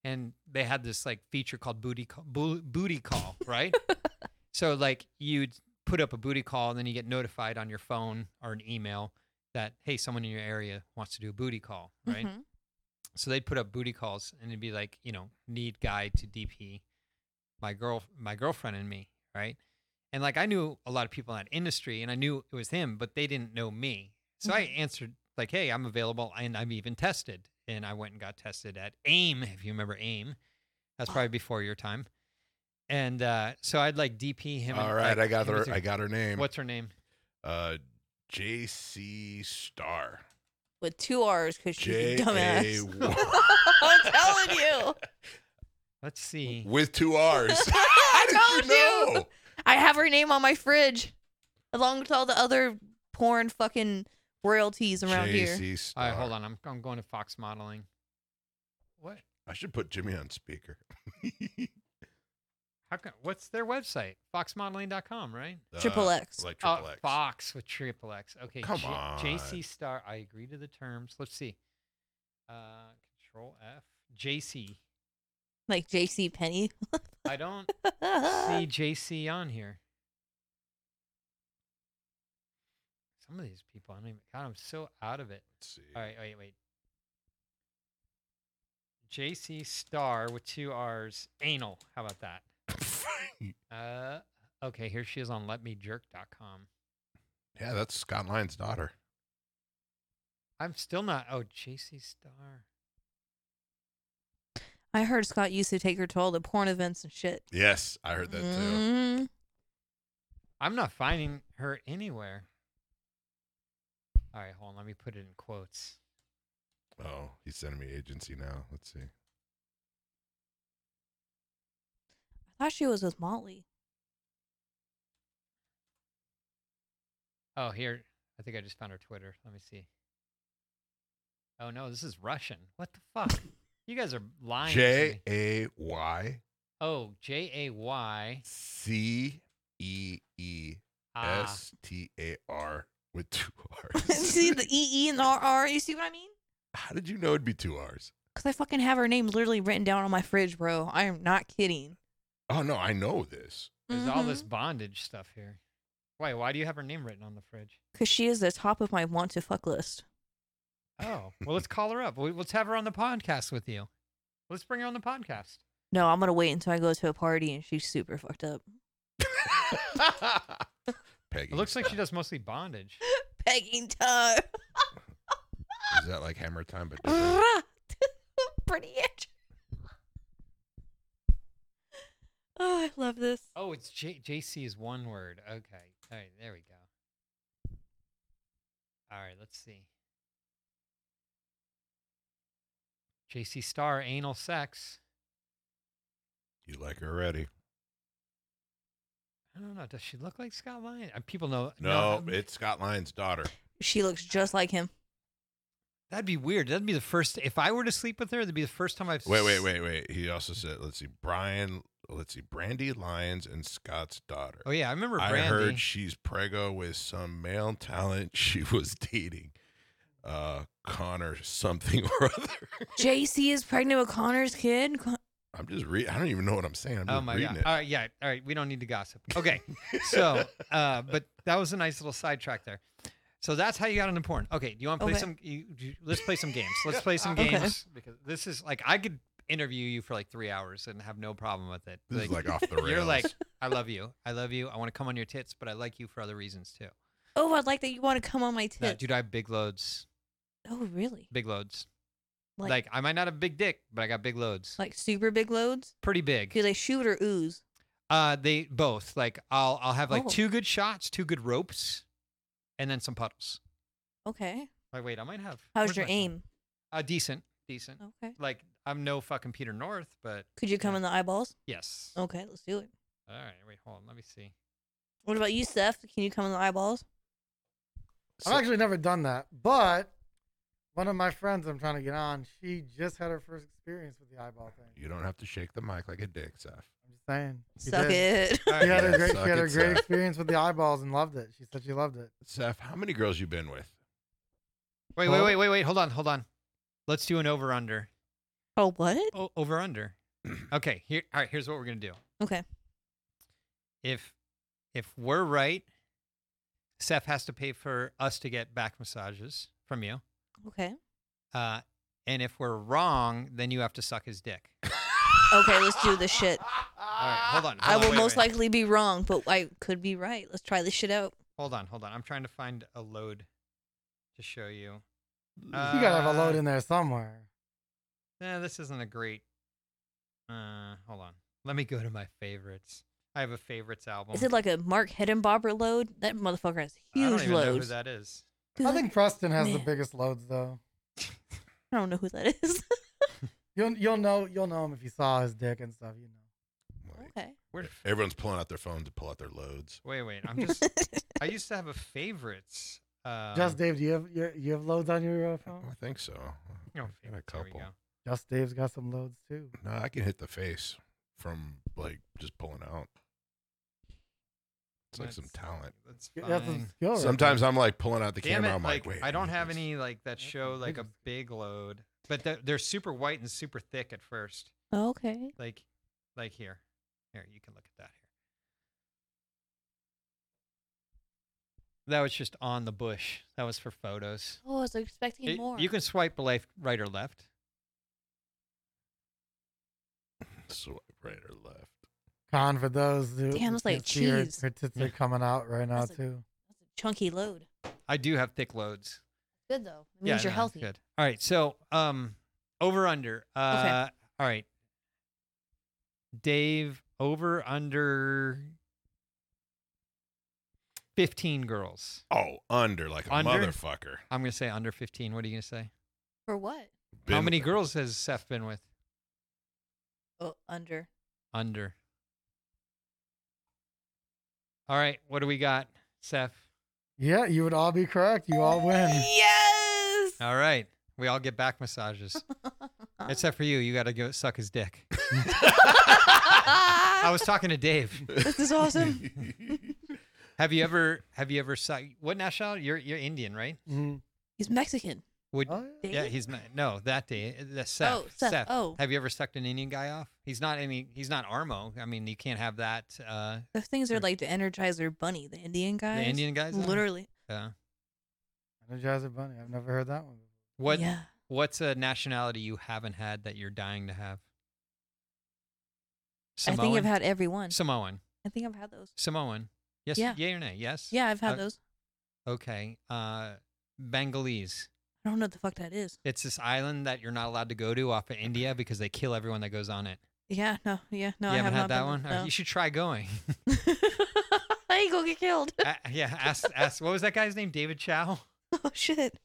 Speaker 2: and they had this like feature called booty call, boo, booty call, right? so like you'd put up a booty call, and then you get notified on your phone or an email that hey, someone in your area wants to do a booty call, right?
Speaker 5: Mhm.
Speaker 2: so they'd put up booty calls and it'd be like you know need guy to dp my girl my girlfriend and me right and like i knew a lot of people in that industry and i knew it was him but they didn't know me so i
Speaker 4: Mm-hmm.
Speaker 2: answered like hey i'm available and i'm even tested and i went and got tested at aim if you remember aim
Speaker 4: Ah.
Speaker 2: that's probably before your time and uh so i'd like dp him and,
Speaker 4: All right,
Speaker 2: like,
Speaker 4: I got
Speaker 2: him
Speaker 4: her.
Speaker 2: as a-
Speaker 4: I got her name.
Speaker 2: what's her name
Speaker 4: Uh, J.C. Star.
Speaker 5: With two R's because she's
Speaker 4: J.
Speaker 5: a
Speaker 4: A.
Speaker 5: dumbass.
Speaker 4: W-
Speaker 5: I'm telling you.
Speaker 2: let's see
Speaker 4: with two R's.
Speaker 5: I
Speaker 4: How did
Speaker 5: told you.
Speaker 4: you know?
Speaker 5: I have her name on my fridge along with all the other porn fucking royalties around here.
Speaker 4: J.C.
Speaker 2: all
Speaker 4: Star.
Speaker 2: right hold on i'm, I'm going to fox modeling what
Speaker 4: I should put Jimmy on speaker.
Speaker 2: How co- what's their website? Foxmodeling.com, right?
Speaker 5: Triple X.
Speaker 4: Like
Speaker 2: Oh,
Speaker 4: triple X.
Speaker 2: Fox with triple X. Okay.
Speaker 4: Come
Speaker 2: J-
Speaker 4: on.
Speaker 2: JC Star. I agree to the terms. Let's see. Uh, control F. JC.
Speaker 5: Like JC Penny.
Speaker 2: I don't see JC on here. Some of these people, I don't even, God, I'm so out of it.
Speaker 4: Let's see.
Speaker 2: All right, wait, wait. JC Star with two R's. Anal. How about that? Uh, okay, here she is on letmejerk.com.
Speaker 4: yeah, that's Scott Lyon's daughter.
Speaker 2: I'm still not. Oh, JC Star.
Speaker 5: I heard Scott used to take her to all the porn events and shit.
Speaker 4: Yes, I heard that too.
Speaker 5: Mhm.
Speaker 2: I'm not finding her anywhere. All right, hold on. Let me put it in quotes.
Speaker 4: Oh, he's sending me agency now. Let's see.
Speaker 5: I thought she was with Motley.
Speaker 2: Oh, here. I think I just found her Twitter. Let me see. Oh no, this is Russian. What the fuck? You guys are lying. to
Speaker 4: J
Speaker 2: me.
Speaker 4: A Y
Speaker 2: Oh, J A Y
Speaker 4: C E E
Speaker 2: Ah.
Speaker 4: S T A R with two R's.
Speaker 5: see the E E and the R R. You see what I mean?
Speaker 4: How did you know it'd be two R's?
Speaker 5: Because I fucking have her name literally written down on my fridge, bro. I am not kidding. Mm-hmm.
Speaker 4: Oh no, I know this.
Speaker 2: There's all this bondage stuff here. Wait, why do you have her name written on the fridge?
Speaker 5: Because she is the top of my want to fuck list.
Speaker 2: Oh, well, let's call her up. We- Let's have her on the podcast with you. Let's bring her on the podcast.
Speaker 5: No, I'm going to wait until I go to a party and she's super fucked up.
Speaker 4: Peggy.
Speaker 2: It looks like she does mostly bondage.
Speaker 5: Pegging time.
Speaker 4: Is that like hammer time? But different?
Speaker 5: Pretty itch. Oh, I love this.
Speaker 2: Oh, it's J- JC is one word. Okay. All right. There we go. All right. Let's see. JC Star, anal sex.
Speaker 4: you like her already?
Speaker 2: I don't know. Does she look like Scott Lyon? Uh, People know.
Speaker 4: No,
Speaker 2: know-
Speaker 4: it's Scott Lyon's daughter.
Speaker 5: She looks just like him.
Speaker 2: That'd be weird. That'd be the first. If I were to sleep with her, that'd be the first time I've.
Speaker 4: Wait, wait,
Speaker 2: s-
Speaker 4: wait, wait. He also said, let's see, Brian, let's see, Brandy Lyons and Scott's daughter.
Speaker 2: Oh yeah, I remember
Speaker 4: I
Speaker 2: Brandy.
Speaker 4: heard she's preggo with some male talent she was dating. Uh, Connor something or other.
Speaker 5: JC is pregnant with Connor's kid. Con-
Speaker 4: I'm just reading. I don't even know what I'm saying. I'm just
Speaker 2: oh my
Speaker 4: reading
Speaker 2: god! All right, yeah. All right, we don't need to gossip. Okay, so, uh, but that was a nice little sidetrack there. So that's how you got into porn. Okay, do you want to play
Speaker 5: Okay.
Speaker 2: some? You, you- let's play some games. Let's play some
Speaker 5: Okay.
Speaker 2: games because this is like I could interview you for like three hours and have no problem with it.
Speaker 4: This is like off the rails.
Speaker 2: you're like, I love you, I love you, I want to come on your tits, but I like you for other reasons too.
Speaker 5: oh, I'd like that you want to come on my
Speaker 2: That-
Speaker 5: tip.
Speaker 2: dude, I have big loads,
Speaker 5: oh, really?
Speaker 2: big loads.
Speaker 5: Like,
Speaker 2: Like,
Speaker 5: like
Speaker 2: I might not have big dick, but I got big loads,
Speaker 5: super big loads?
Speaker 2: pretty big.
Speaker 5: Do they shoot or ooze?
Speaker 2: Uh, they both like I'll I'll have like
Speaker 5: Oh.
Speaker 2: two good shots, two good ropes, and then some puddles.
Speaker 5: Okay.
Speaker 2: Like wait, I might have.
Speaker 5: How's
Speaker 2: where's
Speaker 5: your
Speaker 2: my phone?
Speaker 5: aim?
Speaker 2: Uh, decent, decent.
Speaker 5: Okay.
Speaker 2: Like I'm no fucking Peter North, but
Speaker 5: Could you come in the eyeballs?
Speaker 2: yes.
Speaker 5: Okay, let's do it.
Speaker 2: All right, wait, hold on, let me see.
Speaker 5: What about you, Steph? Can you come in the eyeballs?
Speaker 3: I've actually never done that, but one of my friends I'm trying to get on, she just had her first experience with the eyeball thing.
Speaker 4: You don't have to shake the mic like a dick, Seth.
Speaker 3: I'm just saying. She
Speaker 5: Suck
Speaker 3: did.
Speaker 5: it.
Speaker 2: All
Speaker 3: She
Speaker 2: right,
Speaker 3: had
Speaker 4: Yeah,
Speaker 3: a great, she
Speaker 4: suck
Speaker 3: had
Speaker 4: it,
Speaker 3: a great
Speaker 4: Seth.
Speaker 3: experience with the eyeballs and loved it. She said she loved it.
Speaker 4: Seth, how many girls you been with?
Speaker 2: wait, wait, wait, wait, wait, hold on, hold on. Let's do an over under.
Speaker 5: Oh, what?
Speaker 2: Oh, over under. Okay, here. All right, here's what we're gonna do.
Speaker 5: Okay.
Speaker 2: If if we're right, Seth has to pay for us to get back massages from you.
Speaker 5: Okay.
Speaker 2: Uh, and if we're wrong, then you have to suck his dick.
Speaker 5: Okay, let's do this shit.
Speaker 2: All right, hold on.
Speaker 5: I
Speaker 2: hold on,
Speaker 5: will
Speaker 2: wait,
Speaker 5: most
Speaker 2: wait.
Speaker 5: likely be wrong, but I could be right. Let's try this shit out.
Speaker 2: Hold on, hold on. I'm trying to find a load to show you.
Speaker 3: you gotta have a load
Speaker 2: Uh,
Speaker 3: in there somewhere.
Speaker 2: Nah, Eh, this isn't a great. Uh, hold on. Let me go to my favorites. I have a favorites album.
Speaker 5: Is it like a Mark Hiddenbobber load? That motherfucker has
Speaker 2: I don't
Speaker 5: huge
Speaker 2: even know who
Speaker 5: loads.
Speaker 2: that is.
Speaker 3: I think Preston has the
Speaker 5: man.
Speaker 3: biggest loads though.
Speaker 5: I don't know who that is.
Speaker 3: You'll you'll know you'll know him if you saw his dick and stuff. You know.
Speaker 4: Like,
Speaker 5: okay.
Speaker 2: Where?
Speaker 4: Everyone's pulling out their phone to pull out their loads.
Speaker 2: Wait, wait. I'm just. I used to have a favorites. Uh,
Speaker 3: Just Dave, do you have you, you have loads on your uh,
Speaker 2: Oh.
Speaker 3: phone?
Speaker 4: I think so.
Speaker 2: No,
Speaker 4: I got
Speaker 2: favorites.
Speaker 4: a
Speaker 2: There we
Speaker 4: couple.
Speaker 2: go.
Speaker 3: Just Dave's got some loads too.
Speaker 4: No, I can hit the face from like just pulling out. It's like some
Speaker 2: Let's-
Speaker 4: talent.
Speaker 2: That's
Speaker 3: Yeah, That's
Speaker 2: fine.
Speaker 3: some skill.
Speaker 5: Oh,
Speaker 3: right
Speaker 4: Sometimes I'm like pulling out the
Speaker 2: Damn
Speaker 4: camera.
Speaker 2: it!
Speaker 4: I'm
Speaker 2: Like,
Speaker 4: like, wait,
Speaker 2: I don't
Speaker 4: need
Speaker 2: have
Speaker 4: this.
Speaker 2: any like that
Speaker 3: That's
Speaker 2: show
Speaker 3: some
Speaker 2: like a
Speaker 3: biggest-
Speaker 2: big load, but they're, they're super white and super thick at first.
Speaker 5: Okay.
Speaker 2: Like, like here, here you can look at that here. That was just on the bush. That was for photos.
Speaker 5: Oh, I was expecting
Speaker 2: It-
Speaker 5: more.
Speaker 2: you can swipe left, right or left.
Speaker 4: Swipe right or left.
Speaker 3: there. Con for those. Who,
Speaker 5: Damn,
Speaker 3: who
Speaker 5: it's like
Speaker 3: can't see her-
Speaker 5: cheese.
Speaker 3: Her, tits are coming out right now
Speaker 5: That's a-
Speaker 3: too.
Speaker 5: That's a chunky load.
Speaker 2: I do have thick loads.
Speaker 5: Good though. It means
Speaker 2: Yeah,
Speaker 5: you're
Speaker 2: no,
Speaker 5: healthy.
Speaker 2: Good. All right. So, um, over under. Uh, All right. Dave, over under. Fifteen girls.
Speaker 4: Oh, under like a
Speaker 2: Under?
Speaker 4: motherfucker.
Speaker 2: I'm gonna say under 15. What are you gonna say?
Speaker 5: For what?
Speaker 2: How
Speaker 4: Been-
Speaker 2: many girls has Seth been with?
Speaker 5: Oh, under.
Speaker 2: Under. All right, what do we got, Seth?
Speaker 3: Yeah, you would all be correct. You all win.
Speaker 5: Yes.
Speaker 2: All right, we all get back massages except for you. You got to go suck his dick. I was talking to Dave.
Speaker 5: this is awesome.
Speaker 2: Have you ever? Have you ever sucked? What nationality? You're you're Indian, right?
Speaker 3: Mhm.
Speaker 5: He's Mexican.
Speaker 2: Would
Speaker 3: Oh, yeah.
Speaker 2: yeah?
Speaker 5: Dave?
Speaker 2: He's not. No, that day. That's Seth.
Speaker 5: Oh, Seth, oh.
Speaker 2: Have you ever sucked an Indian guy off? He's not any. He's not Armo. I mean, you can't have that. Uh,
Speaker 5: Those things are
Speaker 2: Sure.
Speaker 5: like the Energizer Bunny, the Indian guys.
Speaker 2: the Indian guys. I don't know.
Speaker 5: Literally.
Speaker 2: Yeah.
Speaker 3: Energizer Bunny. I've never heard that one. before.
Speaker 2: What
Speaker 5: Yeah.
Speaker 2: What's a nationality you haven't had that you're dying to have?
Speaker 5: I think I've had every one.
Speaker 2: Samoan.
Speaker 5: I think I've had those.
Speaker 2: Samoan. Yes.
Speaker 5: Yeah.
Speaker 2: Yay or nay? Yes.
Speaker 5: Yeah, I've had
Speaker 2: Uh,
Speaker 5: those.
Speaker 2: Okay. Uh, Bengalese.
Speaker 5: I don't know what the fuck that is.
Speaker 2: It's this island that you're not allowed to go to off of India because they kill everyone that goes on it.
Speaker 5: Yeah, no, yeah, no.
Speaker 2: you
Speaker 5: I
Speaker 2: haven't
Speaker 5: have
Speaker 2: had that one.
Speaker 5: not
Speaker 2: All right, You should try going.
Speaker 5: been- No. I ain't gonna get killed.
Speaker 2: A- yeah. Ask. Ask. What was that guy's name? David Chow.
Speaker 5: oh shit.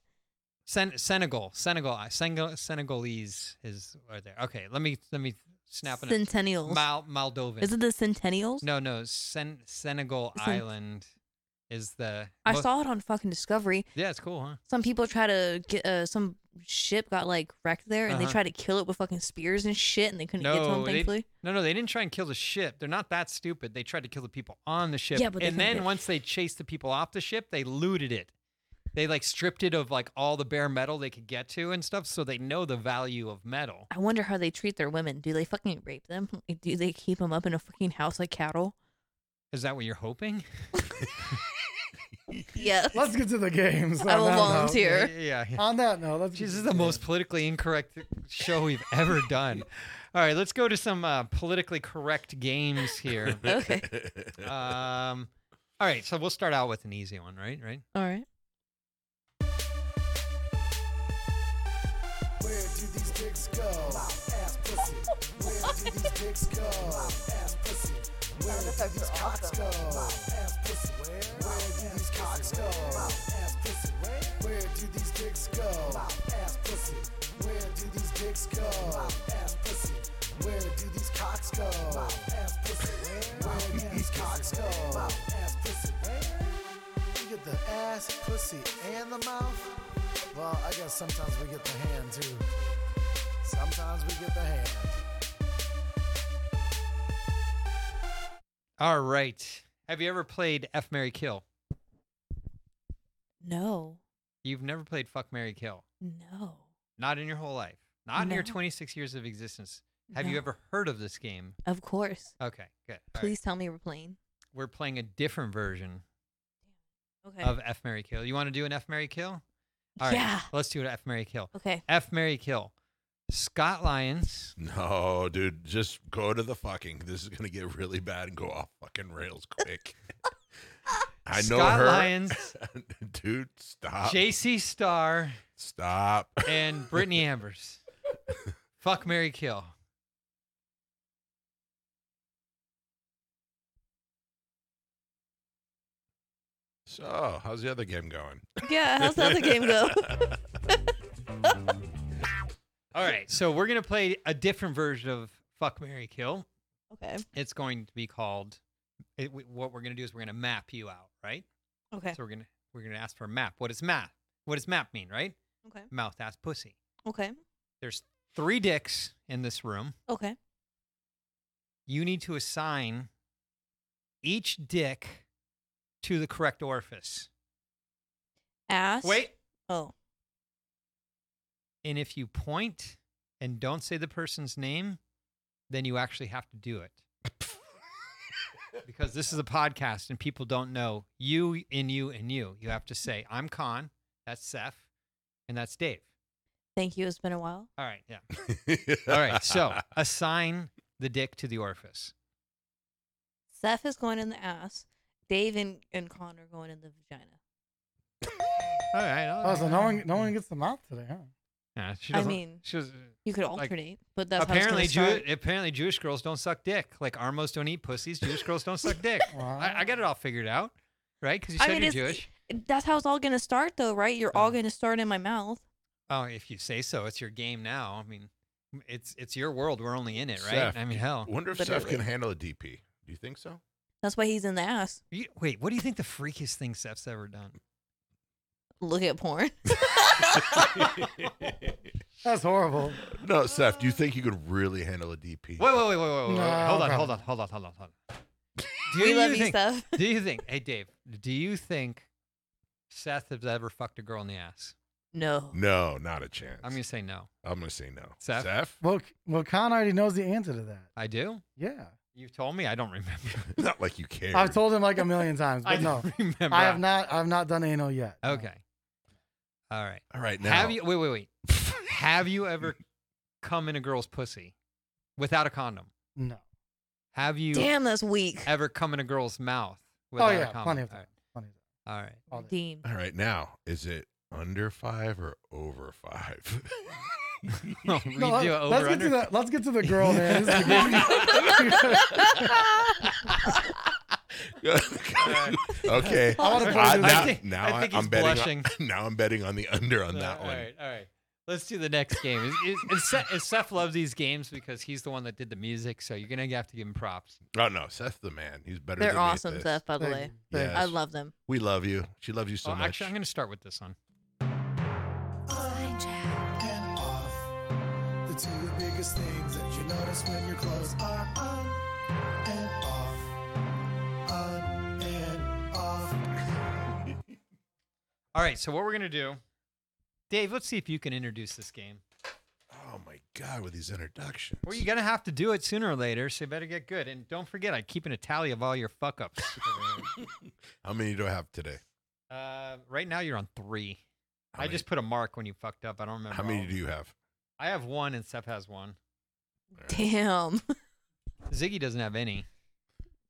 Speaker 2: Sen- Senegal. Senegal. I- Senegal. Senegalese is are there. Okay. Let me let me snap it. up.
Speaker 5: Centennials.
Speaker 2: Mal- Moldovan.
Speaker 5: Is it the Centennials?
Speaker 2: No, no. Sen- Senegal
Speaker 5: Sen-
Speaker 2: Island is the.
Speaker 5: I
Speaker 2: well,
Speaker 5: saw it on fucking Discovery.
Speaker 2: Yeah, it's cool, huh?
Speaker 5: Some people try to get uh, some ship got like wrecked there, and
Speaker 2: Uh-huh.
Speaker 5: they tried to kill it with fucking spears and shit, and they couldn't get to
Speaker 2: No,
Speaker 5: them.
Speaker 2: they,
Speaker 5: Thankfully,
Speaker 2: no, no. They didn't try and kill the ship. They're not that stupid. They tried to kill the people on the ship.
Speaker 5: Yeah, but they
Speaker 2: and
Speaker 5: couldn't
Speaker 2: then
Speaker 5: get-
Speaker 2: once they chased the people off the ship, they looted it. They like stripped it of like all the bare metal they could get to and stuff, so they know the value of metal.
Speaker 5: I wonder how they treat their women. Do they fucking rape them? Like, Do they keep them up in a fucking house like cattle?
Speaker 2: Is that what you're hoping?
Speaker 5: Yeah.
Speaker 3: Let's get to the games.
Speaker 5: I will
Speaker 3: On that note-
Speaker 5: volunteer. Here.
Speaker 2: Yeah. yeah.
Speaker 3: On that note, let's. get
Speaker 2: Jeez, this
Speaker 3: to
Speaker 2: is the most politically incorrect show we've ever done. All right, let's go to some uh, politically correct games here.
Speaker 5: Okay.
Speaker 2: Um, all right, so we'll start out with an easy one, right? Right?
Speaker 5: All right.
Speaker 1: Where do these dicks go? Ass pussy. Where do these dicks go? Ass pussy. Where do these cocks go? Ass pussy. Where? Where do these cocks go? Ass pussy. Where? Where do these dicks go? Ass pussy. Where do these dicks go? Ass pussy. Where do these cocks go? Ass pussy. Where? Where do these cocks go? Ass pussy. Where? You get the ass, pussy, and the mouth. Well, I guess sometimes we get the hand too. Sometimes we get the hand.
Speaker 2: All right. Have you ever played F Mary Kill?
Speaker 5: No.
Speaker 2: You've never played Fuck Mary Kill.
Speaker 5: No.
Speaker 2: Not in your whole life. Not in your
Speaker 5: No.
Speaker 2: 26 years of existence. Have you
Speaker 5: No.
Speaker 2: ever heard of this game?
Speaker 5: Of course.
Speaker 2: Okay, good. All right.
Speaker 5: Please tell me we're playing.
Speaker 2: We're playing a different version
Speaker 5: Okay.
Speaker 2: of F Mary Kill. You want to do an F Mary Kill? All right.
Speaker 5: Yeah.
Speaker 2: Let's do an F Mary Kill.
Speaker 5: Okay.
Speaker 2: F Mary Kill. Scott Lyons.
Speaker 4: no, dude, just go to the fucking. This is gonna get really bad and go off fucking rails quick. I know
Speaker 2: Scott
Speaker 4: her.
Speaker 2: Lyons.
Speaker 4: dude, stop.
Speaker 2: JC Starr
Speaker 4: Stop.
Speaker 2: and Brittany Ambers. Fuck Mary Kill.
Speaker 4: So, how's the other game going?
Speaker 5: Yeah. How's the other game go?
Speaker 2: All right. So we're gonna play a different version of Fuck Mary Kill.
Speaker 5: okay.
Speaker 2: It's going to be called. It, w- what we're gonna do is we're gonna map you out, right?
Speaker 5: Okay.
Speaker 2: So we're gonna we're gonna ask for a map. What does map? What does map mean, right?
Speaker 5: Okay.
Speaker 2: Mouth ass pussy.
Speaker 5: Okay.
Speaker 2: There's three dicks in this room.
Speaker 5: Okay.
Speaker 2: You need to assign each dick to the correct orifice.
Speaker 5: Ass.
Speaker 2: Wait.
Speaker 5: Oh.
Speaker 2: And if you point and don't say the person's name, then you actually have to do it. because this is a podcast and people don't know you and you and you. You have to say, I'm Con, that's Seth, and that's Dave.
Speaker 5: Thank you. It's been a while.
Speaker 2: All right. Yeah. All right. So assign the dick to the orifice.
Speaker 5: Seth is going in the ass. Dave and, and Con are going in the vagina.
Speaker 2: All right. all
Speaker 3: Oh, so
Speaker 2: right,
Speaker 3: no
Speaker 2: all
Speaker 3: one,
Speaker 2: right.
Speaker 3: no one gets the mouth today, huh?
Speaker 2: Yeah, she
Speaker 5: I
Speaker 2: doesn't-
Speaker 5: mean,
Speaker 2: she was,
Speaker 5: You could
Speaker 2: Like,
Speaker 5: alternate, but that's
Speaker 2: apparently,
Speaker 5: how it's gonna
Speaker 2: Jew-
Speaker 5: start.
Speaker 2: apparently Jewish girls don't suck dick. Like Armos don't eat pussies. Jewish girls don't suck dick. I, I got it all figured out, right? Because you
Speaker 5: I
Speaker 2: said
Speaker 5: mean,
Speaker 2: you're
Speaker 5: it's-
Speaker 2: Jewish.
Speaker 5: That's how it's all gonna start, though, right? You're all
Speaker 2: Uh.
Speaker 5: gonna start in my mouth.
Speaker 2: Oh, if you say so, it's your game now. I mean, it's it's your world. We're only in it, right?
Speaker 4: Seth,
Speaker 2: I mean,
Speaker 4: you-
Speaker 2: hell.
Speaker 4: Wonder if Seth
Speaker 5: Literally.
Speaker 4: can handle a DP. Do you think so?
Speaker 5: That's why he's in the ass.
Speaker 2: You, wait, what do you think the freakiest thing Seth's ever done?
Speaker 5: Look at porn.
Speaker 3: That's horrible.
Speaker 4: No, Seth. Do you think you could really handle a
Speaker 2: Wait,
Speaker 4: DP?
Speaker 2: wait, wait, wait, wait, wait. wait. hold
Speaker 3: No,
Speaker 2: on,
Speaker 3: probably.
Speaker 2: hold on, hold on, hold on, hold on. Do
Speaker 5: we love you,
Speaker 2: think?
Speaker 5: Seth.
Speaker 2: do you think? Hey, Dave. Do you think Seth has ever fucked a girl in the ass?
Speaker 5: No.
Speaker 4: No, not a chance.
Speaker 2: I'm gonna say no.
Speaker 4: I'm gonna say no.
Speaker 2: Seth?
Speaker 3: Well, C- well, Con already knows the answer to that.
Speaker 2: I do.
Speaker 3: Yeah,
Speaker 2: You've told me. I don't remember.
Speaker 4: not like you care.
Speaker 3: I've told him like a million times,
Speaker 2: I
Speaker 3: but no,
Speaker 2: don't remember.
Speaker 3: I have not. I've not done anal yet. No.
Speaker 2: Okay. All right.
Speaker 4: All right, now
Speaker 2: Have you? Wait, wait, wait. Have you ever come in a girl's pussy without a condom?
Speaker 3: No.
Speaker 2: Have you
Speaker 5: Damn, that's weak.
Speaker 2: ever come in a girl's mouth?
Speaker 3: Oh
Speaker 2: without a
Speaker 3: yeah,
Speaker 2: condom?
Speaker 3: plenty of
Speaker 2: All
Speaker 3: time.
Speaker 2: right.
Speaker 3: Plenty of time.
Speaker 2: All right.
Speaker 3: All day.
Speaker 5: Deem.
Speaker 4: All right, now is it under five or over five?
Speaker 2: Well, we
Speaker 3: No,
Speaker 2: do
Speaker 3: let-
Speaker 2: over
Speaker 3: let's get
Speaker 2: under.
Speaker 3: to the let's get to the girl man. This is good.
Speaker 4: okay.
Speaker 3: I wanna
Speaker 2: Uh,
Speaker 3: play this-
Speaker 4: now
Speaker 2: I think-
Speaker 4: now
Speaker 2: I
Speaker 4: I
Speaker 2: think
Speaker 4: am
Speaker 2: he's
Speaker 4: betting
Speaker 2: blushing.
Speaker 4: on, now I'm betting on the under on
Speaker 2: Uh,
Speaker 4: that one.
Speaker 2: All right, all right. Let's do the next game. Is, is, is Seth, is Seth loves these games because he's the one that did the music, so you're gonna have to give him props.
Speaker 4: Oh no, Seth's the man. He's better.
Speaker 5: They're
Speaker 4: than me at
Speaker 5: awesome,
Speaker 4: this.
Speaker 5: Seth, by the
Speaker 3: Thank
Speaker 5: way.
Speaker 3: you.
Speaker 4: Yes.
Speaker 5: I love them.
Speaker 4: We love you. She loves you so
Speaker 2: oh,
Speaker 4: much.
Speaker 2: actually, I'm gonna start with this one.
Speaker 1: and off. The two of the biggest things that you notice when your clothes are on and off. On and off.
Speaker 2: All right, so what we're gonna do, Dave? Let's see if you can introduce this game.
Speaker 4: oh my god, with these introductions.
Speaker 2: Well, you're gonna have to do it sooner or later, so you better get good. And don't forget, I keep an tally of all your fuck ups.
Speaker 4: How many do I have today?
Speaker 2: uh, right now, you're on three.
Speaker 4: How
Speaker 2: I
Speaker 4: many-
Speaker 2: just put a mark when you fucked up. I don't remember.
Speaker 4: How
Speaker 2: all
Speaker 4: many
Speaker 2: of
Speaker 4: do
Speaker 2: them.
Speaker 4: you have?
Speaker 2: I have one, and Seth has one.
Speaker 5: Damn.
Speaker 2: Ziggy doesn't have any.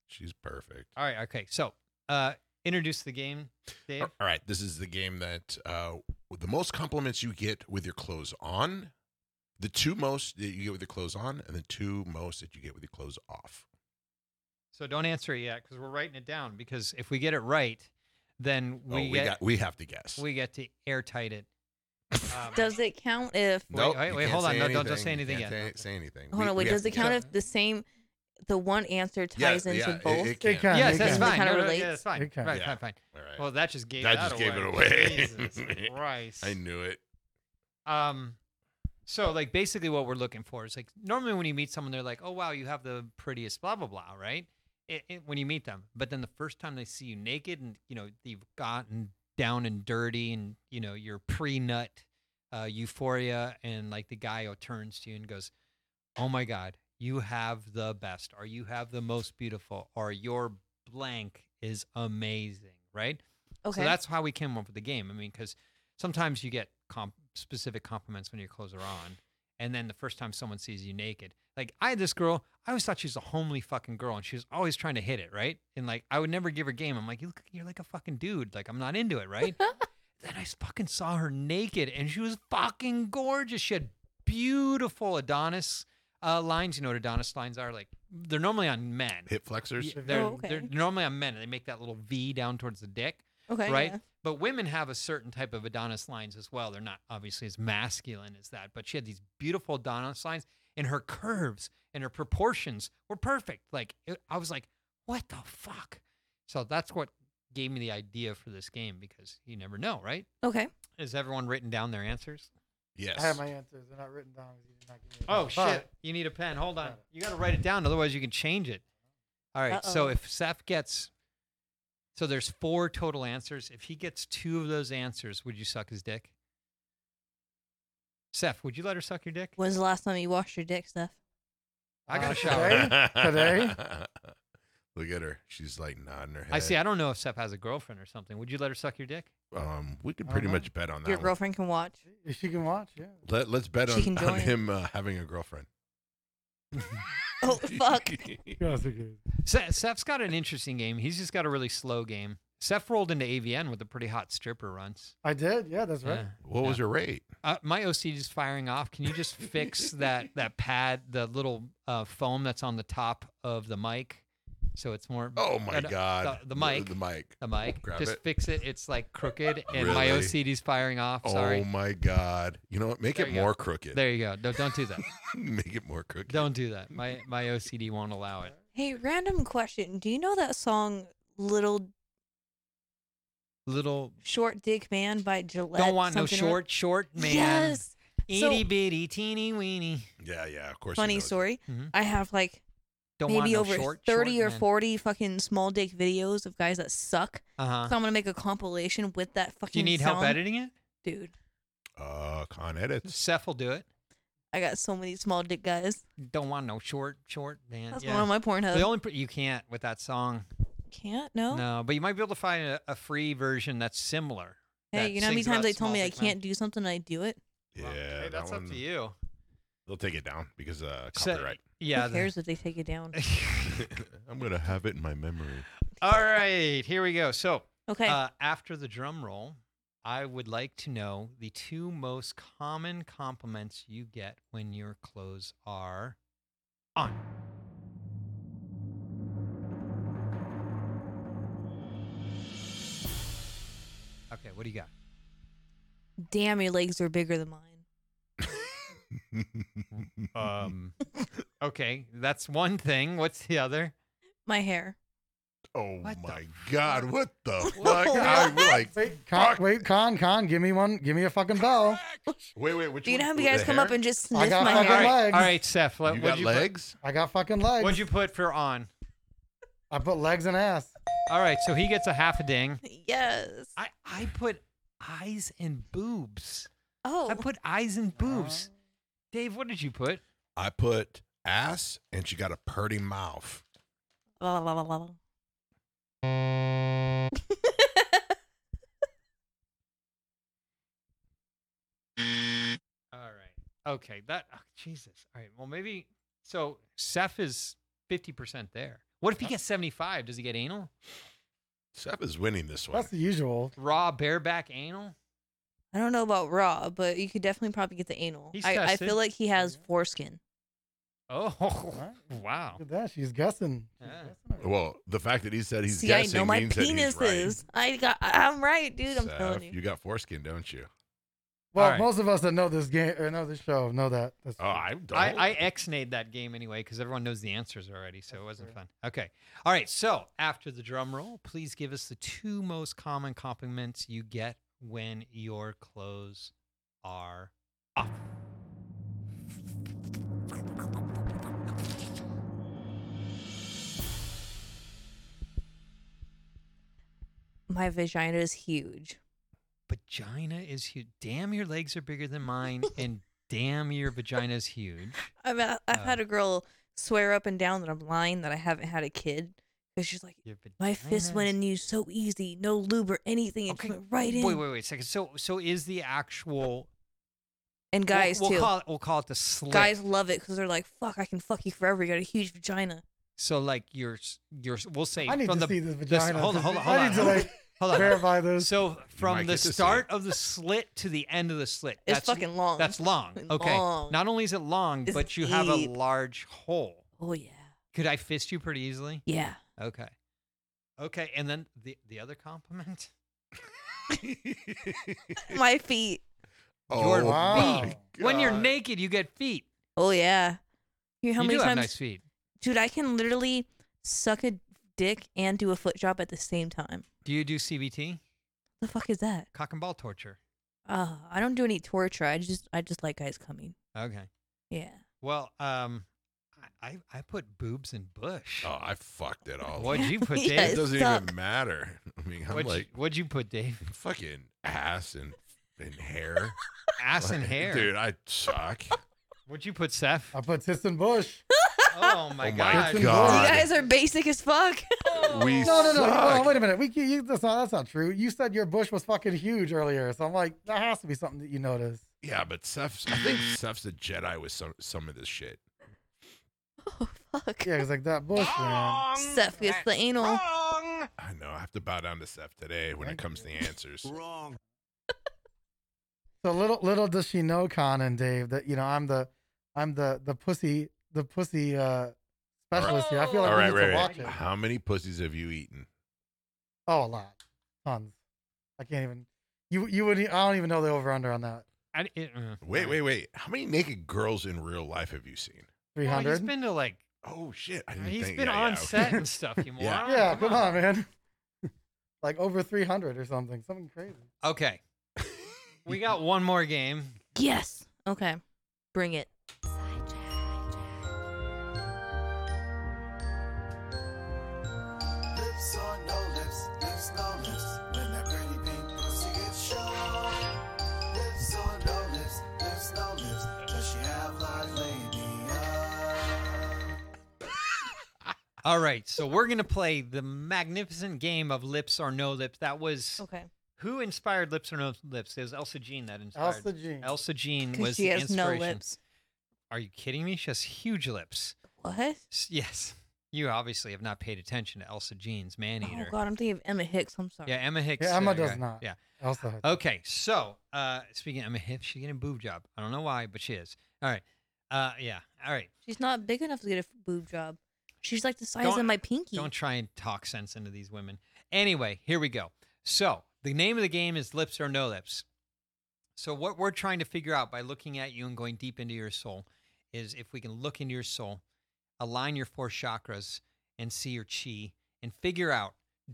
Speaker 4: She's perfect.
Speaker 2: All right, okay. So, uh, introduce the game, Dave.
Speaker 4: All right, this is the game that uh, with the most compliments you get with your clothes on, the two most that you get with your clothes on, and the two most that you get with your clothes off.
Speaker 2: So don't answer it yet because we're writing it down. Because if we get it right, then
Speaker 4: Oh,
Speaker 2: we get we,
Speaker 4: got, we have to guess.
Speaker 2: get to airtight it. Um,
Speaker 5: Does it count if
Speaker 2: Wait,
Speaker 4: Nope,
Speaker 2: wait,
Speaker 4: you
Speaker 2: wait,
Speaker 4: can't
Speaker 2: hold on.
Speaker 4: say
Speaker 2: No, don't- don't say
Speaker 4: You
Speaker 2: anything
Speaker 4: can't
Speaker 2: yet.
Speaker 4: Say, say anything.
Speaker 5: Hold on,
Speaker 4: We-
Speaker 5: wait.
Speaker 4: we
Speaker 5: Does
Speaker 4: have
Speaker 5: it
Speaker 4: to
Speaker 5: count
Speaker 4: guess.
Speaker 5: if the same, the one answer ties
Speaker 4: yeah,
Speaker 5: into
Speaker 4: yeah, it-
Speaker 5: both?
Speaker 4: it
Speaker 3: It
Speaker 4: can.
Speaker 3: can,
Speaker 2: yes,
Speaker 3: it
Speaker 2: that's
Speaker 3: can.
Speaker 2: fine.
Speaker 5: Kinda
Speaker 2: No, no,
Speaker 5: relates.
Speaker 2: yeah, that's fine.
Speaker 3: It can.
Speaker 2: Right,
Speaker 4: Yeah.
Speaker 2: fine, fine.
Speaker 4: All right.
Speaker 2: Well, that just gave
Speaker 4: That
Speaker 2: that,
Speaker 4: just gave it away.
Speaker 2: Jesus Christ.
Speaker 4: I knew it.
Speaker 2: Um, so like basically what we're looking for is like normally when you meet someone, they're like, oh wow, you have the prettiest blah blah blah, right? It, it- when you meet them, but then the first time they see you naked and you know you've gotten down and dirty and you know you're pre nut uh, euphoria and like the guy turns to you and goes, oh my god, you have the best, or you have the most beautiful, or your blank is amazing, right?
Speaker 5: okay.
Speaker 2: So that's how we came up with the game. I mean, because sometimes you get comp- specific compliments when your clothes are on, and then the first time someone sees you naked, like I had this girl, I always thought she was a homely fucking girl, and she was always trying to hit it right, and like I would never give her game. I'm like, you look, you're like a fucking dude. Like I'm not into it, right? then I fucking saw her naked, and she was fucking gorgeous. She had beautiful Adonis uh, lines. You know what Adonis lines are? Like they're normally on men.
Speaker 4: Hip flexors.
Speaker 2: Yeah, they're,
Speaker 5: Oh,
Speaker 2: they're
Speaker 5: okay.
Speaker 2: normally on men, and they make that little V down towards the dick
Speaker 5: okay.
Speaker 2: right?
Speaker 5: yeah.
Speaker 2: But women have a certain type of Adonis lines as well. They're not obviously as masculine as that, but she had these beautiful Adonis lines, and her curves and her proportions were perfect. Like it, I was like, what the fuck? So that's what gave me the idea for this game because you never know, right?
Speaker 5: Okay.
Speaker 2: Has everyone written down their answers?
Speaker 4: Yes.
Speaker 3: I have my answers. They're not written down. 'cause You did not give me a
Speaker 2: Oh
Speaker 3: chance.
Speaker 2: shit! You need a pen. Hold on. You got to write it down, otherwise you can change it. All right, So
Speaker 5: Uh-oh.
Speaker 2: if Seth gets, so there's four total answers. If he gets two of those answers, would you suck his dick? Seth, would you let her suck your dick?
Speaker 5: When's the last time you washed your dick, Steph?
Speaker 2: I got
Speaker 3: Uh,
Speaker 2: a shower.
Speaker 3: today? Today?
Speaker 4: Look at her. She's like nodding her head.
Speaker 2: I see. I don't know if Seth has a girlfriend or something. Would you let her suck your dick?
Speaker 4: Um, we could
Speaker 3: I
Speaker 4: pretty
Speaker 3: don't know.
Speaker 4: much bet on that.
Speaker 5: Uh-huh. Your
Speaker 4: one.
Speaker 5: girlfriend can watch.
Speaker 3: If she can watch, yeah.
Speaker 4: Let, let's bet
Speaker 5: She
Speaker 4: on,
Speaker 5: can
Speaker 4: on
Speaker 5: join.
Speaker 4: him uh, having a girlfriend.
Speaker 5: Oh fuck.
Speaker 3: Yes, it is.
Speaker 2: Seth, Seth's got an interesting game. He's just got a really slow game. Seth rolled into AVN with a pretty hot stripper once.
Speaker 3: I did. Yeah, that's right.
Speaker 2: Yeah.
Speaker 4: What was her rate?
Speaker 2: Uh, my OCD is firing off. Can you just fix that that pad, the little uh, foam that's on the top of the mic, so it's more
Speaker 4: Oh my
Speaker 2: no,
Speaker 4: god.
Speaker 2: Uh, the- the mic.
Speaker 4: The mic.
Speaker 2: the mic.
Speaker 4: Grab
Speaker 2: just
Speaker 4: it.
Speaker 2: fix it. It's like crooked, and my
Speaker 4: Really?
Speaker 2: OCD is firing off. Sorry.
Speaker 4: Oh my god. You know what? Make
Speaker 2: There
Speaker 4: it
Speaker 2: you go.
Speaker 4: more crooked.
Speaker 2: there you go. No, don't do that.
Speaker 4: Make it more crooked.
Speaker 2: don't do that. My my OCD won't allow it.
Speaker 5: Hey, random question. Do you know that song "Little
Speaker 2: Little.
Speaker 5: Short Dick Man" by Gillette?
Speaker 2: don't want no
Speaker 5: something or-
Speaker 2: short, short man.
Speaker 5: Yes.
Speaker 2: Itty
Speaker 5: So-
Speaker 2: bitty, teeny weeny.
Speaker 4: Yeah, yeah. Of course. you know
Speaker 5: Funny
Speaker 4: it.
Speaker 5: story.
Speaker 2: Mhm.
Speaker 5: I have like
Speaker 2: Don't want
Speaker 5: maybe
Speaker 2: no
Speaker 5: over
Speaker 2: short,
Speaker 5: 30
Speaker 2: short
Speaker 5: or 40 fucking small dick videos of guys that suck.
Speaker 2: Uh huh.
Speaker 5: So I'm going to make a compilation with that fucking
Speaker 2: Do you need help
Speaker 5: sound.
Speaker 2: editing it?
Speaker 5: Dude,
Speaker 4: Uh, con edits.
Speaker 2: Seth will do it.
Speaker 5: I got so many small dick guys.
Speaker 2: Don't want no short, short man.
Speaker 5: That's
Speaker 2: yeah.
Speaker 5: one of my Pornhub.
Speaker 2: The only pr- you can't with that song.
Speaker 5: Can't? No?
Speaker 2: No, but you might be able to find a, a free version that's similar.
Speaker 5: Hey,
Speaker 2: that
Speaker 5: you know how many
Speaker 2: sings about
Speaker 5: times they told
Speaker 2: small
Speaker 5: me I
Speaker 2: dick men.
Speaker 5: can't do something and I do it?
Speaker 4: Yeah,
Speaker 2: Well, hey,
Speaker 4: that
Speaker 2: that's
Speaker 4: one,
Speaker 2: up to you.
Speaker 4: They'll take it down because uh
Speaker 2: So-
Speaker 4: copyright.
Speaker 2: Yeah.
Speaker 5: Who
Speaker 2: the-
Speaker 5: cares if they take it down?
Speaker 4: I'm gonna have it in my memory.
Speaker 2: All right, here we go. So
Speaker 5: Okay.
Speaker 2: uh, after the drum roll, I would like to know the two most common compliments you get when your clothes are on. Okay, what do you got?
Speaker 5: Damn, your legs are bigger than mine.
Speaker 2: Um, okay, that's one thing. What's the other?
Speaker 5: My hair.
Speaker 4: oh
Speaker 2: What the
Speaker 4: my god, what the
Speaker 5: What?
Speaker 4: fuck? I'm like,
Speaker 3: Wait, con,
Speaker 4: Fuck.
Speaker 3: wait, con, con, give me one, give me a fucking bell.
Speaker 4: wait, wait, which
Speaker 5: Do you
Speaker 4: one?
Speaker 5: know how you
Speaker 4: The
Speaker 5: guys come
Speaker 4: hair?
Speaker 5: up and just
Speaker 3: I
Speaker 5: sniff
Speaker 3: got
Speaker 5: my
Speaker 2: All
Speaker 3: fucking
Speaker 5: hair?
Speaker 2: right,
Speaker 3: legs.
Speaker 2: all right, Seth. What,
Speaker 4: You
Speaker 2: what'd
Speaker 4: got
Speaker 2: you put-
Speaker 4: legs?
Speaker 3: I got fucking legs.
Speaker 2: what'd you put for on?
Speaker 3: I put legs and ass.
Speaker 2: All right, so he gets a half a ding.
Speaker 5: Yes.
Speaker 2: I I put eyes and boobs.
Speaker 5: oh.
Speaker 2: I put eyes and boobs. Dave, what did you put?
Speaker 4: I put ass, and she got a purty mouth.
Speaker 5: La, la, la, la, la.
Speaker 2: All right. Okay. That oh, Jesus. All right. Well, maybe so. Seth is fifty percent there. What if he gets seventy-five? Does he get anal?
Speaker 4: Seth is winning this one.
Speaker 3: That's the usual.
Speaker 2: Raw bareback anal?
Speaker 5: I don't know about raw, but you could definitely probably get the anal.
Speaker 2: He's
Speaker 5: I, I
Speaker 2: tested.
Speaker 5: feel like he has foreskin.
Speaker 2: Oh, wow.
Speaker 3: Look at that. She's guessing. She's
Speaker 2: Yeah.
Speaker 3: guessing already.
Speaker 4: Well, the fact that he said he's
Speaker 5: See, I
Speaker 4: guessing
Speaker 5: know my
Speaker 4: means that he's
Speaker 5: penises. I got. I'm right, dude.
Speaker 4: right.
Speaker 5: I'm telling
Speaker 4: Seth,
Speaker 5: you.
Speaker 4: you got foreskin, don't you?
Speaker 3: Well,
Speaker 2: Alright.
Speaker 3: most of us that know this game or know this show know that. That's
Speaker 4: Oh, I don't.
Speaker 2: I, I X-nayed that game anyway because everyone knows the answers already, so it wasn't fun. Okay. All right. So after the drum roll, please give us the two most common compliments you get when your clothes are off.
Speaker 5: My vagina is huge.
Speaker 2: Vagina is huge. Damn, your legs are bigger than mine, and damn, your vagina is huge.
Speaker 5: I've I've
Speaker 2: Uh.
Speaker 5: had a girl swear up and down that I'm lying that I haven't had a kid because she's like,
Speaker 2: Your
Speaker 5: my fist went
Speaker 2: vagina-
Speaker 5: in you so easy, no lube or anything, it just went right in.
Speaker 2: Wait, wait, wait a second. So, so is the actual
Speaker 5: And
Speaker 2: we'll-
Speaker 5: guys
Speaker 2: We'll,
Speaker 5: too.
Speaker 2: call it. We'll call it the slit.
Speaker 5: guys love it because they're like, fuck, I can fuck you forever. You got a huge vagina.
Speaker 2: So like your s- your s- we'll say
Speaker 3: I need
Speaker 2: from
Speaker 3: to
Speaker 2: the
Speaker 3: see this
Speaker 2: the s-
Speaker 3: vagina.
Speaker 2: hold on,
Speaker 3: to
Speaker 2: hold
Speaker 3: see-
Speaker 2: on, hold
Speaker 3: I
Speaker 2: on.
Speaker 3: need to like
Speaker 2: hold on.
Speaker 3: verify this.
Speaker 2: So
Speaker 4: might
Speaker 2: from the
Speaker 4: get to see it.
Speaker 2: start of the slit to the end of the slit,
Speaker 5: It's
Speaker 2: that's
Speaker 5: fucking long.
Speaker 2: That's long. Okay.
Speaker 5: Long.
Speaker 2: Not only is it long,
Speaker 5: It's
Speaker 2: but you have a
Speaker 5: deep.
Speaker 2: large hole.
Speaker 5: Oh yeah,
Speaker 2: Could I fist you pretty easily?
Speaker 5: yeah.
Speaker 2: Okay. Okay, and then the the other compliment.
Speaker 5: my feet.
Speaker 4: oh,
Speaker 2: your
Speaker 3: wow.
Speaker 2: feet. When you're
Speaker 4: God.
Speaker 2: naked, you get feet.
Speaker 5: Oh yeah. You know how
Speaker 2: you
Speaker 5: many
Speaker 2: do
Speaker 5: times,
Speaker 2: have nice feet.
Speaker 5: dude? I can literally suck a dick and do a foot job at the same time.
Speaker 2: Do you do CBT,
Speaker 5: The fuck is that?
Speaker 2: cock and ball torture?
Speaker 5: Uh, I don't do any torture. I just I just like guys coming.
Speaker 2: Okay.
Speaker 5: Yeah.
Speaker 2: Well, um, I I, I put boobs in bush.
Speaker 4: Oh, I fucked it all.
Speaker 2: What'd you put, Dave?
Speaker 5: Yeah,
Speaker 4: It doesn't
Speaker 5: suck.
Speaker 4: even matter. I mean, I'm
Speaker 2: What'd,
Speaker 4: like
Speaker 2: you, what'd you put, Dave?
Speaker 4: fucking ass and and hair.
Speaker 2: Ass and
Speaker 4: Like,
Speaker 2: hair.
Speaker 4: dude. I suck.
Speaker 2: What'd you put, Seth?
Speaker 3: I put tits and bush.
Speaker 2: Oh my
Speaker 4: Oh my
Speaker 2: gosh.
Speaker 4: God.
Speaker 5: You guys are basic as fuck. Oh.
Speaker 4: we
Speaker 3: No, no, no.
Speaker 4: suck.
Speaker 3: Hold on, wait a minute. We can- you, that's not that's not true. You said your bush was fucking huge earlier, so I'm like, that has to be something that you noticed.
Speaker 4: Yeah, but Seth's. I think Seth's a Jedi with some some of this shit.
Speaker 5: oh fuck.
Speaker 3: Yeah, it's like that bush, man.
Speaker 5: Seth gets the anal.
Speaker 4: I know. I have to bow down to Seth today when it
Speaker 3: Thank
Speaker 4: comes to the answers.
Speaker 3: So little little does she know, Con and Dave, that you know I'm the I'm the the pussy the pussy uh specialist here. I feel like
Speaker 4: All
Speaker 3: we
Speaker 4: right,
Speaker 3: need
Speaker 4: right,
Speaker 3: to
Speaker 4: right.
Speaker 3: watch it.
Speaker 4: How many pussies have you eaten?
Speaker 3: Oh, a lot, tons. I can't even. You you would not I don't even know the over under on that.
Speaker 2: I, it, uh,
Speaker 4: Wait, wait, wait. How many naked girls in real life have you seen?
Speaker 3: Three
Speaker 2: Well, he's
Speaker 3: hundred.
Speaker 2: been to like,
Speaker 4: Oh shit! I didn't
Speaker 2: he's
Speaker 4: think-
Speaker 2: been
Speaker 4: yeah,
Speaker 2: on
Speaker 4: yeah, okay.
Speaker 2: set and stuff, you moron.
Speaker 4: Yeah.
Speaker 3: yeah, come on, man. like over three hundred or something, something crazy.
Speaker 2: Okay. We got one more game.
Speaker 5: Yes. Okay. Bring it.
Speaker 1: Lips or no lips, lips no lips, when that pretty pink pussy gets shown. Lips or no lips, lips no lips, does she have large labia?
Speaker 2: All right. So we're going to play the magnificent game of Lips or No Lips. That was
Speaker 3: Oh.
Speaker 5: Okay.
Speaker 2: who inspired Lips or No Lips? It was Elsa Jean that inspired.
Speaker 3: Elsa Jean.
Speaker 2: Elsa Jean
Speaker 5: Because
Speaker 2: was
Speaker 5: she
Speaker 2: the
Speaker 5: has no
Speaker 2: inspiration.
Speaker 5: lips.
Speaker 2: Are you kidding me? She has huge lips.
Speaker 5: What?
Speaker 2: S- Yes. You obviously have not paid attention to Elsa Jean's man
Speaker 5: Oh
Speaker 2: eater.
Speaker 5: God, I'm thinking of Emma Hicks. I'm sorry.
Speaker 2: Yeah, Emma Hicks.
Speaker 3: Yeah, Emma
Speaker 2: uh,
Speaker 3: does
Speaker 2: guy.
Speaker 3: not.
Speaker 2: Yeah.
Speaker 3: Elsa.
Speaker 2: Okay, so uh speaking of Emma Hicks, she's getting a boob job. I don't know why, but she is. All right. Uh yeah. All right.
Speaker 5: She's not big enough to get a f- boob job. She's like the size
Speaker 2: Don't-
Speaker 5: of my pinky.
Speaker 2: Don't try and talk sense into these women. Anyway, here we go. So the name of the game is Lips or No Lips. So what we're trying to figure out by looking at you and going deep into your soul is if we can look into your soul, align your four chakras, and see your chi, and figure out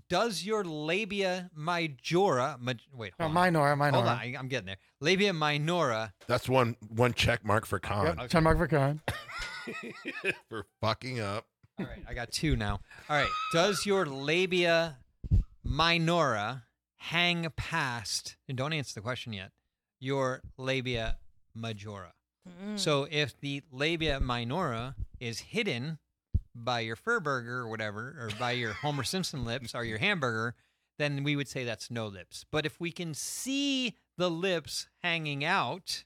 Speaker 2: does your labia majora ma- wait
Speaker 3: No,
Speaker 2: hold on.
Speaker 3: minor, minor.
Speaker 2: Hold on, I, am getting there. Labia minora.
Speaker 4: That's one one check mark for
Speaker 3: Yep.
Speaker 4: Khan
Speaker 2: Okay.
Speaker 3: Check mark for Khan.
Speaker 4: for fucking up.
Speaker 2: All right, I got two now. All right, does your labia minora hang past? And don't answer the question yet. Your labia majora.
Speaker 5: Mm.
Speaker 2: So if the labia minora is hidden by your fur burger or whatever, or by your Homer Simpson lips or your hamburger, then we would say that's no lips. But if we can see the lips hanging out,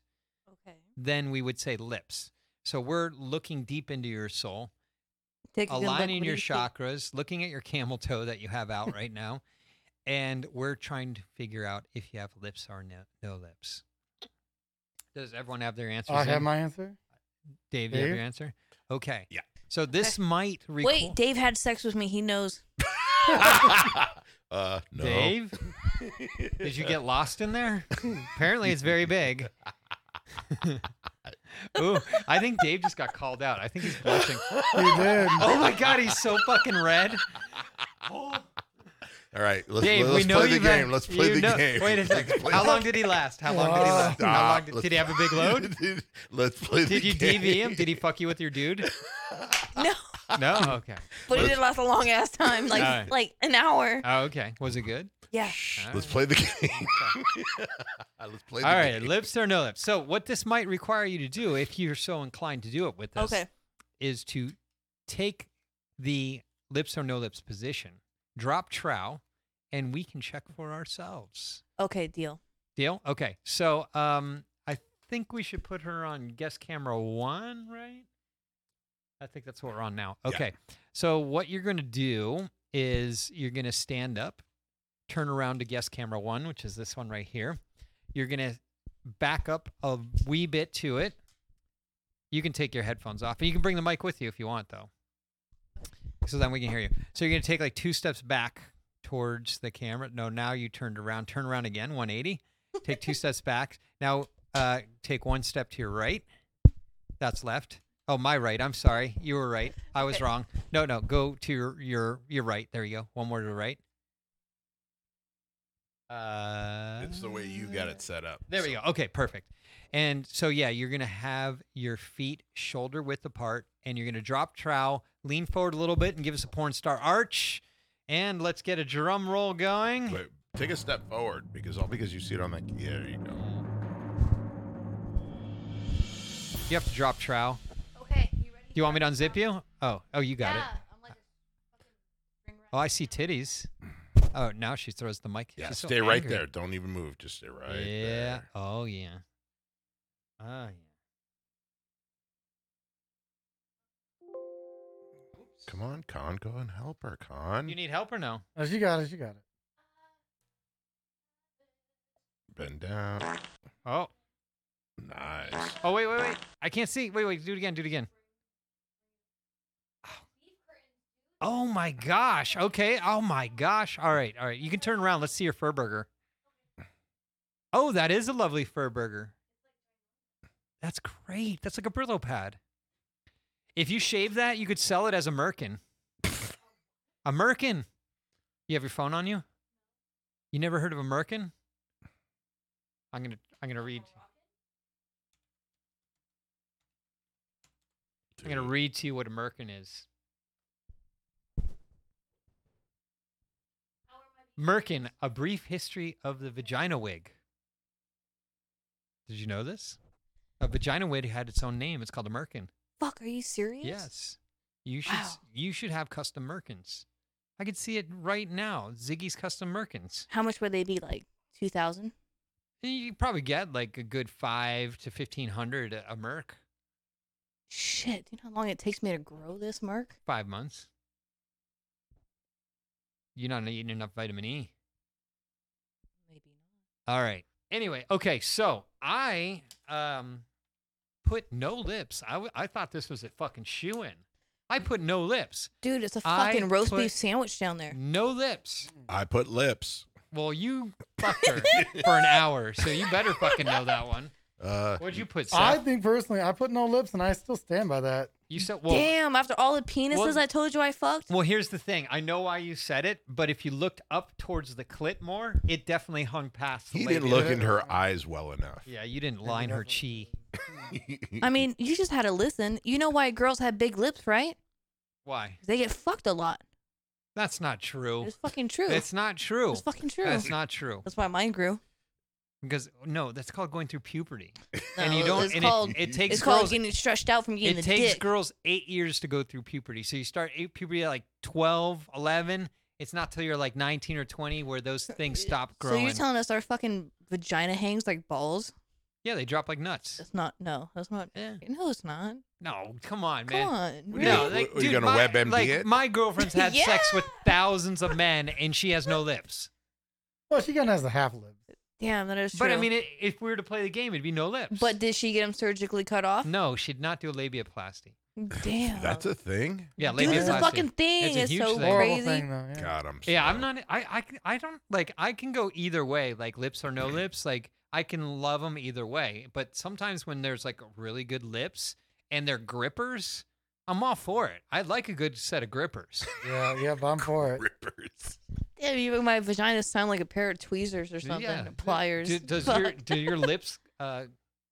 Speaker 5: okay.
Speaker 2: then we would say lips. So we're looking deep into your soul,
Speaker 5: Take a good look.
Speaker 2: aligning
Speaker 5: What do
Speaker 2: your
Speaker 5: you think?
Speaker 2: chakras, looking at your camel toe that you have out right now, and we're trying to figure out if you have lips or no, no lips. Does everyone have their answers?
Speaker 3: I have
Speaker 2: in?
Speaker 3: my answer.
Speaker 2: Dave, you have
Speaker 3: Dave?
Speaker 2: your answer? Okay.
Speaker 4: Yeah.
Speaker 2: So this might requ-
Speaker 5: Wait, Dave had sex with me. He knows.
Speaker 4: uh, no.
Speaker 2: Dave, did you get lost in there? Apparently, it's very big. Ooh, I think Dave just got called out. I think he's blushing.
Speaker 3: He did.
Speaker 2: Oh my god, he's so fucking red.
Speaker 4: All right, let's,
Speaker 2: Dave,
Speaker 4: let's
Speaker 2: we know
Speaker 4: play the
Speaker 2: you've had-
Speaker 4: game. Let's play
Speaker 2: you
Speaker 4: the
Speaker 2: know-
Speaker 4: game.
Speaker 2: Wait a second.
Speaker 4: Let's play
Speaker 2: How
Speaker 4: the-
Speaker 2: long did he last? How long did
Speaker 5: Oh,
Speaker 2: he last? How long
Speaker 4: Stop.
Speaker 2: did,
Speaker 4: Let's-
Speaker 2: did he have a big load?
Speaker 4: Did- let's play the
Speaker 2: Did you
Speaker 4: game.
Speaker 2: DV him? Did he fuck you with your dude?
Speaker 5: No,
Speaker 2: No. Okay.
Speaker 5: but he did last a long ass time, like
Speaker 2: Alright.
Speaker 5: like an hour.
Speaker 2: Oh, okay. Was it good?
Speaker 5: Yeah.
Speaker 4: Shh,
Speaker 2: All
Speaker 4: let's
Speaker 2: right.
Speaker 4: play the game. let's play the
Speaker 2: All right,
Speaker 4: game.
Speaker 2: lips or no lips. So what this might require you to do, if you're so inclined to do it with this,
Speaker 5: Okay.
Speaker 2: is to take the lips or no lips position, drop trow, and we can check for ourselves.
Speaker 5: Okay. Deal.
Speaker 2: Deal? Okay. So um, I think we should put her on guest camera one, right? I think that's what we're on now.
Speaker 4: Yeah.
Speaker 2: Okay. So what you're going to do is you're going to stand up, turn around to guest camera one, which is this one right here. You're going to back up a wee bit to it. You can take your headphones off. and You can bring the mic with you if you want, though. So then we can hear you. So you're going to take like two steps back towards the camera. No, now you turned around. Turn around again, 180. Take two steps back. Now uh, take one step to your right. That's left. Oh, my right. I'm sorry. You were right. I was
Speaker 5: Okay.
Speaker 2: wrong. No, no. Go to your your your right. There you go. One more to the right. Uh,
Speaker 4: It's the way you got it set up.
Speaker 2: there we go. Okay, perfect. And so yeah, you're gonna have your feet shoulder width apart, and you're gonna drop trow, lean forward a little bit, and give us a porn star arch. And let's get a drum roll going.
Speaker 4: Wait, take a step forward because all because you see it on that. Yeah, there you go.
Speaker 2: You have to drop trow.
Speaker 6: Okay, you ready?
Speaker 2: Do you want me to unzip you? Oh, oh, you got
Speaker 6: yeah,
Speaker 2: it.
Speaker 6: I'm like
Speaker 2: Oh, I see titties. Oh, now she throws the mic.
Speaker 4: Yeah,
Speaker 2: She's so
Speaker 4: stay right
Speaker 2: angry.
Speaker 4: there. Don't even move. Just stay right
Speaker 2: yeah.
Speaker 4: there.
Speaker 2: Oh yeah. Oh yeah.
Speaker 4: Come on, Con, go and help her, Con.
Speaker 2: You need help or no?
Speaker 3: Oh, she got it. She got it.
Speaker 4: Bend down.
Speaker 2: Oh.
Speaker 4: Nice.
Speaker 2: Oh wait, wait, wait. I can't see. Wait, wait. Do it again. Do it again. Oh my gosh. Okay. Oh my gosh. All right. All right. You can turn around. Let's see your fur burger. Oh, that is a lovely fur burger. That's great. That's like a Brillo pad. If you shave that, you could sell it as a merkin. a merkin. You have your phone on you? You never heard of a merkin? I'm gonna I'm gonna read. I'm going to
Speaker 4: Dude.
Speaker 2: read to you what a merkin is. Merkin, a brief history of the vagina wig. Did you know this? A vagina wig had its own name. It's called a merkin.
Speaker 5: Fuck. Are you serious?
Speaker 2: Yes. You should s-
Speaker 5: Wow.
Speaker 2: you should have custom merkins. I could see it right now. Ziggy's custom merkins.
Speaker 5: How much would they be? Like two thousand.
Speaker 2: You could probably get like a good 5 to 1500 a merc.
Speaker 5: shit, do you know how long it takes me to grow this, Mark?
Speaker 2: Five months. You're not eating enough vitamin E.
Speaker 5: Maybe
Speaker 2: All right. Anyway, okay. So I um put no lips. I, w- I thought this was a fucking shoe in. I put no lips.
Speaker 5: Dude, it's a
Speaker 2: I
Speaker 5: fucking roast
Speaker 2: put-
Speaker 5: beef sandwich down there. Mm.
Speaker 2: No lips.
Speaker 4: I put lips.
Speaker 2: Well, you fucked her for an hour, so you better fucking know that one.
Speaker 4: Uh,
Speaker 2: What'd you put, Seth?
Speaker 3: I think personally, I put no lips, and I still stand by that.
Speaker 2: you said well.
Speaker 5: Damn, after all the penises
Speaker 2: well-
Speaker 5: I told you I fucked?
Speaker 2: Well, here's the thing. I know why you said it, but if you looked up towards the clit more, it definitely hung past. The
Speaker 4: he didn't
Speaker 2: labia.
Speaker 4: look into her eyes well enough.
Speaker 2: Yeah, you didn't line her chi.
Speaker 5: I mean, you just had to listen. You know why girls have big lips, right?
Speaker 2: Why?
Speaker 5: 'Cause They get fucked a lot.
Speaker 2: That's not true.
Speaker 5: It's fucking true.
Speaker 2: It's not true.
Speaker 5: It's fucking true.
Speaker 2: That's not true.
Speaker 5: That's why mine grew.
Speaker 2: Because no, that's called going through puberty.
Speaker 5: No,
Speaker 2: and you don't.
Speaker 5: It's
Speaker 2: and it-
Speaker 5: called.
Speaker 2: it, takes
Speaker 5: it's
Speaker 2: girls.
Speaker 5: called getting stretched out from
Speaker 2: it
Speaker 5: getting the
Speaker 2: takes
Speaker 5: dick.
Speaker 2: girls eight years to go through puberty. So you start eight puberty at like 12, 11. It's not till you're like 19 or 20 where those things stop
Speaker 5: Uh, so
Speaker 2: growing.
Speaker 5: you're telling us our fucking vagina hangs like balls?
Speaker 2: yeah, they drop like nuts.
Speaker 5: That's not. No, that's not.
Speaker 2: Yeah.
Speaker 5: No, it's not.
Speaker 2: No, come on,
Speaker 5: Come
Speaker 2: man.
Speaker 5: on.
Speaker 4: What do
Speaker 5: really?
Speaker 2: No,
Speaker 4: you-
Speaker 2: like,
Speaker 4: what, are you
Speaker 2: dude,
Speaker 4: gonna
Speaker 2: my,
Speaker 4: WebMD
Speaker 2: like,
Speaker 4: it?
Speaker 2: My girlfriend's had sex with
Speaker 5: Yeah.
Speaker 2: thousands of men, and she has no lips.
Speaker 3: Well, she kind of has a half lip.
Speaker 5: Damn, that is true.
Speaker 2: But I mean, it, if we were to play the game, it'd be no lips.
Speaker 5: but did she get them surgically cut off?
Speaker 2: no, she'd not do a labiaplasty.
Speaker 5: Damn.
Speaker 4: That's a thing.
Speaker 2: Yeah,
Speaker 5: Dude, it's a
Speaker 2: labiaplasty.
Speaker 5: fucking thing.
Speaker 2: It's
Speaker 5: It's,
Speaker 2: a huge
Speaker 5: so
Speaker 2: thing.
Speaker 3: Horrible
Speaker 5: crazy.
Speaker 3: thing though. Yeah.
Speaker 4: God, I'm.
Speaker 2: Yeah, I'm
Speaker 4: slow.
Speaker 2: not. I, I can- I don't like. I can go either way, like lips or no lips. Like I can love them either way. But sometimes when there's like really good lips and they're grippers, I'm all for it. I like a good set of grippers.
Speaker 3: Yeah, yep, I'm for it.
Speaker 4: Rippers.
Speaker 5: Yeah, even my vagina sound like a pair of tweezers or something,
Speaker 2: Yeah.
Speaker 5: or pliers.
Speaker 2: Do, does
Speaker 5: Fuck.
Speaker 2: your do your lips uh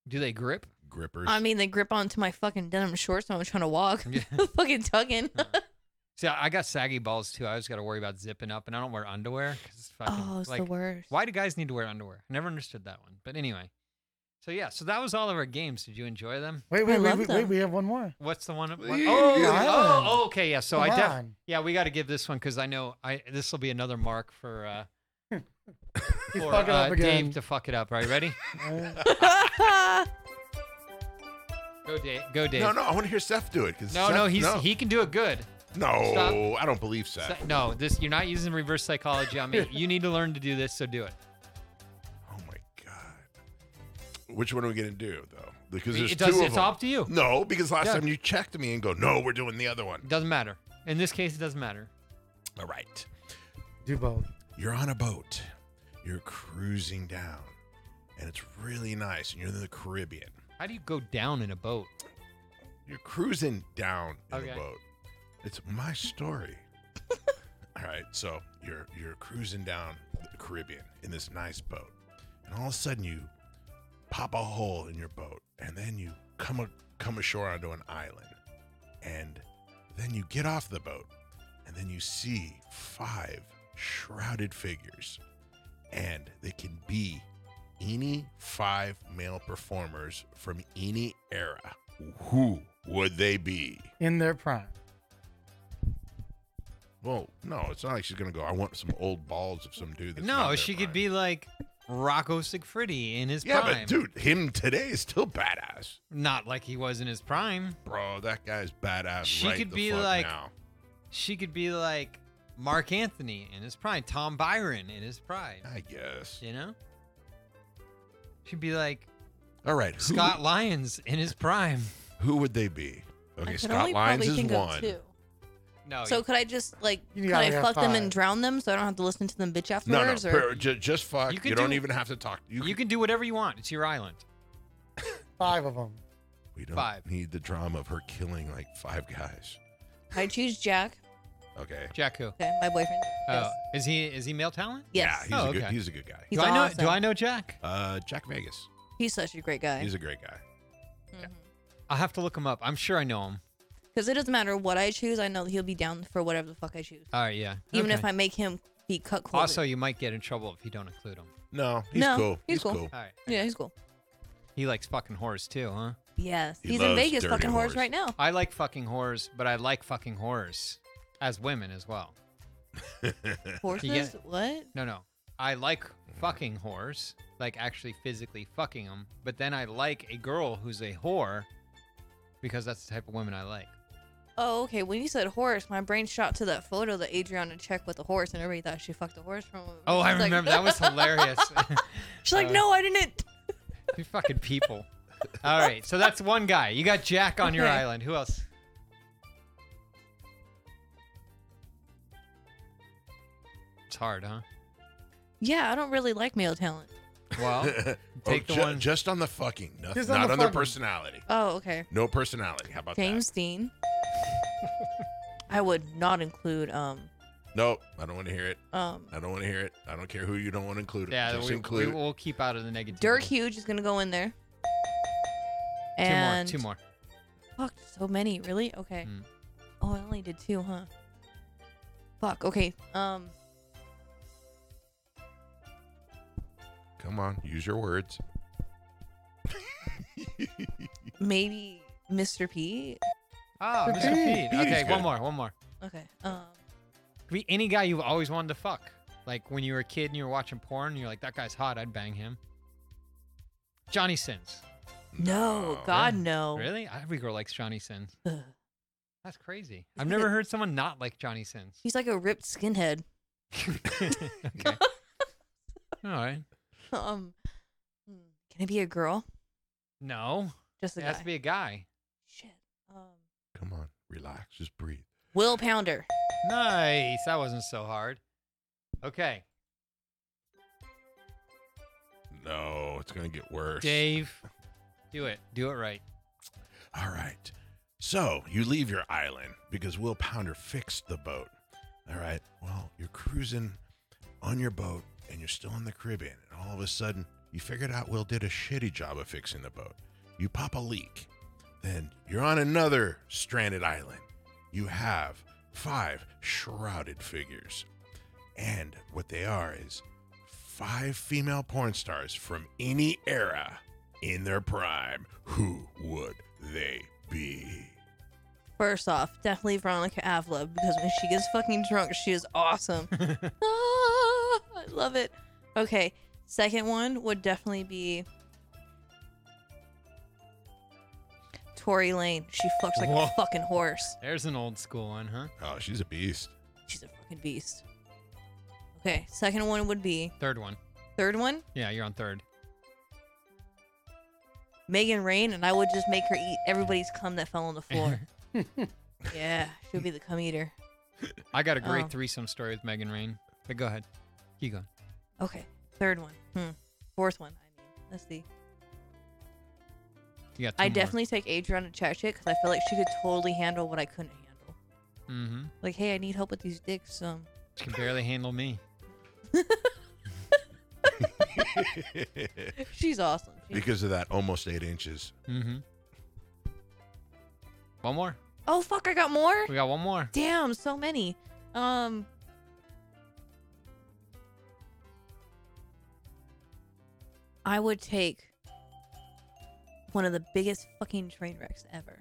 Speaker 2: do they grip?
Speaker 4: Grippers.
Speaker 5: I mean, they grip onto my fucking denim shorts when I'm trying to walk. fucking tugging.
Speaker 2: See, I I got saggy balls too. I always got to worry about zipping up, and I don't wear underwear 'cause it's fucking
Speaker 5: oh, it's the
Speaker 2: like
Speaker 5: worst.
Speaker 2: why do guys need to wear underwear? I never understood that one. But anyway, so yeah, so that was all of our games. Did you enjoy them?
Speaker 3: Wait, wait, wait,
Speaker 5: love
Speaker 3: wait,
Speaker 5: them.
Speaker 3: wait, we have one more.
Speaker 2: What's the one? one-
Speaker 4: Leave
Speaker 2: Oh,
Speaker 4: it
Speaker 2: oh,
Speaker 3: alone.
Speaker 2: oh, okay, yeah. So I
Speaker 3: Come
Speaker 2: def-
Speaker 3: on.
Speaker 2: yeah, we got to give this one because I know I this will be another mark for uh,
Speaker 3: He's
Speaker 2: for
Speaker 3: fucking
Speaker 2: uh,
Speaker 3: up again.
Speaker 2: Dave to fuck it up. Are you ready?
Speaker 3: Uh,
Speaker 2: Go Dave. Go Dave.
Speaker 4: no, no. I want to hear Seth do it. 'cause
Speaker 2: no,
Speaker 4: Seth-
Speaker 2: no, he's
Speaker 4: no.
Speaker 2: he can do it good.
Speaker 4: No,
Speaker 2: Stop.
Speaker 4: I don't believe Seth.
Speaker 2: So- no, this you're not using reverse psychology on me. You need to learn to do this, so do it.
Speaker 4: Oh my god. Which one are we gonna do though? Because
Speaker 2: It
Speaker 4: there's
Speaker 2: does-
Speaker 4: two of
Speaker 2: it's
Speaker 4: them.
Speaker 2: up to you.
Speaker 4: No, because last
Speaker 2: Yeah.
Speaker 4: time you checked me and go, no, we're doing the other one.
Speaker 2: Doesn't matter. In this case, it doesn't matter.
Speaker 4: All right.
Speaker 3: do both.
Speaker 4: You're on a boat. You're cruising down, and it's really nice. And you're in the Caribbean.
Speaker 2: How do you go down in a boat?
Speaker 4: You're cruising down in the
Speaker 2: Okay.
Speaker 4: boat. It's my story. all right, so you're you're cruising down the Caribbean in this nice boat, and all of a sudden you pop a hole in your boat, and then you come a, come ashore onto an island, and then you get off the boat, and then you see five shrouded figures, and they can be any five male performers from any era. Who would they be?
Speaker 3: In their prime.
Speaker 4: Well, no, it's not like she's gonna go. I want some old balls of some dude. That's not
Speaker 2: no,
Speaker 4: their
Speaker 2: she could
Speaker 4: prime."
Speaker 2: be like Rocco Siffredi in his
Speaker 4: Yeah,
Speaker 2: prime.
Speaker 4: but dude, him today is still badass,
Speaker 2: Not like he was in his prime.
Speaker 4: bro. That guy's badass.
Speaker 2: She
Speaker 4: right
Speaker 2: could
Speaker 4: the
Speaker 2: be
Speaker 4: fuck
Speaker 2: like-
Speaker 4: now.
Speaker 2: She could be like Mark Anthony in his prime, Tom Byron in his prime.
Speaker 4: I guess.
Speaker 2: You know? She'd be like
Speaker 4: All right, who-
Speaker 2: Scott Lyons in his prime.
Speaker 4: Who, would they be?
Speaker 5: I
Speaker 4: Okay,
Speaker 5: could
Speaker 4: Scott
Speaker 5: only
Speaker 4: Lyons
Speaker 5: probably
Speaker 4: is
Speaker 5: think of
Speaker 4: one.
Speaker 5: two.
Speaker 2: No.
Speaker 5: So
Speaker 2: you-
Speaker 5: could I just like
Speaker 3: You
Speaker 5: could
Speaker 3: gotta
Speaker 5: I
Speaker 3: have
Speaker 5: fuck them
Speaker 3: five.
Speaker 5: and drown them so I don't have to listen to them bitch
Speaker 4: No, no,
Speaker 5: afterwards? or
Speaker 4: bro, ju- just fuck.
Speaker 2: You
Speaker 4: You,
Speaker 2: could
Speaker 4: don't
Speaker 2: do-
Speaker 4: even have to talk. You,
Speaker 2: you can do whatever you want. It's your island.
Speaker 3: Five of them.
Speaker 4: We don't
Speaker 2: Five.
Speaker 4: need the drama of her killing like five guys.
Speaker 5: I choose Jack.
Speaker 4: Okay.
Speaker 2: Jack who?
Speaker 5: Okay, my boyfriend.
Speaker 2: Oh,
Speaker 5: Yes.
Speaker 2: is he is he male talent?
Speaker 4: Yeah,
Speaker 5: Yes.
Speaker 4: he's
Speaker 2: Oh,
Speaker 4: a good.
Speaker 2: okay.
Speaker 4: He's a good guy.
Speaker 5: He's
Speaker 2: do I know do
Speaker 5: awesome.
Speaker 2: I know Jack?
Speaker 4: Uh, Jack Vegas.
Speaker 5: He's such a great guy.
Speaker 4: He's a great guy.
Speaker 2: I'll have to look him up. I'm sure I know him.
Speaker 5: Because it doesn't matter what I choose, I know that he'll be down for whatever the fuck I choose.
Speaker 2: All right, yeah.
Speaker 5: Even
Speaker 2: Okay.
Speaker 5: if I make him be cut close.
Speaker 2: Also, you might get in trouble if you don't include him.
Speaker 4: No, he's
Speaker 5: No,
Speaker 4: cool.
Speaker 5: he's cool.
Speaker 2: All right.
Speaker 5: yeah, he's cool.
Speaker 2: He likes fucking whores too, huh?
Speaker 5: Yes,
Speaker 4: He
Speaker 5: he's in
Speaker 4: loves
Speaker 5: Vegas
Speaker 4: dirty
Speaker 5: fucking horse
Speaker 4: whores.
Speaker 5: right now.
Speaker 2: I like fucking whores, but I like fucking whores as women as well.
Speaker 5: Horses?
Speaker 2: Yeah.
Speaker 5: What?
Speaker 2: No, no. I like
Speaker 5: Mm-hmm.
Speaker 2: fucking whores, like actually physically fucking them. But then I like a girl who's a whore, because that's the type of women I like.
Speaker 5: Oh, okay. When you said horse, my brain shot to that photo that Adriana checked with the horse, and everybody thought she fucked a horse from. him.
Speaker 2: Oh, I
Speaker 5: She's like-
Speaker 2: remember that was hilarious.
Speaker 5: She's like,
Speaker 2: Uh,
Speaker 5: no, I didn't.
Speaker 2: you fucking people. All right, so that's one guy. You got Jack on your
Speaker 5: Okay.
Speaker 2: island. Who else? It's hard, huh?
Speaker 5: Yeah, I don't really like male talent.
Speaker 2: Well, Take the
Speaker 4: Oh, ju-
Speaker 2: one-
Speaker 4: just on the fucking, nothing,
Speaker 3: Just on
Speaker 4: not
Speaker 3: the
Speaker 4: on their
Speaker 3: fucking-
Speaker 4: personality.
Speaker 5: Oh, okay.
Speaker 4: No personality. How about
Speaker 5: James Dean. I would not include um
Speaker 4: that? Nope. I don't want to hear it.
Speaker 5: um
Speaker 4: I don't want to hear it. I don't care who you don't want to include.
Speaker 2: yeah,
Speaker 4: just
Speaker 2: we,
Speaker 4: include.
Speaker 2: we, will keep out of the negative.
Speaker 5: Dirk Huge is gonna go in there.
Speaker 2: Two
Speaker 5: And
Speaker 2: more. Two more.
Speaker 5: Fuck, so many, really? Okay.
Speaker 2: Mm.
Speaker 5: Oh, I only did two, huh? Fuck. Okay. Um.
Speaker 4: Come on, use your words.
Speaker 5: maybe Mr. P.
Speaker 2: Ah,
Speaker 3: For
Speaker 2: Mr. Pete.
Speaker 3: Pete.
Speaker 4: Pete is
Speaker 2: Okay, one
Speaker 4: good.
Speaker 2: more. One more.
Speaker 5: Okay. Um.
Speaker 2: Could be any guy you've always wanted to fuck. Like when you were a kid and you were watching porn, and you're like, that guy's hot. I'd bang him. Johnny Sins.
Speaker 5: No,
Speaker 4: No.
Speaker 5: God, no.
Speaker 2: Oh, Really? Every girl likes Johnny Sins.
Speaker 5: Ugh.
Speaker 2: That's crazy.
Speaker 5: He's
Speaker 2: I've
Speaker 5: like
Speaker 2: never
Speaker 5: a-
Speaker 2: heard someone not like Johnny Sins.
Speaker 5: He's like a ripped skinhead.
Speaker 2: okay. All right.
Speaker 5: Um. hmm, Can it be a girl?
Speaker 2: No.
Speaker 5: Just a
Speaker 2: It
Speaker 5: guy.
Speaker 2: has to be a guy.
Speaker 5: Shit. Um.
Speaker 4: Come on, relax. Just breathe.
Speaker 5: Will Pounder.
Speaker 2: Nice. That wasn't so hard. Okay.
Speaker 4: No, it's gonna get worse.
Speaker 2: Dave, do it. Do it right.
Speaker 4: All right. So you leave your island because Will Pounder fixed the boat. All right. Well, you're cruising on your boat and you're still in the Caribbean. And all of a sudden, you figured out Will did a shitty job of fixing the boat. You pop a leak. Then you're on another stranded island. You have five shrouded figures. And what they are is five female porn stars from any era in their prime, who would they be?
Speaker 5: First off, definitely Veronica Avila because when she gets fucking drunk, she is awesome. Ah, I love it. Okay. Second one would definitely be Tori Lane. She fucks like
Speaker 2: Whoa.
Speaker 5: a fucking horse.
Speaker 2: There's an old school one, huh?
Speaker 4: Oh, she's a beast.
Speaker 5: She's a fucking beast. Okay. Second one would be
Speaker 2: Third one.
Speaker 5: third one,
Speaker 2: Yeah, you're on third.
Speaker 5: Megan Rain, and I would just make her eat everybody's cum that fell on the floor. yeah, she'll be the cum eater.
Speaker 2: I got a great
Speaker 5: Oh.
Speaker 2: threesome story with Megan Rain. But go ahead. Keep going.
Speaker 5: Okay. Third one. Hmm. Fourth one. I mean, let's see.
Speaker 2: You got two
Speaker 5: I definitely take Adriana Chachik because I feel like she could totally handle what I couldn't handle.
Speaker 2: Mm-hmm.
Speaker 5: Like, hey, I need help with these dicks. Um,
Speaker 2: She can barely handle me.
Speaker 5: she's awesome. She-
Speaker 4: because of that almost eight inches.
Speaker 2: Mm-hmm. One more.
Speaker 5: oh fuck, I got more.
Speaker 2: We got one more.
Speaker 5: Damn, so many. Um, I would take one of the biggest fucking train wrecks ever.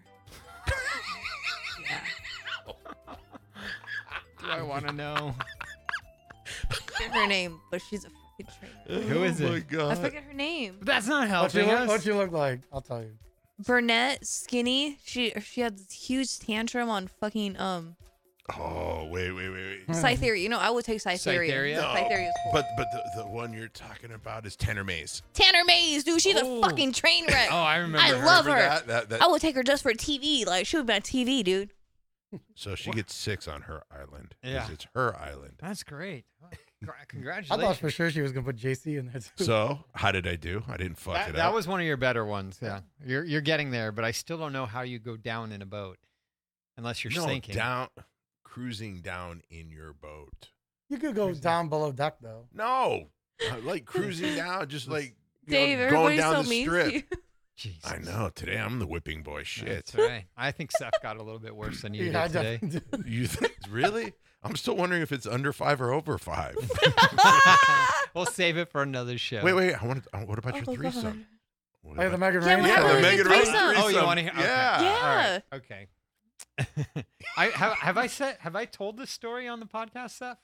Speaker 2: Do I want to know?
Speaker 5: Forget her name, but she's a fucking train. Wreck.
Speaker 2: Who is
Speaker 4: oh my
Speaker 2: it?
Speaker 5: I
Speaker 4: God.
Speaker 5: forget her name.
Speaker 2: That's not
Speaker 3: What you,
Speaker 2: helping
Speaker 3: look,
Speaker 2: us.
Speaker 3: what you look like? I'll tell you.
Speaker 5: Burnett, skinny. She she had this huge tantrum on fucking um
Speaker 4: Oh, wait, wait, wait, wait.
Speaker 5: Cytheria. You know, I would take Cytheria.
Speaker 2: Cytheria?
Speaker 4: No,
Speaker 5: Cytheria is cool.
Speaker 4: but but the, the one you're talking about is Tanner Maze.
Speaker 5: Tanner Mays, dude, she's
Speaker 2: Oh.
Speaker 5: a fucking train wreck.
Speaker 2: oh, I remember.
Speaker 5: I
Speaker 2: her.
Speaker 5: love
Speaker 4: Remember
Speaker 5: her. Oh.
Speaker 4: that? That- that-
Speaker 5: I would take her just for TV. Like she would be on TV, dude.
Speaker 4: So she gets six on her island. 'cause
Speaker 2: Yeah.
Speaker 4: It's her island.
Speaker 2: That's great. Congr-
Speaker 3: I
Speaker 2: Congratulations.
Speaker 3: thought for sure she was gonna put JC in there too.
Speaker 4: So how did I do? I didn't fuck
Speaker 2: that,
Speaker 4: it
Speaker 2: that
Speaker 4: up.
Speaker 2: was one of your better ones. Yeah, you're you're getting there, but I still don't know how you go down in a boat unless you're
Speaker 4: no,
Speaker 2: sinking.
Speaker 4: down, cruising down in your boat.
Speaker 3: you could go
Speaker 2: Crazy.
Speaker 3: down below deck though.
Speaker 4: No, I like cruising down, just like you know,
Speaker 5: Dave,
Speaker 4: going
Speaker 5: everybody's
Speaker 4: down
Speaker 5: so
Speaker 4: the
Speaker 5: mean
Speaker 4: strip.
Speaker 5: to you.
Speaker 2: Jesus.
Speaker 4: I know. Today I'm the whipping boy. Shit.
Speaker 2: That's right. I think Seth got a little bit worse than you
Speaker 3: Yeah, I
Speaker 2: did today.
Speaker 3: definitely did.
Speaker 4: You think, really? I'm still wondering if it's under five or over five.
Speaker 2: we'll save it for another show.
Speaker 4: wait, wait. I want. To, what about
Speaker 5: Oh,
Speaker 4: your
Speaker 5: God.
Speaker 4: threesome? What
Speaker 3: Like the
Speaker 4: about-
Speaker 3: Megan
Speaker 5: Yeah,
Speaker 3: Rain.
Speaker 5: we
Speaker 4: yeah,
Speaker 5: have
Speaker 4: the
Speaker 5: really
Speaker 4: Megan
Speaker 5: good
Speaker 4: Rose
Speaker 5: threesome.
Speaker 4: threesome.
Speaker 2: Oh, you want to hear? okay.
Speaker 4: Yeah.
Speaker 5: Yeah.
Speaker 2: All right. Okay. I have, have I said have I told this story on the podcast, Seth?